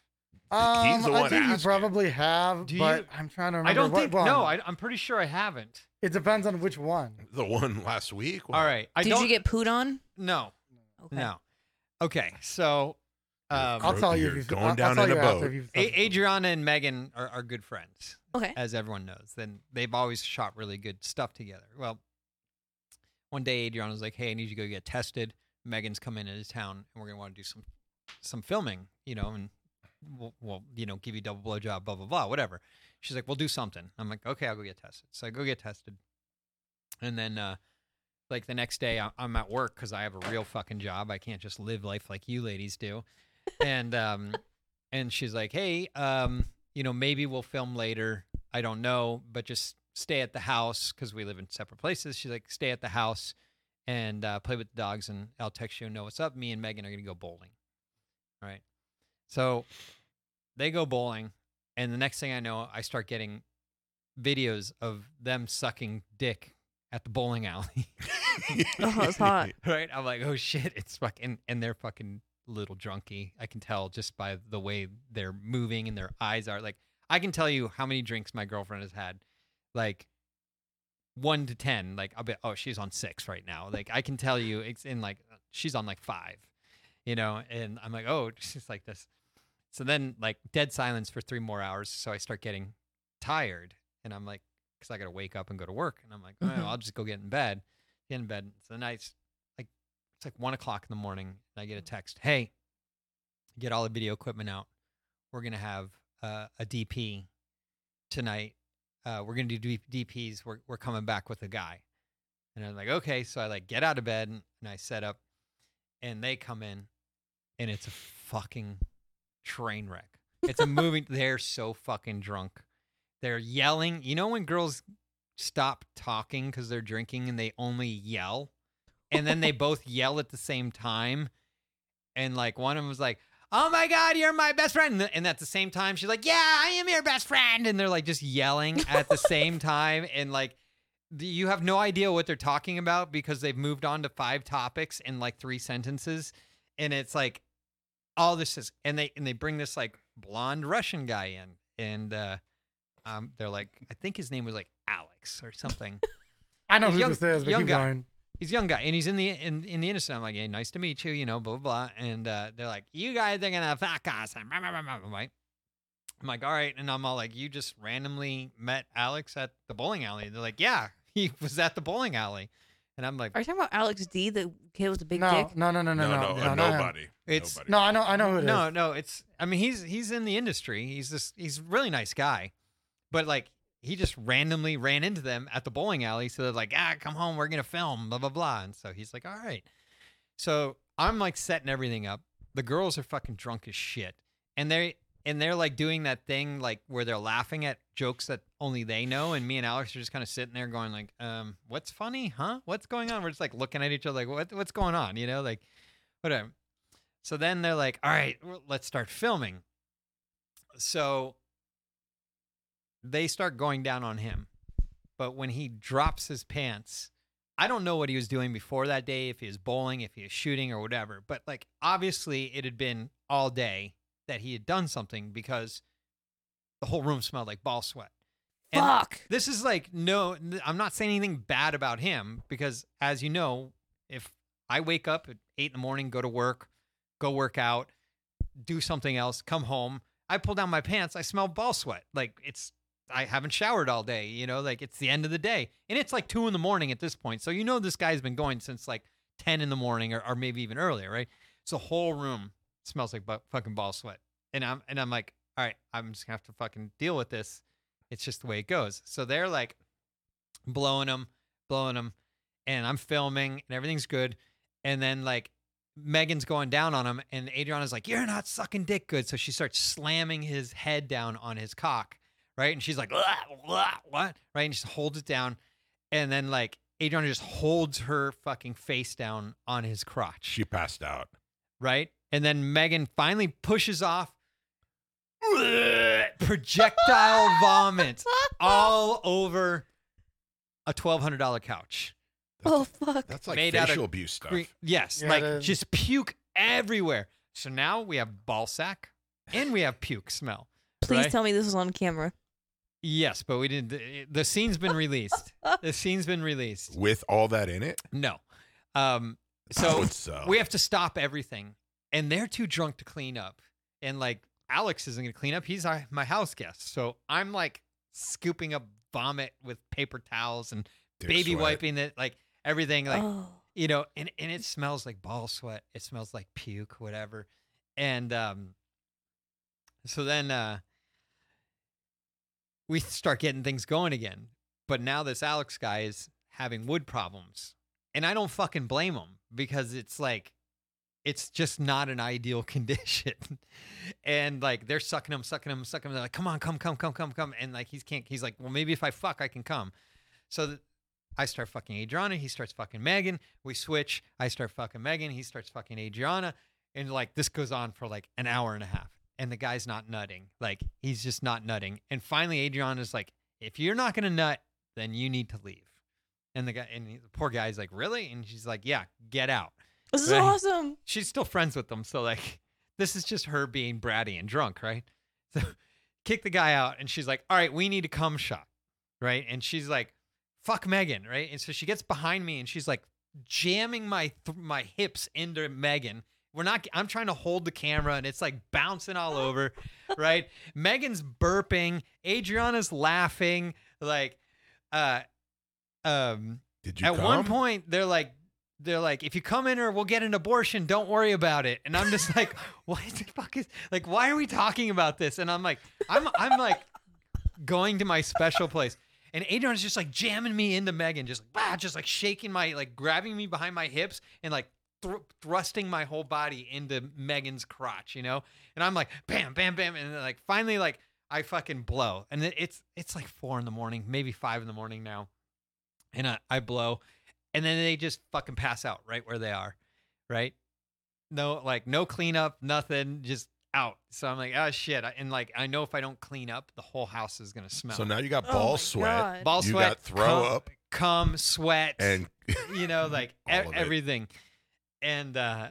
Speaker 3: Um,
Speaker 4: He's the
Speaker 3: I
Speaker 4: one
Speaker 3: think you
Speaker 4: asking.
Speaker 3: probably have,
Speaker 2: Do
Speaker 3: but
Speaker 2: you-
Speaker 3: I'm trying to remember.
Speaker 2: I don't
Speaker 3: what
Speaker 2: think.
Speaker 3: one.
Speaker 2: No, I, I'm pretty sure I haven't.
Speaker 3: It depends on which one.
Speaker 4: The one last week.
Speaker 2: All right. I
Speaker 5: Did
Speaker 2: don't
Speaker 5: you get pooed on?
Speaker 2: no,
Speaker 5: Okay.
Speaker 2: no. Okay, so um,
Speaker 3: I'll
Speaker 4: Bro,
Speaker 3: tell you
Speaker 4: you're
Speaker 3: if you've
Speaker 4: going
Speaker 3: I'll- I'll
Speaker 4: down
Speaker 3: tell
Speaker 4: in a
Speaker 3: you after
Speaker 4: boat.
Speaker 3: if you've-
Speaker 2: A- Adriana and Megan are, are good friends,
Speaker 5: Okay.
Speaker 2: as everyone knows. Then they've always shot really good stuff together. Well, one day Adriana was like, "Hey, I need you to go get tested. Megan's coming into town, and we're gonna want to do some some filming, you know, and we'll, we'll you know give you double blowjob, blah blah blah, whatever." She's like, "We'll do something." I'm like, "Okay, I'll go get tested." So I go get tested, and then uh, like the next day, I- I'm at work because I have a real fucking job. I can't just live life like you ladies do, and um, and she's like, "Hey, um, you know, maybe we'll film later. I don't know, but just stay at the house because we live in separate places." She's like, "Stay at the house." And uh, play with the dogs, and I'll text you and know what's up. Me and Megan are gonna go bowling. All right. So they go bowling, and the next thing I know, I start getting videos of them sucking dick at the bowling alley.
Speaker 5: Oh, it's hot.
Speaker 2: right? I'm like, oh shit, it's fucking, and they're fucking little drunky. I can tell just by the way they're moving and their eyes are. Like, I can tell you how many drinks my girlfriend has had, like one to ten. Like, I'll be, oh, she's on six right now. Like, I can tell you, it's in like, she's on like five, you know. And I'm like, oh, she's like this. So then, like, dead silence for three more hours. So I start getting tired, and I'm like, because I got to wake up and go to work, and I'm like, oh,
Speaker 5: Mhm.
Speaker 2: I'll just go get in bed. Get in bed. So then I s- it's like one o'clock in the morning and i get a text hey get all the video equipment out we're gonna have uh, a dp tonight uh, we're gonna do D- dps we're, we're coming back with a guy and i'm like okay so i like get out of bed and, and i set up and they come in and it's a fucking train wreck it's a moving they're so fucking drunk they're yelling you know when girls stop talking because they're drinking and they only yell and then they both yell at the same time. And like one of them was like, "Oh my god, you're my best friend!" And, th- and at the same time, she's like, "Yeah, I am your best friend!" And they're like just yelling at the same time, and like th- you have no idea what they're talking about because they've moved on to five topics in like three sentences, and it's like all this is, and they and they bring this like blonde Russian guy in, and uh, um, they're like, I think his name was like Alex or something.
Speaker 3: I know who
Speaker 2: Young-
Speaker 3: this is, but
Speaker 2: young
Speaker 3: keep
Speaker 2: guy.
Speaker 3: going.
Speaker 2: he's a young guy and he's in the in, in the innocent. I'm like, hey, nice to meet you, you know, blah blah. blah. And uh, they're like, you guys are gonna fuck us. and blah, blah, blah, blah, blah, right? I'm like, all right, and I'm all like, you just randomly met Alex at the bowling alley. They're like, yeah, he was at the bowling alley, and I'm like,
Speaker 5: Are you talking about Alex D, the kid with the big
Speaker 3: no,
Speaker 5: dick?
Speaker 3: no, no, no, no, no, no,
Speaker 4: no, a
Speaker 3: not him.
Speaker 4: nobody.
Speaker 2: It's-
Speaker 4: nobody.
Speaker 3: No, I know, I know who it is.
Speaker 2: no, no, it's. I mean, he's he's in the industry. He's this he's a really nice guy, but like he just randomly ran into them at the bowling alley. So they're like, ah, come home, we're gonna film, blah blah blah. And so he's like, all right. So I'm like setting everything up. The girls are fucking drunk as shit, and they and they're like doing that thing like where they're laughing at jokes that only they know. And me and Alex are just kind of sitting there going like, um, what's funny, huh? What's going on? We're just like looking at each other like, what what's going on? You know, like whatever. So then they're like, all right, well, let's start filming. So they start going down on him. But when he drops his pants, I don't know what he was doing before that day, if he was bowling, if he was shooting or whatever. But like, obviously, it had been all day that he had done something because the whole room smelled like ball sweat. And
Speaker 5: Fuck.
Speaker 2: this is like no i'm not saying anything bad about him because as you know if i wake up at 8 in the morning go to work go work out do something else come home i pull down my pants i smell ball sweat like it's i haven't showered all day you know like it's the end of the day and it's like 2 in the morning at this point so you know this guy's been going since like 10 in the morning or, or maybe even earlier right so the whole room smells like bu- fucking ball sweat and i'm and i'm like all right i'm just gonna have to fucking deal with this it's just the way it goes. So they're like blowing them, blowing them, and I'm filming and everything's good. And then like Megan's going down on him, and Adriana's like, "You're not sucking dick good." So she starts slamming his head down on his cock, right? And she's like, "What? What? What?" Right? And she holds it down, and then like Adriana just holds her fucking face down on his crotch,
Speaker 4: She passed out.
Speaker 2: right? And then Megan finally pushes off projectile vomit all over a $1,200 couch.
Speaker 5: oh fuck.
Speaker 4: That's like
Speaker 2: Made out of
Speaker 4: facial abuse stuff.
Speaker 2: Gre- Yes,
Speaker 3: Yeah,
Speaker 2: like
Speaker 3: it is.
Speaker 2: just puke everywhere. So now we have ball sack and we have puke smell.
Speaker 5: Please
Speaker 2: right?
Speaker 5: tell me this was on camera.
Speaker 2: Yes, but we didn't. The, the scene's been released. the scene's been released.
Speaker 4: with all that in it.
Speaker 2: No. Um,
Speaker 4: I
Speaker 2: so
Speaker 4: would so.
Speaker 2: we have to stop everything. And they're too drunk to clean up. And like Alex isn't going to clean up. He's our, my house guest. So I'm like scooping up vomit with paper towels and
Speaker 4: Dick
Speaker 2: baby
Speaker 4: sweat.
Speaker 2: wiping it, like everything. Like,
Speaker 5: oh,
Speaker 2: you know, and, and it smells like ball sweat. It smells like puke, whatever. And um, so then uh, we start getting things going again. But now this Alex guy is having wood problems. And I don't fucking blame him because it's like, it's just not an ideal condition. and like they're sucking him, sucking him, sucking him. They're like, come on, come, come, come, come, come. And like he's can't, he's like, well, maybe if I fuck, I can come. So th- I start fucking Adriana. He starts fucking Megan. We switch. I start fucking Megan. He starts fucking Adriana. And like this goes on for like an hour and a half. And the guy's not nutting. Like he's just not nutting. And finally, Adriana's like, if you're not going to nut, then you need to leave. And the guy, and the poor guy's like, really? And she's like, yeah, get out.
Speaker 5: this is
Speaker 2: Right.
Speaker 5: awesome.
Speaker 2: She's still friends with them. So like, this is just her being bratty and drunk, right? So kick the guy out. And she's like, all right, we need a cum shot, right? And she's like, fuck Megan, right? And so she gets behind me and she's like jamming my th- my hips into Megan. We're not. I'm trying to hold the camera, and it's like bouncing all over, right? Megan's burping. Adriana's laughing. Like, uh, um,
Speaker 4: Did you
Speaker 2: at one
Speaker 4: come?
Speaker 2: point they're like they're like if you come in or we'll get an abortion don't worry about it and i'm just like what the fuck is like why are we talking about this and i'm like i'm i'm like going to my special place and Adrian's just like jamming me into Megan, just like bah, just like shaking my, like grabbing me behind my hips and like thr thrusting my whole body into Megan's crotch, you know. And I'm like bam, bam, bam, and then like finally like I fucking blow, and it- it's it's like four in the morning, maybe five in the morning now, and I, I blow, and then they just fucking pass out right where they are, right? No, like no cleanup, nothing, just out. So I'm like, oh shit, I- and like I know if I don't clean up, the whole house is gonna smell.
Speaker 4: So now you got
Speaker 5: Oh
Speaker 4: ball
Speaker 5: my
Speaker 4: sweat,
Speaker 5: God.
Speaker 2: ball
Speaker 4: You
Speaker 2: sweat,
Speaker 4: got throw
Speaker 2: cum-
Speaker 4: up.
Speaker 2: cum, sweat,
Speaker 4: and
Speaker 2: you know, like e-
Speaker 4: All of it.
Speaker 2: everything. And uh,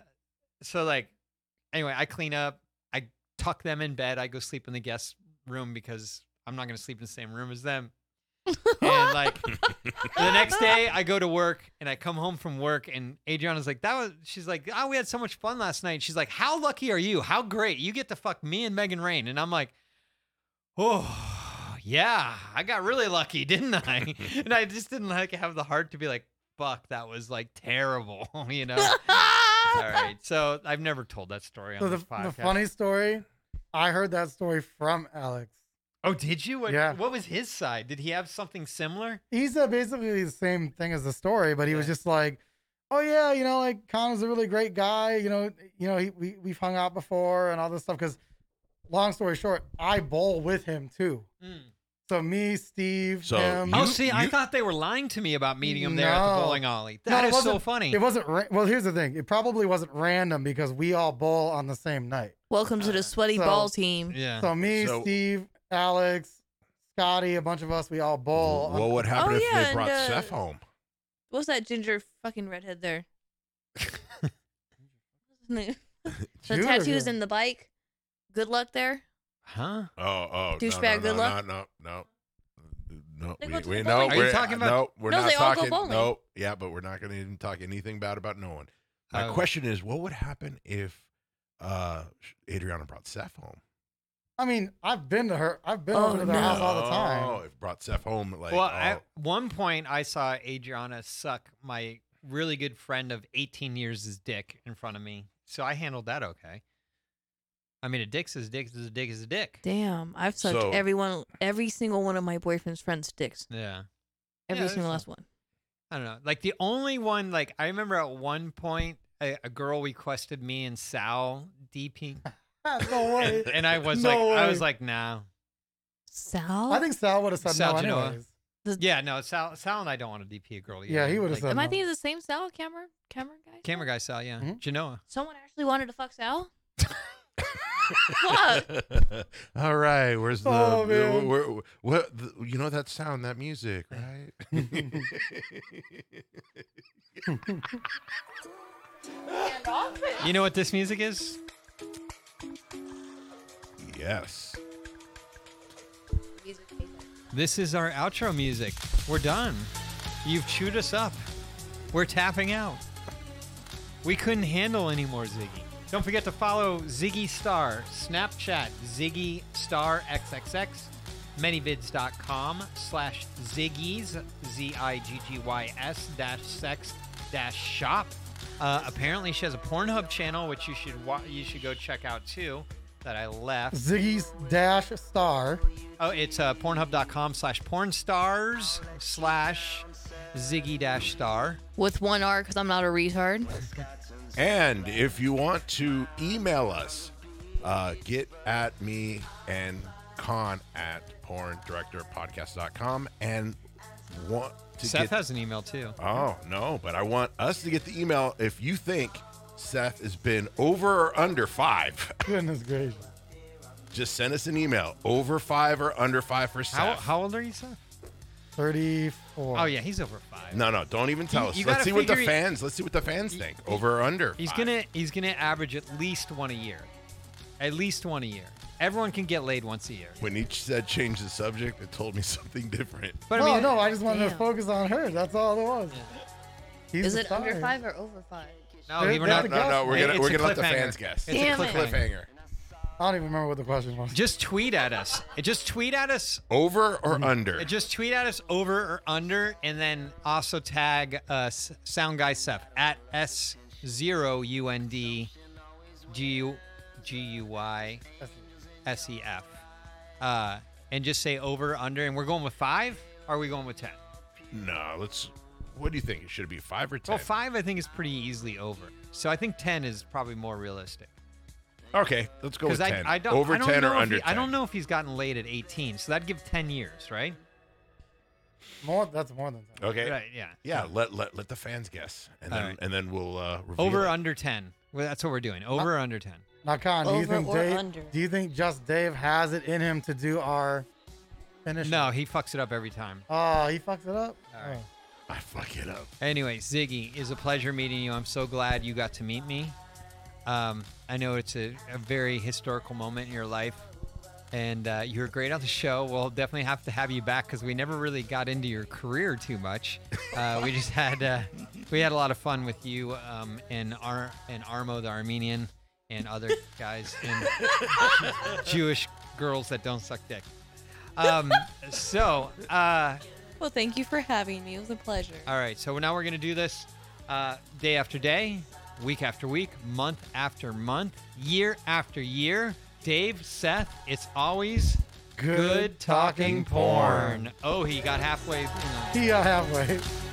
Speaker 2: so, like, anyway, I clean up, I tuck them in bed, I go sleep in the guest room because I'm not going to sleep in the same room as them. and like the next day, I go to work and I come home from work, and Adriana's like, "That was." She's like, "Oh, we had so much fun last night." She's like, "How lucky are you? How great you get to fuck me and Megan Rain?" And I'm like, "Oh, yeah, I got really lucky, didn't I?" and I just didn't like have the heart to be like, "Fuck, that was like terrible," you know. All right, so I've never told that story on
Speaker 3: So the,
Speaker 2: this
Speaker 3: the
Speaker 2: podcast.
Speaker 3: funny story, I heard that story from Alex.
Speaker 2: oh, did you? What,
Speaker 3: Yeah.
Speaker 2: what was his side? Did he have something similar?
Speaker 3: He said basically the same thing as the story, but he was
Speaker 2: Yeah.
Speaker 3: just like, "Oh yeah, you know, like Connor's a really great guy. You know, you know, he, we we've hung out before and all this stuff." Because, long story short, I bowl with him too.
Speaker 2: Mm.
Speaker 3: So me, Steve,
Speaker 4: So
Speaker 3: him.
Speaker 2: Oh,
Speaker 4: You-
Speaker 2: see, I
Speaker 4: you-
Speaker 2: thought they were lying to me about meeting him there at the
Speaker 3: No.
Speaker 2: bowling alley.
Speaker 3: No,
Speaker 2: That
Speaker 3: it
Speaker 2: is so
Speaker 3: wasn't-
Speaker 2: funny.
Speaker 3: It wasn't ra- well. Here's the thing: it probably wasn't random because we all bowl on the same night.
Speaker 5: Welcome to the sweaty
Speaker 3: So-
Speaker 5: ball team.
Speaker 2: yeah.
Speaker 3: So me,
Speaker 4: So-
Speaker 3: Steve, Alex, Scotty, a bunch of us, we all bowl.
Speaker 4: well, what happened
Speaker 5: Oh,
Speaker 4: if
Speaker 5: yeah,
Speaker 4: they
Speaker 5: and,
Speaker 4: brought
Speaker 5: uh,
Speaker 4: Seth home?
Speaker 5: What's that ginger fucking redhead there? the
Speaker 3: Ginger
Speaker 5: tattoos
Speaker 3: girl.
Speaker 5: and the bike. Good luck there.
Speaker 2: huh?
Speaker 4: Oh, oh, no,
Speaker 5: Douchebag,
Speaker 4: no,
Speaker 5: good
Speaker 4: no,
Speaker 5: luck.
Speaker 4: No, no, no.
Speaker 5: They
Speaker 4: No,
Speaker 5: go
Speaker 4: we,
Speaker 5: to
Speaker 4: we
Speaker 5: the
Speaker 4: no,
Speaker 5: bowling.
Speaker 2: Are you
Speaker 4: we're,
Speaker 2: talking about-
Speaker 4: no, we're
Speaker 5: No,
Speaker 4: not
Speaker 5: they all go
Speaker 4: talking.
Speaker 5: bowling.
Speaker 4: No, yeah, but we're not going to even talk anything bad about no one. My
Speaker 2: Oh.
Speaker 4: question is, what would happen if uh Adriana brought Seth home?
Speaker 3: I mean, I've been to her. I've been
Speaker 5: Oh,
Speaker 3: over to their
Speaker 5: no.
Speaker 3: house all the
Speaker 4: Oh,
Speaker 3: time.
Speaker 4: if brought Seth home, like,
Speaker 2: well,
Speaker 4: oh,
Speaker 2: at one point, I saw Adriana suck my really good friend of 18 years' dick in front of me. So I handled that okay. I mean, a dick's is dick is a dick is a dick.
Speaker 5: Damn, I've sucked
Speaker 4: So-
Speaker 5: every one, every single one of my boyfriend's friends' dicks.
Speaker 2: Yeah.
Speaker 5: Every
Speaker 2: Yeah,
Speaker 5: single last
Speaker 2: that's
Speaker 5: one.
Speaker 2: I don't know. Like the only one, like I remember at one point, a, a girl requested me and Sal DP,
Speaker 3: no way.
Speaker 2: and, and I was
Speaker 3: No
Speaker 2: like, I was
Speaker 3: way.
Speaker 2: like, nah.
Speaker 5: Sal?
Speaker 3: I think Sal would have said
Speaker 2: Sal
Speaker 3: no
Speaker 2: Genoa.
Speaker 3: anyways.
Speaker 2: Yeah, no. Sal, Sal and I don't want to DP a girl.
Speaker 3: Yeah, he would've
Speaker 2: said.
Speaker 3: said
Speaker 5: Am I
Speaker 3: no.
Speaker 5: thinking of the same Sal, Cameron? Cameron guy?
Speaker 2: Camera guy Sal, yeah.
Speaker 3: Mhm.
Speaker 2: Genoa.
Speaker 5: Someone actually wanted to fuck Sal?
Speaker 4: All right, where's the,
Speaker 3: Oh, man.
Speaker 4: where- where- what the- you know that sound, that music, right?
Speaker 2: You know what this music is?
Speaker 4: yes.
Speaker 2: This is our outro music. We're done. You've chewed us up. We're tapping out. We couldn't handle any more Ziggy. Don't forget to follow Ziggy Star, Snapchat, Ziggy Star XXX, manyvids.com slash Ziggies, Z I G G Y S dash sex dash shop. Uh, apparently, she has a Pornhub channel, which you should wa- you should go check out too. That I left.
Speaker 3: Ziggy's dash star.
Speaker 2: Oh, it's uh, pornhub.com slash pornstars slash ziggy dash star.
Speaker 5: With one R, because I'm not a retard.
Speaker 4: And if you want to email us, uh, get at me and con at porndirectorpodcast.com and want to
Speaker 2: Seth
Speaker 4: get
Speaker 2: has an email too.
Speaker 4: Oh, no, but I want us to get the email if you think Seth has been over or under five.
Speaker 3: Goodness gracious.
Speaker 4: Just send us an email over five or under five for Seth.
Speaker 2: How, how old are you, Seth?
Speaker 3: 34.
Speaker 2: Oh, yeah, he's over five.
Speaker 4: no, no, don't even tell
Speaker 2: You-
Speaker 4: us.
Speaker 2: you
Speaker 4: Let's
Speaker 2: gotta
Speaker 4: see what the
Speaker 2: figure he-
Speaker 4: fans. Let's see what the fans think.
Speaker 2: he-
Speaker 4: Over or under.
Speaker 2: He's
Speaker 4: five.
Speaker 2: gonna he's gonna average at least one a year, at least one a year. Everyone can get laid once a year.
Speaker 4: When each said change the subject, it told me something different.
Speaker 2: But
Speaker 3: no,
Speaker 2: I mean,
Speaker 3: no, I just wanted to
Speaker 5: Damn.
Speaker 3: focus on her. That's all it was. He's
Speaker 5: Is
Speaker 3: the
Speaker 5: it under
Speaker 3: star.
Speaker 5: five or over five?
Speaker 2: no,
Speaker 3: They-
Speaker 2: we we're
Speaker 3: they
Speaker 2: not.
Speaker 3: have
Speaker 4: No, no, we're
Speaker 2: Hey,
Speaker 4: gonna
Speaker 2: it's
Speaker 4: we're
Speaker 2: a
Speaker 4: gonna let the
Speaker 2: cliffhanger.
Speaker 4: fans guess.
Speaker 2: It's
Speaker 5: Damn
Speaker 2: a
Speaker 5: it.
Speaker 2: cliffhanger.
Speaker 4: cliffhanger.
Speaker 3: I don't even remember what the question was.
Speaker 2: Just tweet at us. Just tweet at us
Speaker 4: Over or under?
Speaker 2: Uh, Just tweet at us over or under, and then also tag us Sound Guy Seth at S zero U N D G U G U Y S E F, uh, and just say over under. And we're going with five. Or are we going with ten?
Speaker 4: No, let's. What do you think? It should be five or ten?
Speaker 2: Well, five I think is pretty easily over. So I think ten is probably more realistic.
Speaker 4: Okay, let's go with
Speaker 2: I,
Speaker 4: ten.
Speaker 2: I don't
Speaker 4: Over
Speaker 2: I don't
Speaker 4: ten
Speaker 2: know
Speaker 4: or
Speaker 2: if
Speaker 4: under
Speaker 2: he-
Speaker 4: ten?
Speaker 2: I don't know if he's gotten laid at eighteen, so that'd give ten years, right?
Speaker 3: More, that's more than that.
Speaker 4: Okay.
Speaker 2: Right. Yeah.
Speaker 4: Yeah, let let let the fans guess, and
Speaker 2: All
Speaker 4: then
Speaker 2: right.
Speaker 4: and then we'll uh, reveal
Speaker 2: Over
Speaker 4: it.
Speaker 2: under ten. Well, that's what we're doing.
Speaker 4: Uh,
Speaker 2: Over or under ten.
Speaker 3: Now, Con, do you
Speaker 5: Over
Speaker 3: think
Speaker 5: or
Speaker 3: Dave?
Speaker 5: under?
Speaker 3: Do you think just Dave has it in him to do our finish?
Speaker 2: No, he fucks it up every time.
Speaker 3: Oh, he fucks it up.
Speaker 2: All right.
Speaker 3: Oh.
Speaker 4: I fuck it up.
Speaker 2: Anyway, Ziggy, it's a pleasure meeting you. I'm so glad you got to meet me. Um, I know it's a, a very historical moment in your life, and uh, you were great on the show. We'll definitely have to have you back because we never really got into your career too much. Uh, we just had uh, we had a lot of fun with you um, and Ar- and Armo the Armenian and other guys and Jewish girls that don't suck dick. Um, so. Uh,
Speaker 5: Well, thank you for having me. It was a pleasure.
Speaker 2: all right, so now we're going to do this uh, day after day, week after week, month after month, year after year. Dave, Seth, it's always
Speaker 3: Good talking porn.
Speaker 2: Oh, he got halfway. you know.
Speaker 3: He got halfway.